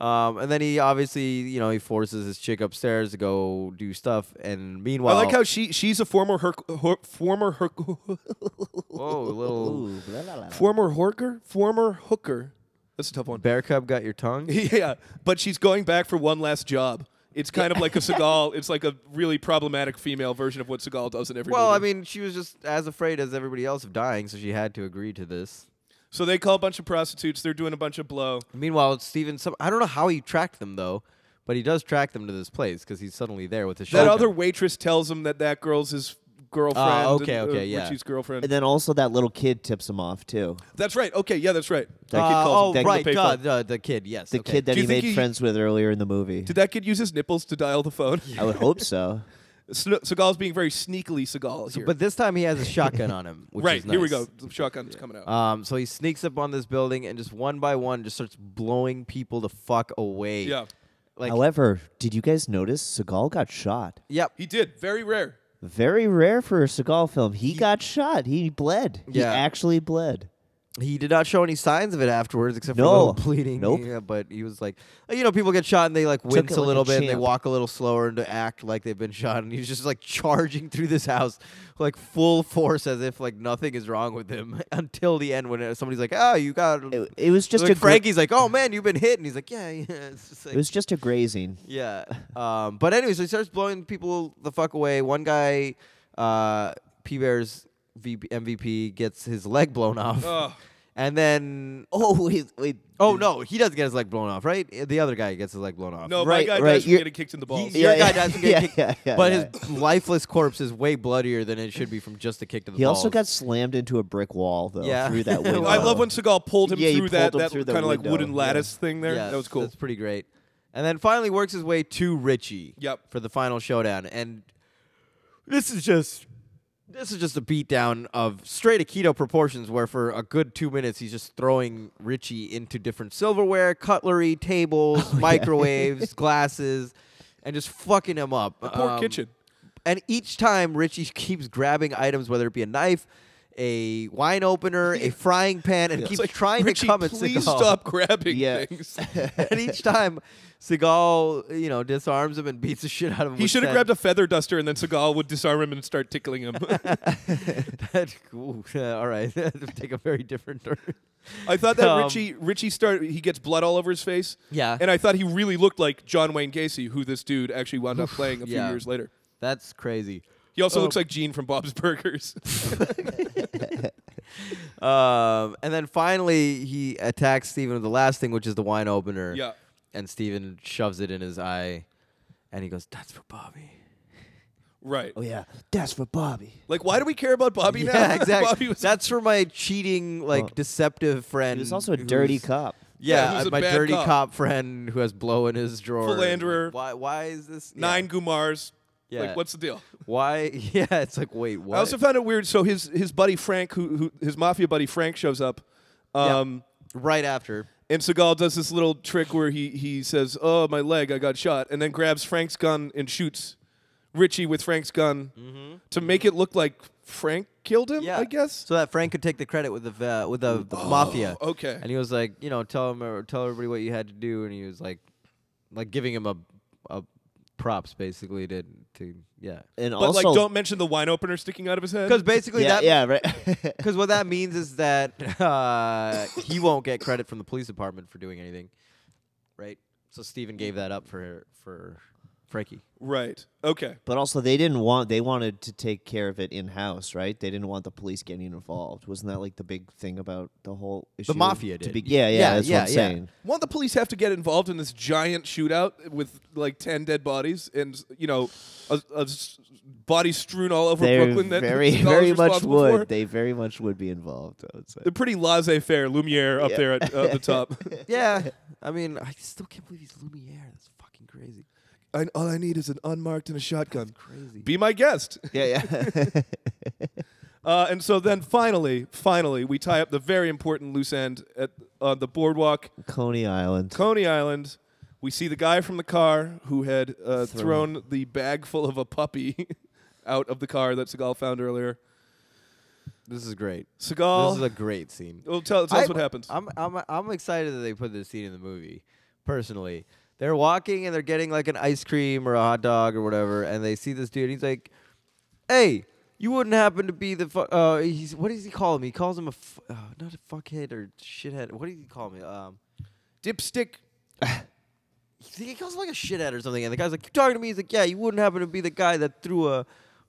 [SPEAKER 1] Um, and then he obviously, you know, he forces his chick upstairs to go do stuff. And
[SPEAKER 2] I
[SPEAKER 1] meanwhile,
[SPEAKER 2] like how she she's a former Herc- her, former Herc-
[SPEAKER 1] whoa, little
[SPEAKER 3] Ooh, la, la, la, la.
[SPEAKER 2] former hooker, former hooker. That's a tough one.
[SPEAKER 1] bear cub got your tongue.
[SPEAKER 2] Yeah, but she's going back for one last job. It's kind of like a Seagal. It's like a really problematic female version of what Seagal does in every.
[SPEAKER 1] Well, I
[SPEAKER 2] movie.
[SPEAKER 1] mean, she was just as afraid as everybody else of dying, so she had to agree to this.
[SPEAKER 2] so they call a bunch of prostitutes. They're doing a bunch of blow.
[SPEAKER 1] Meanwhile, Steven, some, I don't know how he tracked them though, but he does track them to this place because he's suddenly there with his
[SPEAKER 2] That
[SPEAKER 1] shotgun.
[SPEAKER 2] other waitress tells him that that girl's his girlfriend.
[SPEAKER 1] Ah, okay,
[SPEAKER 2] and, uh,
[SPEAKER 1] okay, yeah.
[SPEAKER 2] Richie's girlfriend.
[SPEAKER 3] And then also that little kid tips him off too.
[SPEAKER 2] That's right. Okay, yeah, that's right. That
[SPEAKER 1] Uh,
[SPEAKER 2] kid calls
[SPEAKER 1] oh,
[SPEAKER 2] him.
[SPEAKER 1] right,
[SPEAKER 2] The payphone.
[SPEAKER 1] duh, the, the kid, yes.
[SPEAKER 3] The
[SPEAKER 1] okay.
[SPEAKER 3] kid that
[SPEAKER 2] Do you
[SPEAKER 3] he
[SPEAKER 2] think
[SPEAKER 3] made
[SPEAKER 2] he-
[SPEAKER 3] friends with earlier in the movie.
[SPEAKER 2] Did that kid use his nipples to dial the phone?
[SPEAKER 3] I would hope so.
[SPEAKER 2] Sn- Seagal's being very sneakily Seagal here.
[SPEAKER 1] But this time he has a shotgun on him, which
[SPEAKER 2] right
[SPEAKER 1] is nice.
[SPEAKER 2] here we go. The shotgun's coming out.
[SPEAKER 1] Um, so he sneaks up on this building and just one by one just starts blowing people the fuck away.
[SPEAKER 2] yeah,
[SPEAKER 1] Like,
[SPEAKER 3] However, did you guys notice Seagal got shot?
[SPEAKER 1] yep.
[SPEAKER 2] he did. Very rare.
[SPEAKER 3] Very rare for a Seagal film. He, got shot. He bled.
[SPEAKER 1] Yeah.
[SPEAKER 3] He actually bled.
[SPEAKER 1] He did not show any signs of it afterwards except for a
[SPEAKER 3] No.
[SPEAKER 1] little bleeding.
[SPEAKER 3] Nope.
[SPEAKER 1] Yeah, but he was like, you know, people get shot and they like wince
[SPEAKER 3] it
[SPEAKER 1] a
[SPEAKER 3] like
[SPEAKER 1] little
[SPEAKER 3] a
[SPEAKER 1] bit and they
[SPEAKER 3] champ.
[SPEAKER 1] walk a little slower and to act like they've been shot. And he's just like charging through this house like full force as if like nothing is wrong with him until the end when somebody's like, oh, you got
[SPEAKER 3] It, it was just
[SPEAKER 1] like
[SPEAKER 3] a gra-
[SPEAKER 1] Frankie's like, oh man, you've been hit, and he's like, yeah, yeah. It's just like,
[SPEAKER 3] It was just a grazing.
[SPEAKER 1] yeah. Um, but anyway, so he starts blowing people the fuck away. One guy, uh, P Bears VP, MVP, gets his leg blown off,
[SPEAKER 2] Ugh.
[SPEAKER 1] and then oh,
[SPEAKER 3] Oh wait, wait.
[SPEAKER 1] no, he doesn't get his leg blown off, right? The other guy gets his leg blown off.
[SPEAKER 2] No,
[SPEAKER 3] Right,
[SPEAKER 2] my guy
[SPEAKER 3] right,
[SPEAKER 2] dies from
[SPEAKER 3] you're-
[SPEAKER 2] getting kicked in the balls.
[SPEAKER 1] Y- your
[SPEAKER 3] Yeah,
[SPEAKER 1] guy
[SPEAKER 3] yeah.
[SPEAKER 1] doesn't get
[SPEAKER 3] Yeah,
[SPEAKER 1] kicked,
[SPEAKER 3] yeah, yeah,
[SPEAKER 1] but
[SPEAKER 3] yeah.
[SPEAKER 1] his lifeless corpse is way bloodier than it should be from just a kick to the
[SPEAKER 3] He also
[SPEAKER 1] balls.
[SPEAKER 3] got slammed into a brick wall though
[SPEAKER 1] Yeah.
[SPEAKER 3] through that
[SPEAKER 1] Well,
[SPEAKER 3] window.
[SPEAKER 2] I love when Seagal pulled him
[SPEAKER 3] Yeah, he
[SPEAKER 2] through that,
[SPEAKER 3] pulled him
[SPEAKER 2] that
[SPEAKER 3] through the
[SPEAKER 2] kind of like
[SPEAKER 3] window.
[SPEAKER 2] wooden
[SPEAKER 3] Yeah.
[SPEAKER 2] lattice thing there.
[SPEAKER 1] Yeah,
[SPEAKER 2] that was cool.
[SPEAKER 1] That's pretty great. And then finally works his way to Richie.
[SPEAKER 2] Yep.
[SPEAKER 1] For the final showdown, and this is just this is just a beatdown of straight Aikido proportions, where for a good two minutes he's just throwing Richie into different silverware, cutlery, tables,
[SPEAKER 2] Oh,
[SPEAKER 1] microwaves, glasses, and just fucking him up.
[SPEAKER 2] Poor
[SPEAKER 1] Um,
[SPEAKER 2] kitchen.
[SPEAKER 1] and each time Richie keeps grabbing items, whether it be a knife, a wine opener, a frying pan, and keeps
[SPEAKER 2] It's like,
[SPEAKER 1] trying to
[SPEAKER 2] Richie,
[SPEAKER 1] come at
[SPEAKER 2] please
[SPEAKER 1] Seagal.
[SPEAKER 2] stop grabbing
[SPEAKER 3] Yeah.
[SPEAKER 2] things.
[SPEAKER 1] and each time Seagal, you know, disarms him and beats the shit out of him.
[SPEAKER 2] he should have grabbed a feather duster and then Seagal would disarm him and start tickling him.
[SPEAKER 1] that. Ooh, yeah, all right, take a very different turn.
[SPEAKER 2] I thought that
[SPEAKER 1] Um,
[SPEAKER 2] Richie Richie start he gets blood all over his face.
[SPEAKER 1] Yeah.
[SPEAKER 2] And I thought he really looked like John Wayne Gacy, who this dude actually wound up playing a few
[SPEAKER 1] yeah. Oh.
[SPEAKER 2] years later.
[SPEAKER 1] That's crazy.
[SPEAKER 2] He also looks like Gene from Bob's Burgers.
[SPEAKER 1] Um, and then finally, he attacks Steven with the last thing, which is the wine opener.
[SPEAKER 2] Yeah.
[SPEAKER 1] And Steven shoves it in his eye, and he goes, "That's for Bobby."
[SPEAKER 2] right.
[SPEAKER 3] Oh yeah, that's for Bobby.
[SPEAKER 2] Like why do we care about Bobby now?
[SPEAKER 1] yeah,
[SPEAKER 2] Bobby
[SPEAKER 1] exactly.
[SPEAKER 2] was
[SPEAKER 1] That's for my cheating, like
[SPEAKER 3] Well,
[SPEAKER 1] deceptive friend.
[SPEAKER 3] He was also a
[SPEAKER 1] who's-
[SPEAKER 3] dirty cop.
[SPEAKER 2] Yeah,
[SPEAKER 1] Yeah, uh,
[SPEAKER 2] who's a
[SPEAKER 1] my
[SPEAKER 2] bad
[SPEAKER 1] dirty
[SPEAKER 2] cop.
[SPEAKER 1] cop. friend who has blow in his drawer.
[SPEAKER 2] Philanderer.
[SPEAKER 1] Why? Why is this yeah.
[SPEAKER 2] nine Gumars.
[SPEAKER 1] Yeah.
[SPEAKER 2] Like what's the deal?
[SPEAKER 1] Why? Yeah, it's like wait, what?
[SPEAKER 2] I also found it weird. So his his buddy Frank, who, who his mafia buddy Frank, shows up,
[SPEAKER 1] Yeah.
[SPEAKER 2] um,
[SPEAKER 1] right after.
[SPEAKER 2] and Seagal does this little trick where he he says, "Oh, my leg, I got shot," and then grabs Frank's gun and shoots Richie with Frank's gun to make it look like Frank killed him.
[SPEAKER 1] Mm-hmm. Yeah,
[SPEAKER 2] I guess.
[SPEAKER 1] so that Frank could take the credit with the uh, with the, the mafia.
[SPEAKER 2] Oh, okay.
[SPEAKER 1] And he was like, you know, tell him or tell everybody what you had to do, and he was like, like giving him a, a props basically to to yeah.
[SPEAKER 3] And
[SPEAKER 2] but
[SPEAKER 3] also,
[SPEAKER 2] like, don't mention the wine opener sticking out of his head.
[SPEAKER 1] Because basically
[SPEAKER 3] yeah,
[SPEAKER 1] that
[SPEAKER 3] yeah, right.
[SPEAKER 1] Because what that means is that uh, he won't get credit from the police department for doing anything, right? So Steven gave that up for for Frankie.
[SPEAKER 2] Right. Okay.
[SPEAKER 3] But also, they didn't want. They wanted to take care of it in house, right? They didn't want the police getting involved. Wasn't that like the big thing about the whole issue?
[SPEAKER 1] mafia
[SPEAKER 3] to
[SPEAKER 1] did.
[SPEAKER 3] Be, yeah, yeah,
[SPEAKER 1] Yeah,
[SPEAKER 3] That's
[SPEAKER 1] yeah,
[SPEAKER 3] what I'm
[SPEAKER 1] yeah.
[SPEAKER 3] saying.
[SPEAKER 2] Won't the police have to get involved in this giant shootout with like ten dead bodies and you know a, a s- body strewn all over
[SPEAKER 3] They
[SPEAKER 2] Brooklyn? That
[SPEAKER 3] very,
[SPEAKER 2] Seagal was
[SPEAKER 3] very much
[SPEAKER 2] responsible
[SPEAKER 3] would.
[SPEAKER 2] for?
[SPEAKER 3] They very much would be involved. I would say.
[SPEAKER 2] They're pretty laissez-faire. Lumiere up there at uh, the top.
[SPEAKER 1] Yeah. I mean, I still can't believe he's Lumiere. That's fucking crazy.
[SPEAKER 2] I, all I need is an unmarked and a shotgun.
[SPEAKER 1] Crazy.
[SPEAKER 2] Be my guest.
[SPEAKER 3] Yeah, yeah.
[SPEAKER 2] Uh, and so then finally, finally, we tie up the very important loose end at on the boardwalk,
[SPEAKER 3] Coney Island.
[SPEAKER 2] Coney Island. We see the guy from the car who had uh,
[SPEAKER 3] Thrown.
[SPEAKER 2] thrown the bag full of a puppy out of the car that Seagal found earlier.
[SPEAKER 1] This is great.
[SPEAKER 2] Seagal,
[SPEAKER 1] This is a great scene.
[SPEAKER 2] well, tell, tell us
[SPEAKER 1] I-
[SPEAKER 2] Oh. what happens.
[SPEAKER 1] I'm, I'm, I'm excited that they put this scene in the movie. Personally, they're walking and they're getting like an ice cream or a hot dog or whatever, and they see this dude. And he's like, "Hey, you wouldn't happen to be the fu- uh, he's what does he call him? He calls him a f- uh, not a fuckhead or shithead. What does he call me? Um,
[SPEAKER 2] Dipstick.
[SPEAKER 1] he he calls him like a shithead or something. And the guy's like, "You talking to me?" He's like, "Yeah, you wouldn't happen to be the guy that threw a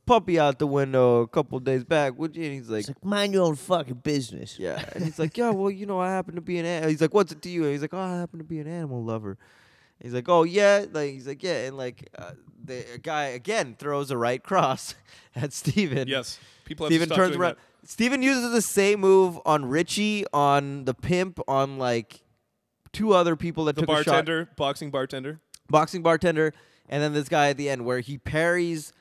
[SPEAKER 1] puppy out the window a couple days back, would you?" And he's like,
[SPEAKER 3] It's like mind your own fucking business.
[SPEAKER 1] Yeah. And he's like, yeah, well, you know, I happen to be an animal. He's like, what's it to you? And he's like, oh, I happen to be an animal lover. And he's like, oh, yeah. Like, he's like, yeah. And like, uh, the a guy again throws a right cross at Steven.
[SPEAKER 2] Yes, people have to
[SPEAKER 1] Steven
[SPEAKER 2] stop
[SPEAKER 1] turns
[SPEAKER 2] doing
[SPEAKER 1] around. Steven uses the same move on Richie, on the pimp, on like two other people that
[SPEAKER 2] The
[SPEAKER 1] took a shot
[SPEAKER 2] bartender, boxing bartender.
[SPEAKER 1] boxing bartender, and then this guy at the end where he parries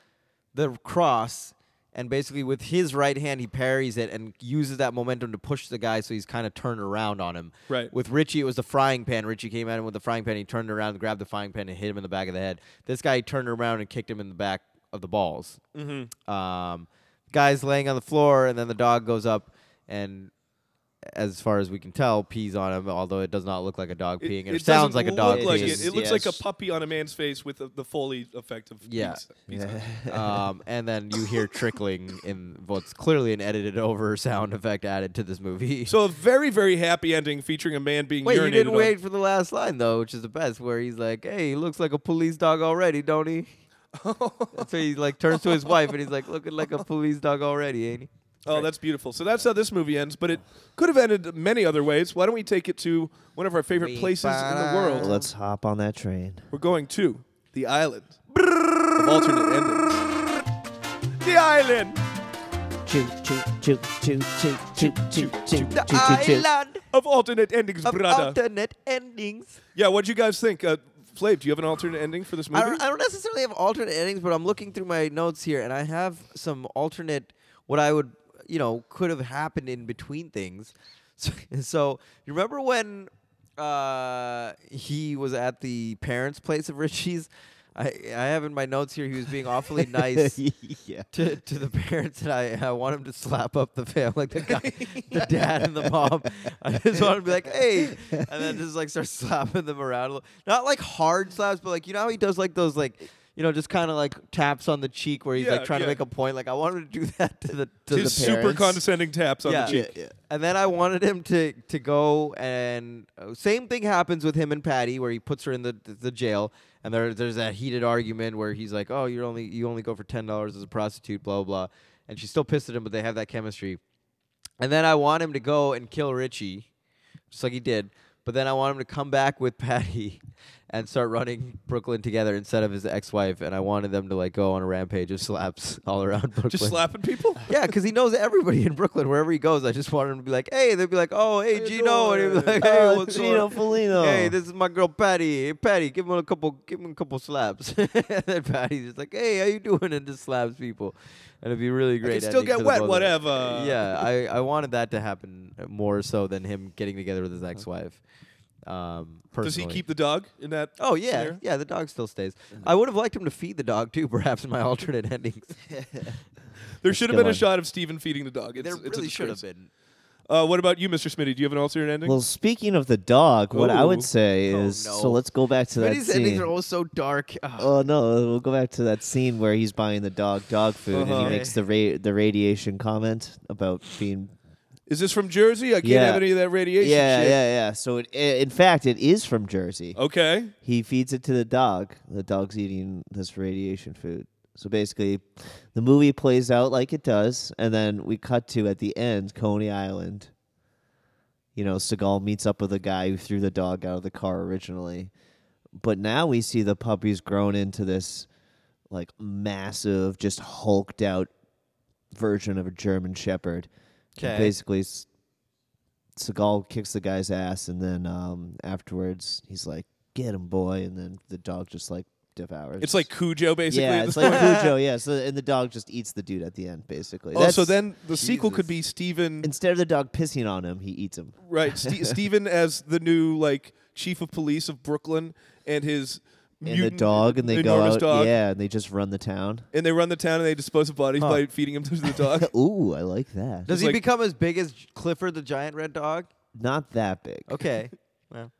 [SPEAKER 1] the cross and basically with his right hand he parries it and uses that momentum to push the guy so he's kind of turned around on him.
[SPEAKER 2] Right.
[SPEAKER 1] With Richie it was the frying pan. Richie came at him with the frying pan, he turned around, grabbed the frying pan and hit him in the back of the head. This guy turned around and kicked him in the back of the balls. Mm-hmm. Um guy's laying on the floor and then the dog goes up and as far as we can tell, pees on him, although it does not look like a dog
[SPEAKER 2] It-
[SPEAKER 1] peeing. It,
[SPEAKER 2] it
[SPEAKER 1] sounds like
[SPEAKER 2] doesn't
[SPEAKER 1] a
[SPEAKER 2] look
[SPEAKER 1] dog
[SPEAKER 2] Like
[SPEAKER 1] peeing.
[SPEAKER 2] it. It looks like
[SPEAKER 3] Yes.
[SPEAKER 2] a puppy on a man's face with the, the Foley effect of
[SPEAKER 1] Yeah.
[SPEAKER 2] pizza. pizza.
[SPEAKER 1] um, and then you hear trickling in what's clearly an edited over sound effect added to this movie.
[SPEAKER 2] So a very very happy ending featuring a man being
[SPEAKER 1] wait,
[SPEAKER 2] urinated
[SPEAKER 1] you didn't
[SPEAKER 2] on.
[SPEAKER 1] wait for the last line though, which is the best, where he's like, "Hey, he looks like a police dog already, don't he?" That's where he like turns to his wife and he's like, "Looking like a police dog already, ain't he?"
[SPEAKER 2] Oh, that's beautiful. So that's how this movie ends, but it could have ended many other ways. Why don't we take it to one of our favorite
[SPEAKER 1] We
[SPEAKER 2] places in the world?
[SPEAKER 3] Let's hop on that train.
[SPEAKER 2] We're going to the island of alternate endings. The island
[SPEAKER 3] Choo choo choo choo choo choo choo choo
[SPEAKER 1] The
[SPEAKER 3] choo choo.
[SPEAKER 1] island
[SPEAKER 2] of alternate endings,
[SPEAKER 1] of
[SPEAKER 2] brother.
[SPEAKER 1] alternate endings.
[SPEAKER 2] yeah, what'd you guys think? Uh, Flav, do you have an alternate ending for this movie?
[SPEAKER 1] I don't, I don't necessarily have alternate endings, but I'm looking through my notes here, and I have some alternate what I would, you know, could have happened in between things. So, so you remember when uh, he was at the parents' place of Richie's? I, I have in my notes here he was being awfully nice
[SPEAKER 3] yeah.
[SPEAKER 1] to, to the parents, and I, I want him to slap up the family, like the guy, the dad and the mom. I just want him to be like, hey, and then just like start slapping them around, a little. not like hard slaps, but like you know how he does like those like. You know, just kind of like taps on the cheek where he's
[SPEAKER 2] Yeah,
[SPEAKER 1] like trying
[SPEAKER 2] yeah.
[SPEAKER 1] to make a point. Like I wanted to do that to the to
[SPEAKER 2] His
[SPEAKER 1] the
[SPEAKER 2] super
[SPEAKER 1] parents.
[SPEAKER 2] condescending taps on
[SPEAKER 1] yeah.
[SPEAKER 2] the cheek.
[SPEAKER 3] yeah.
[SPEAKER 1] And then I wanted him to to go and uh, same thing happens with him and Patty where he puts her in the the, the jail and there there's that heated argument where he's like, "Oh, you're only you only go for $10 as a prostitute, blah blah." blah. And she's still pissed at him, but they have that chemistry. And then I want him to go and kill Richie, just like he did. But then I want him to come back with Patty and start running Brooklyn together instead of his ex-wife. And I wanted them to like go on a rampage of slaps all around Brooklyn.
[SPEAKER 2] Just slapping people?
[SPEAKER 1] Yeah, because he knows everybody in Brooklyn wherever he goes. I just want him to be like, hey, they'd be like, oh, hey, Gino, and he'd be like, hey,
[SPEAKER 3] Oh,
[SPEAKER 1] what's
[SPEAKER 3] Gino
[SPEAKER 1] going on?
[SPEAKER 3] Foligno.
[SPEAKER 1] Hey, this is my girl Patty. Hey, Patty, give him a couple, give him a couple slaps. and then Patty's just like, hey, how you doing? And just slaps people, and it'd be really great.
[SPEAKER 2] still
[SPEAKER 1] ending
[SPEAKER 2] get
[SPEAKER 1] for the
[SPEAKER 2] wet,
[SPEAKER 1] both of them.
[SPEAKER 2] whatever.
[SPEAKER 1] Yeah, I, I wanted that to happen more so than him getting together with his ex-wife. Um,
[SPEAKER 2] Uh-huh. Does he
[SPEAKER 1] personally.
[SPEAKER 2] keep the dog in that?
[SPEAKER 1] Oh yeah,
[SPEAKER 2] scenario?
[SPEAKER 1] yeah. The dog still stays. I would have liked him to feed the dog too. Perhaps in my alternate endings.
[SPEAKER 2] There should have been a
[SPEAKER 3] going.
[SPEAKER 2] shot of Steven feeding the dog. It's,
[SPEAKER 1] there
[SPEAKER 2] it's a
[SPEAKER 1] really should have
[SPEAKER 2] disgrace.
[SPEAKER 1] been.
[SPEAKER 2] Uh, what about you, Mr. Smitty? Do you have an alternate ending?
[SPEAKER 3] Well, speaking of the dog, what I
[SPEAKER 2] Ooh.
[SPEAKER 3] would say
[SPEAKER 1] Oh,
[SPEAKER 3] is
[SPEAKER 1] no.
[SPEAKER 3] so let's go back to
[SPEAKER 1] But
[SPEAKER 3] that
[SPEAKER 1] his endings
[SPEAKER 3] scene.
[SPEAKER 1] are always so dark. Ugh.
[SPEAKER 3] Oh no, we'll go back to that scene where he's buying the dog dog food and
[SPEAKER 2] Uh-huh.
[SPEAKER 3] he makes the ra- the radiation comment about being
[SPEAKER 2] Is this from Jersey? I can't
[SPEAKER 3] Yeah.
[SPEAKER 2] have any of that radiation
[SPEAKER 3] yeah,
[SPEAKER 2] shit.
[SPEAKER 3] yeah, yeah. So it, i- in fact, it is from Jersey.
[SPEAKER 2] Okay.
[SPEAKER 3] He feeds it to the dog. The dog's eating this radiation food. So basically, the movie plays out like it does, and then we cut to at the end Coney Island. You know, Seagal meets up with the guy who threw the dog out of the car originally, but now we see the puppy's grown into this like massive, just hulked out version of a German Shepherd. And
[SPEAKER 1] 'Kay.
[SPEAKER 3] Basically, S- Seagal kicks the guy's ass, and then um, afterwards he's like, "Get him, boy!" And then the dog just like devours.
[SPEAKER 2] It's like Cujo, basically.
[SPEAKER 3] yeah,
[SPEAKER 2] at
[SPEAKER 3] it's
[SPEAKER 2] this
[SPEAKER 3] like
[SPEAKER 2] point.
[SPEAKER 3] Cujo. Yeah, so and the dog just eats the dude at the end, basically.
[SPEAKER 2] oh, so
[SPEAKER 3] That's-
[SPEAKER 2] then the sequel could
[SPEAKER 1] Jesus.
[SPEAKER 2] be Steven,
[SPEAKER 3] instead of the dog pissing on him, he eats him.
[SPEAKER 2] right? Ste Steven as the new like chief of police of Brooklyn, and his
[SPEAKER 3] And the
[SPEAKER 2] mutant-
[SPEAKER 3] dog, and they go
[SPEAKER 2] enormous
[SPEAKER 3] out,
[SPEAKER 2] dog,
[SPEAKER 3] yeah, and they just run the town.
[SPEAKER 2] and they run the town and they dispose of bodies
[SPEAKER 3] Huh.
[SPEAKER 2] by feeding them to the dog.
[SPEAKER 3] Ooh, I like that.
[SPEAKER 1] Does
[SPEAKER 2] It's
[SPEAKER 1] he
[SPEAKER 2] like-
[SPEAKER 1] become as big as Clifford the Giant Red Dog?
[SPEAKER 3] Not that big,
[SPEAKER 1] Okay. well,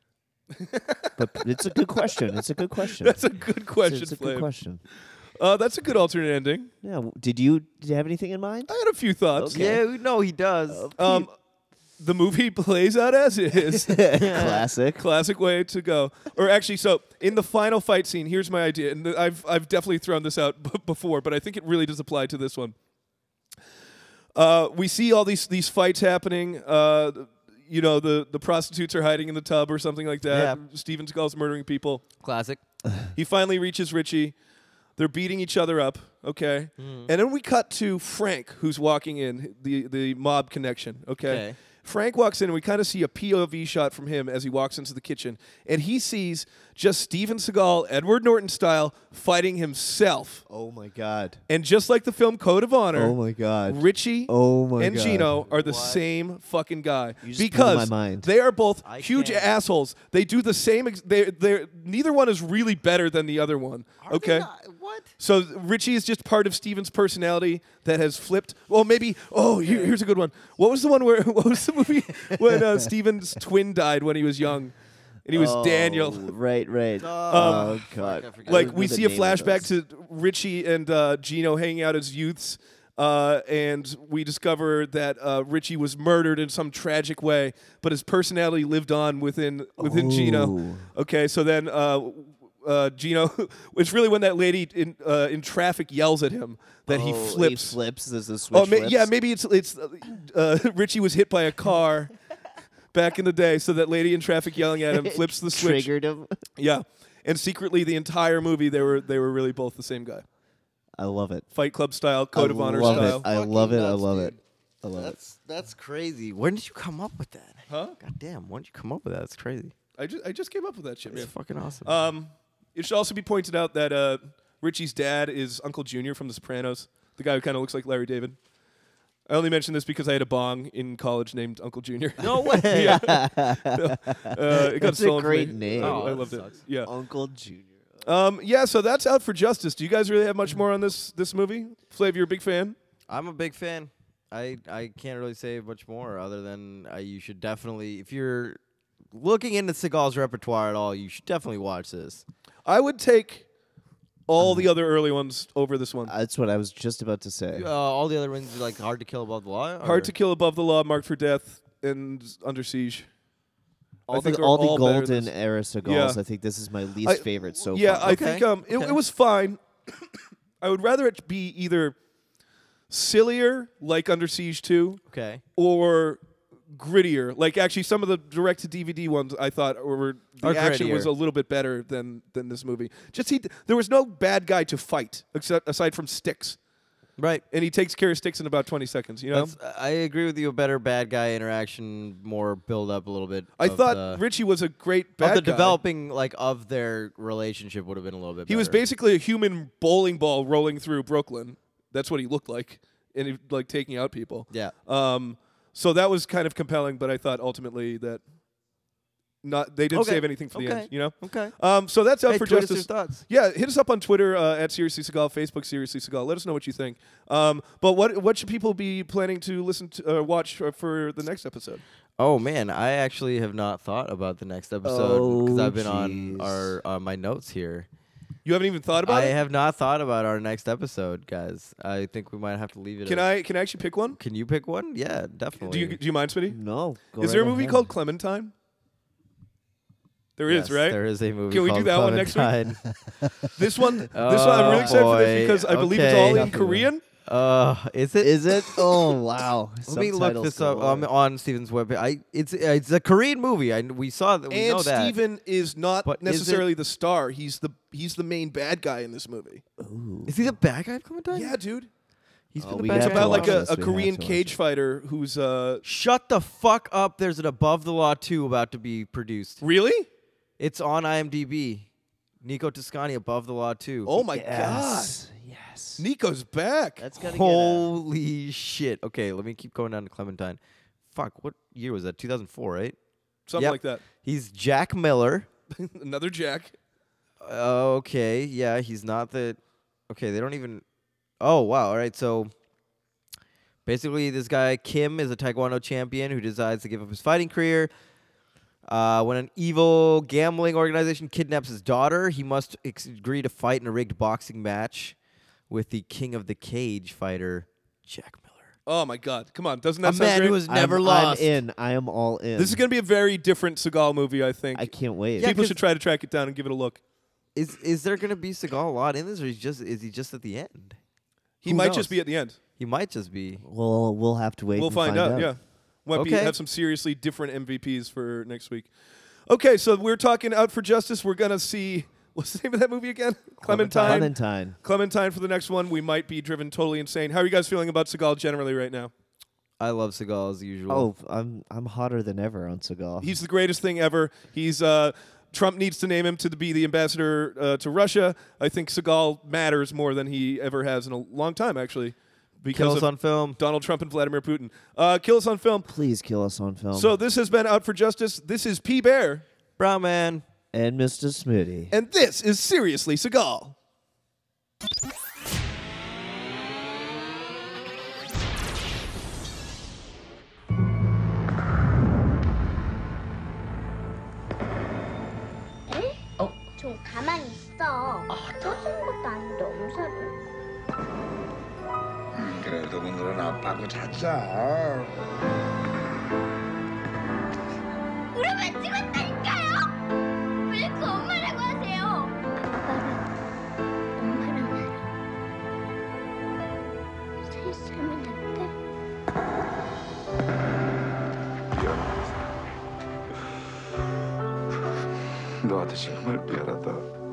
[SPEAKER 3] but it's a good question. It's a good question.
[SPEAKER 2] That's a good question,
[SPEAKER 3] It's a
[SPEAKER 2] Flav.
[SPEAKER 3] good question.
[SPEAKER 2] Uh, that's a good alternate ending.
[SPEAKER 3] Yeah. w- Did you did you have anything in mind?
[SPEAKER 2] I had a few thoughts.
[SPEAKER 3] Okay.
[SPEAKER 1] Yeah, no, he does.
[SPEAKER 2] Um, the movie plays out as is.
[SPEAKER 3] Classic.
[SPEAKER 2] Classic way to go. Or actually, so in the final fight scene, here's my idea, and th- I've I've definitely thrown this out b- before, but I think it really does apply to this one. Uh, we see all these these fights happening. Uh, you know, the the prostitutes are hiding in the tub or something like that. Steven Seagal's murdering people.
[SPEAKER 1] Classic.
[SPEAKER 2] He finally reaches Richie. They're beating each other up. Okay. And then we cut to Frank, who's walking in, the, the mob connection. Okay.
[SPEAKER 1] Okay.
[SPEAKER 2] Frank walks in, and we kind of see a POV shot from him as he walks into the kitchen. And he sees just Steven Seagal, Edward Norton style, fighting himself.
[SPEAKER 3] Oh my god.
[SPEAKER 2] And just like the film Code of Honor,
[SPEAKER 3] Oh my god.
[SPEAKER 2] Richie
[SPEAKER 3] Oh my
[SPEAKER 2] and
[SPEAKER 3] God.
[SPEAKER 2] Gino are the same fucking guy
[SPEAKER 3] just blew
[SPEAKER 2] because
[SPEAKER 3] my mind.
[SPEAKER 2] they are both
[SPEAKER 1] I
[SPEAKER 2] huge
[SPEAKER 1] can't.
[SPEAKER 2] assholes. They do the same. Ex- they they neither one is really better than the other one. okay.
[SPEAKER 1] what?
[SPEAKER 2] So Richie is just part of Steven's personality that has flipped. Well, maybe. Oh, here, here's a good one. What was the one where? What was the movie when uh, Steven's twin died when he was young, and he was
[SPEAKER 3] Oh,
[SPEAKER 2] Daniel?
[SPEAKER 3] Right, right. oh god.
[SPEAKER 1] I forgot.
[SPEAKER 2] like we see a flashback to Richie and uh, Gino hanging out as youths, uh, and we discover that uh, Richie was murdered in some tragic way, but his personality lived on within within Gino.
[SPEAKER 3] Ooh.
[SPEAKER 2] Okay, so then. Uh, uh, Gino, it's really when that lady in uh, in traffic yells at him that he flips.
[SPEAKER 3] Oh, He flips. There's a switch.
[SPEAKER 2] oh, ma-
[SPEAKER 3] flips.
[SPEAKER 2] yeah, maybe it's it's uh, uh, Richie was hit by a car back in the day, so that lady in traffic yelling at him flips the switch.
[SPEAKER 3] Triggered him.
[SPEAKER 2] Yeah, and secretly the entire movie they were they were really both the same guy.
[SPEAKER 3] I love it.
[SPEAKER 2] Fight Club style, Code
[SPEAKER 3] I
[SPEAKER 2] of Honor
[SPEAKER 3] love
[SPEAKER 2] style.
[SPEAKER 3] It. I
[SPEAKER 1] Fucking
[SPEAKER 3] love it. I
[SPEAKER 1] nuts,
[SPEAKER 3] love
[SPEAKER 1] dude.
[SPEAKER 3] it. I love it.
[SPEAKER 1] That's that's crazy. When did you come up with that?
[SPEAKER 2] Huh?
[SPEAKER 1] God damn, when did you come up with that? It's crazy.
[SPEAKER 2] I just I just came up with that shit,
[SPEAKER 1] It's
[SPEAKER 2] man.
[SPEAKER 1] fucking awesome.
[SPEAKER 2] Um, it should also be pointed out that uh, Richie's dad is Uncle Junior from The Sopranos, the guy who kind of looks like Larry David. I only mentioned this because I had a bong in college named Uncle Junior.
[SPEAKER 1] no way.
[SPEAKER 2] yeah. No. Uh, it got
[SPEAKER 3] That's a
[SPEAKER 2] stolen from
[SPEAKER 3] great
[SPEAKER 2] me.
[SPEAKER 3] name.
[SPEAKER 2] I,
[SPEAKER 1] Oh,
[SPEAKER 2] I
[SPEAKER 1] that
[SPEAKER 2] loved it.
[SPEAKER 1] sucks.
[SPEAKER 2] Yeah.
[SPEAKER 3] Uncle Junior.
[SPEAKER 2] Um, yeah. So that's out for justice. Do you guys really have much more on this this movie? Flav, you're a big fan.
[SPEAKER 1] I'm a big fan. I I can't really say much more other than uh, you should definitely if you're looking into Seagal's repertoire at all, you should definitely watch this.
[SPEAKER 2] I would take all the other early ones over this one.
[SPEAKER 3] That's what I was just about to say.
[SPEAKER 1] Uh, all the other ones are like Hard to Kill Above the Law.
[SPEAKER 2] Hard
[SPEAKER 1] or-
[SPEAKER 2] to Kill Above the Law, Marked for Death, and Under Siege.
[SPEAKER 3] all
[SPEAKER 2] think
[SPEAKER 3] the
[SPEAKER 2] they're
[SPEAKER 3] all the
[SPEAKER 2] all better than
[SPEAKER 3] golden
[SPEAKER 2] this.
[SPEAKER 3] era Seagulls.
[SPEAKER 2] Yeah.
[SPEAKER 3] I think this is my least
[SPEAKER 2] I-
[SPEAKER 3] favorite so
[SPEAKER 2] yeah,
[SPEAKER 3] far.
[SPEAKER 2] I
[SPEAKER 1] Okay.
[SPEAKER 2] think um, it, it was fine. I would rather it be either sillier, like Under Siege 2,
[SPEAKER 1] Okay.
[SPEAKER 2] or grittier. Like actually, some of the direct to DVD ones I thought were the
[SPEAKER 1] Are
[SPEAKER 2] action was
[SPEAKER 1] grittier.
[SPEAKER 2] a little bit better than than this movie. Just he, there was no bad guy to fight except aside from Sticks,
[SPEAKER 1] Right.
[SPEAKER 2] and he takes care of Sticks in about twenty seconds. You know.
[SPEAKER 1] That's, I agree with you. A better bad guy interaction, more build up a little bit.
[SPEAKER 2] I
[SPEAKER 1] of
[SPEAKER 2] thought
[SPEAKER 1] the,
[SPEAKER 2] Richie was a great bad
[SPEAKER 1] of the
[SPEAKER 2] guy.
[SPEAKER 1] developing like of their relationship would have been a little bit.
[SPEAKER 2] He was
[SPEAKER 1] better.
[SPEAKER 2] basically a human bowling ball rolling through Brooklyn. That's what he looked like, and he like taking out people.
[SPEAKER 1] Yeah.
[SPEAKER 2] Um. So that was kind of compelling, but I thought ultimately that not they didn't
[SPEAKER 1] Okay.
[SPEAKER 2] save anything for the
[SPEAKER 1] Okay.
[SPEAKER 2] end. You know.
[SPEAKER 1] Okay.
[SPEAKER 2] Um. So that's out
[SPEAKER 1] Hey,
[SPEAKER 2] for
[SPEAKER 1] tweet us
[SPEAKER 2] justice.
[SPEAKER 1] your thoughts.
[SPEAKER 2] Yeah, hit us up on Twitter uh, at Seriously Seagal, Facebook Seriously Seagal. Let us know what you think. Um, but what what should people be planning to listen to uh, watch uh, for the next episode?
[SPEAKER 1] Oh man, I actually have not thought about the next episode because
[SPEAKER 3] Oh,
[SPEAKER 1] I've been on
[SPEAKER 3] jeez.
[SPEAKER 1] our on my notes here.
[SPEAKER 2] You haven't even thought about
[SPEAKER 1] I
[SPEAKER 2] it.
[SPEAKER 1] have not thought about our next episode, guys. I think we might have to leave it.
[SPEAKER 2] can
[SPEAKER 1] at-
[SPEAKER 2] I can I actually pick one?
[SPEAKER 1] Can you pick one? Yeah, definitely.
[SPEAKER 2] Do you do you mind, Smitty?
[SPEAKER 3] No. go
[SPEAKER 2] Is there a
[SPEAKER 3] right
[SPEAKER 2] movie
[SPEAKER 3] ahead.
[SPEAKER 2] called Clementine? There is,
[SPEAKER 1] Yes,
[SPEAKER 2] right?
[SPEAKER 1] There is a movie.
[SPEAKER 2] Can we do
[SPEAKER 1] called
[SPEAKER 2] that one next week?
[SPEAKER 1] Clementine.
[SPEAKER 2] This one, this one, I'm really excited for
[SPEAKER 1] Oh, boy.
[SPEAKER 2] this because I believe it's
[SPEAKER 1] Okay.
[SPEAKER 2] all in
[SPEAKER 1] Nothing.
[SPEAKER 2] Korean.
[SPEAKER 1] Uh, is it?
[SPEAKER 3] Is it? Oh wow.
[SPEAKER 1] Let me look
[SPEAKER 3] Subtitles
[SPEAKER 1] this up
[SPEAKER 3] galore.
[SPEAKER 1] um, on Steven's webpage. I it's it's a Korean movie. I we saw that. We
[SPEAKER 2] and
[SPEAKER 1] know that.
[SPEAKER 2] Steven is not
[SPEAKER 1] But is it-
[SPEAKER 2] necessarily the star. He's the he's the main bad guy in this movie.
[SPEAKER 1] is he the bad guy of Clementine?
[SPEAKER 2] Yeah, dude.
[SPEAKER 1] he's
[SPEAKER 3] Oh,
[SPEAKER 1] been the
[SPEAKER 3] we
[SPEAKER 1] bad
[SPEAKER 3] have
[SPEAKER 1] guy.
[SPEAKER 3] to
[SPEAKER 2] About
[SPEAKER 1] all
[SPEAKER 2] like
[SPEAKER 3] watch
[SPEAKER 1] along.
[SPEAKER 2] a,
[SPEAKER 3] this.
[SPEAKER 2] a
[SPEAKER 3] We have
[SPEAKER 2] Korean
[SPEAKER 3] to watch
[SPEAKER 2] cage fighter who's uh
[SPEAKER 1] Shut the fuck up. There's an Above the Law 2 about to be produced.
[SPEAKER 2] really?
[SPEAKER 1] It's on IMDb. Nico Toscani, Above the Law 2.
[SPEAKER 2] Oh my
[SPEAKER 3] Yes. Yes.
[SPEAKER 2] god. Nico's back.
[SPEAKER 3] That's gotta
[SPEAKER 1] Holy shit. Okay, let me keep going down to Clementine. Fuck, what year was that? 2004, right?
[SPEAKER 2] Something
[SPEAKER 1] Yep.
[SPEAKER 2] like that.
[SPEAKER 1] He's Jack Miller.
[SPEAKER 2] Another Jack.
[SPEAKER 1] Uh, okay, yeah, he's not the. Okay, they don't even. Oh wow! All right, so basically, this guy Kim is a Taekwondo champion who decides to give up his fighting career. Uh, when an evil gambling organization kidnaps his daughter, he must ex- agree to fight in a rigged boxing match with the King of the Cage fighter, Jack Miller.
[SPEAKER 2] Oh my god. Come on. Doesn't that
[SPEAKER 1] a
[SPEAKER 2] sound
[SPEAKER 1] man
[SPEAKER 2] great?
[SPEAKER 1] who has
[SPEAKER 3] I'm-
[SPEAKER 1] never
[SPEAKER 3] I'm,
[SPEAKER 1] lost.
[SPEAKER 3] in. I am all in.
[SPEAKER 2] This is going to be a very different Seagal movie, I think.
[SPEAKER 3] I can't wait.
[SPEAKER 1] Yeah,
[SPEAKER 2] People
[SPEAKER 1] 'cause-
[SPEAKER 2] should try to track it down and give it a look.
[SPEAKER 1] Is is there gonna be Seagal a lot in this, or is just is he just at the end?
[SPEAKER 2] He
[SPEAKER 1] Who
[SPEAKER 2] might
[SPEAKER 1] knows?
[SPEAKER 2] just be at the end.
[SPEAKER 1] He might just be.
[SPEAKER 3] Well, we'll have to wait.
[SPEAKER 2] We'll
[SPEAKER 3] and
[SPEAKER 2] find, out, Yeah, might be,
[SPEAKER 1] Okay.
[SPEAKER 2] have some seriously different MVPs for next week. Okay, so we're talking out for justice. We're gonna see what's the name of that movie again? Clementine. Clementine.
[SPEAKER 3] Clementine.
[SPEAKER 2] for the next one. We might be driven totally insane. How are you guys feeling about Seagal generally right now?
[SPEAKER 1] I love Seagal as usual.
[SPEAKER 3] Oh, I'm I'm hotter than ever on Seagal.
[SPEAKER 2] He's the greatest thing ever. He's uh, Trump needs to name him to be the ambassador uh, to Russia. I think Seagal matters more than he ever has in a long time, actually, because
[SPEAKER 1] kills
[SPEAKER 2] of
[SPEAKER 1] on film.
[SPEAKER 2] Donald Trump and Vladimir Putin. Uh, kill us on film.
[SPEAKER 3] Please kill us on film.
[SPEAKER 2] So this has been Out for Justice. This is P Bear.
[SPEAKER 1] Brown man.
[SPEAKER 3] and Mr. Smitty.
[SPEAKER 2] And this is Seriously Seagal.
[SPEAKER 5] 어? 아, 좀 가만히 있어. 터지는 것도 아닌데 엄살을. 뭐.
[SPEAKER 6] 그래도 오늘은 아빠하고 자자.
[SPEAKER 5] 우리 왜 찍었다니까요? 왜 그 엄마라고 하세요? 아빠가 엄마란 말을 세 살면 안 돼?
[SPEAKER 6] 너한테 정말 미안하다.
[SPEAKER 5] 아,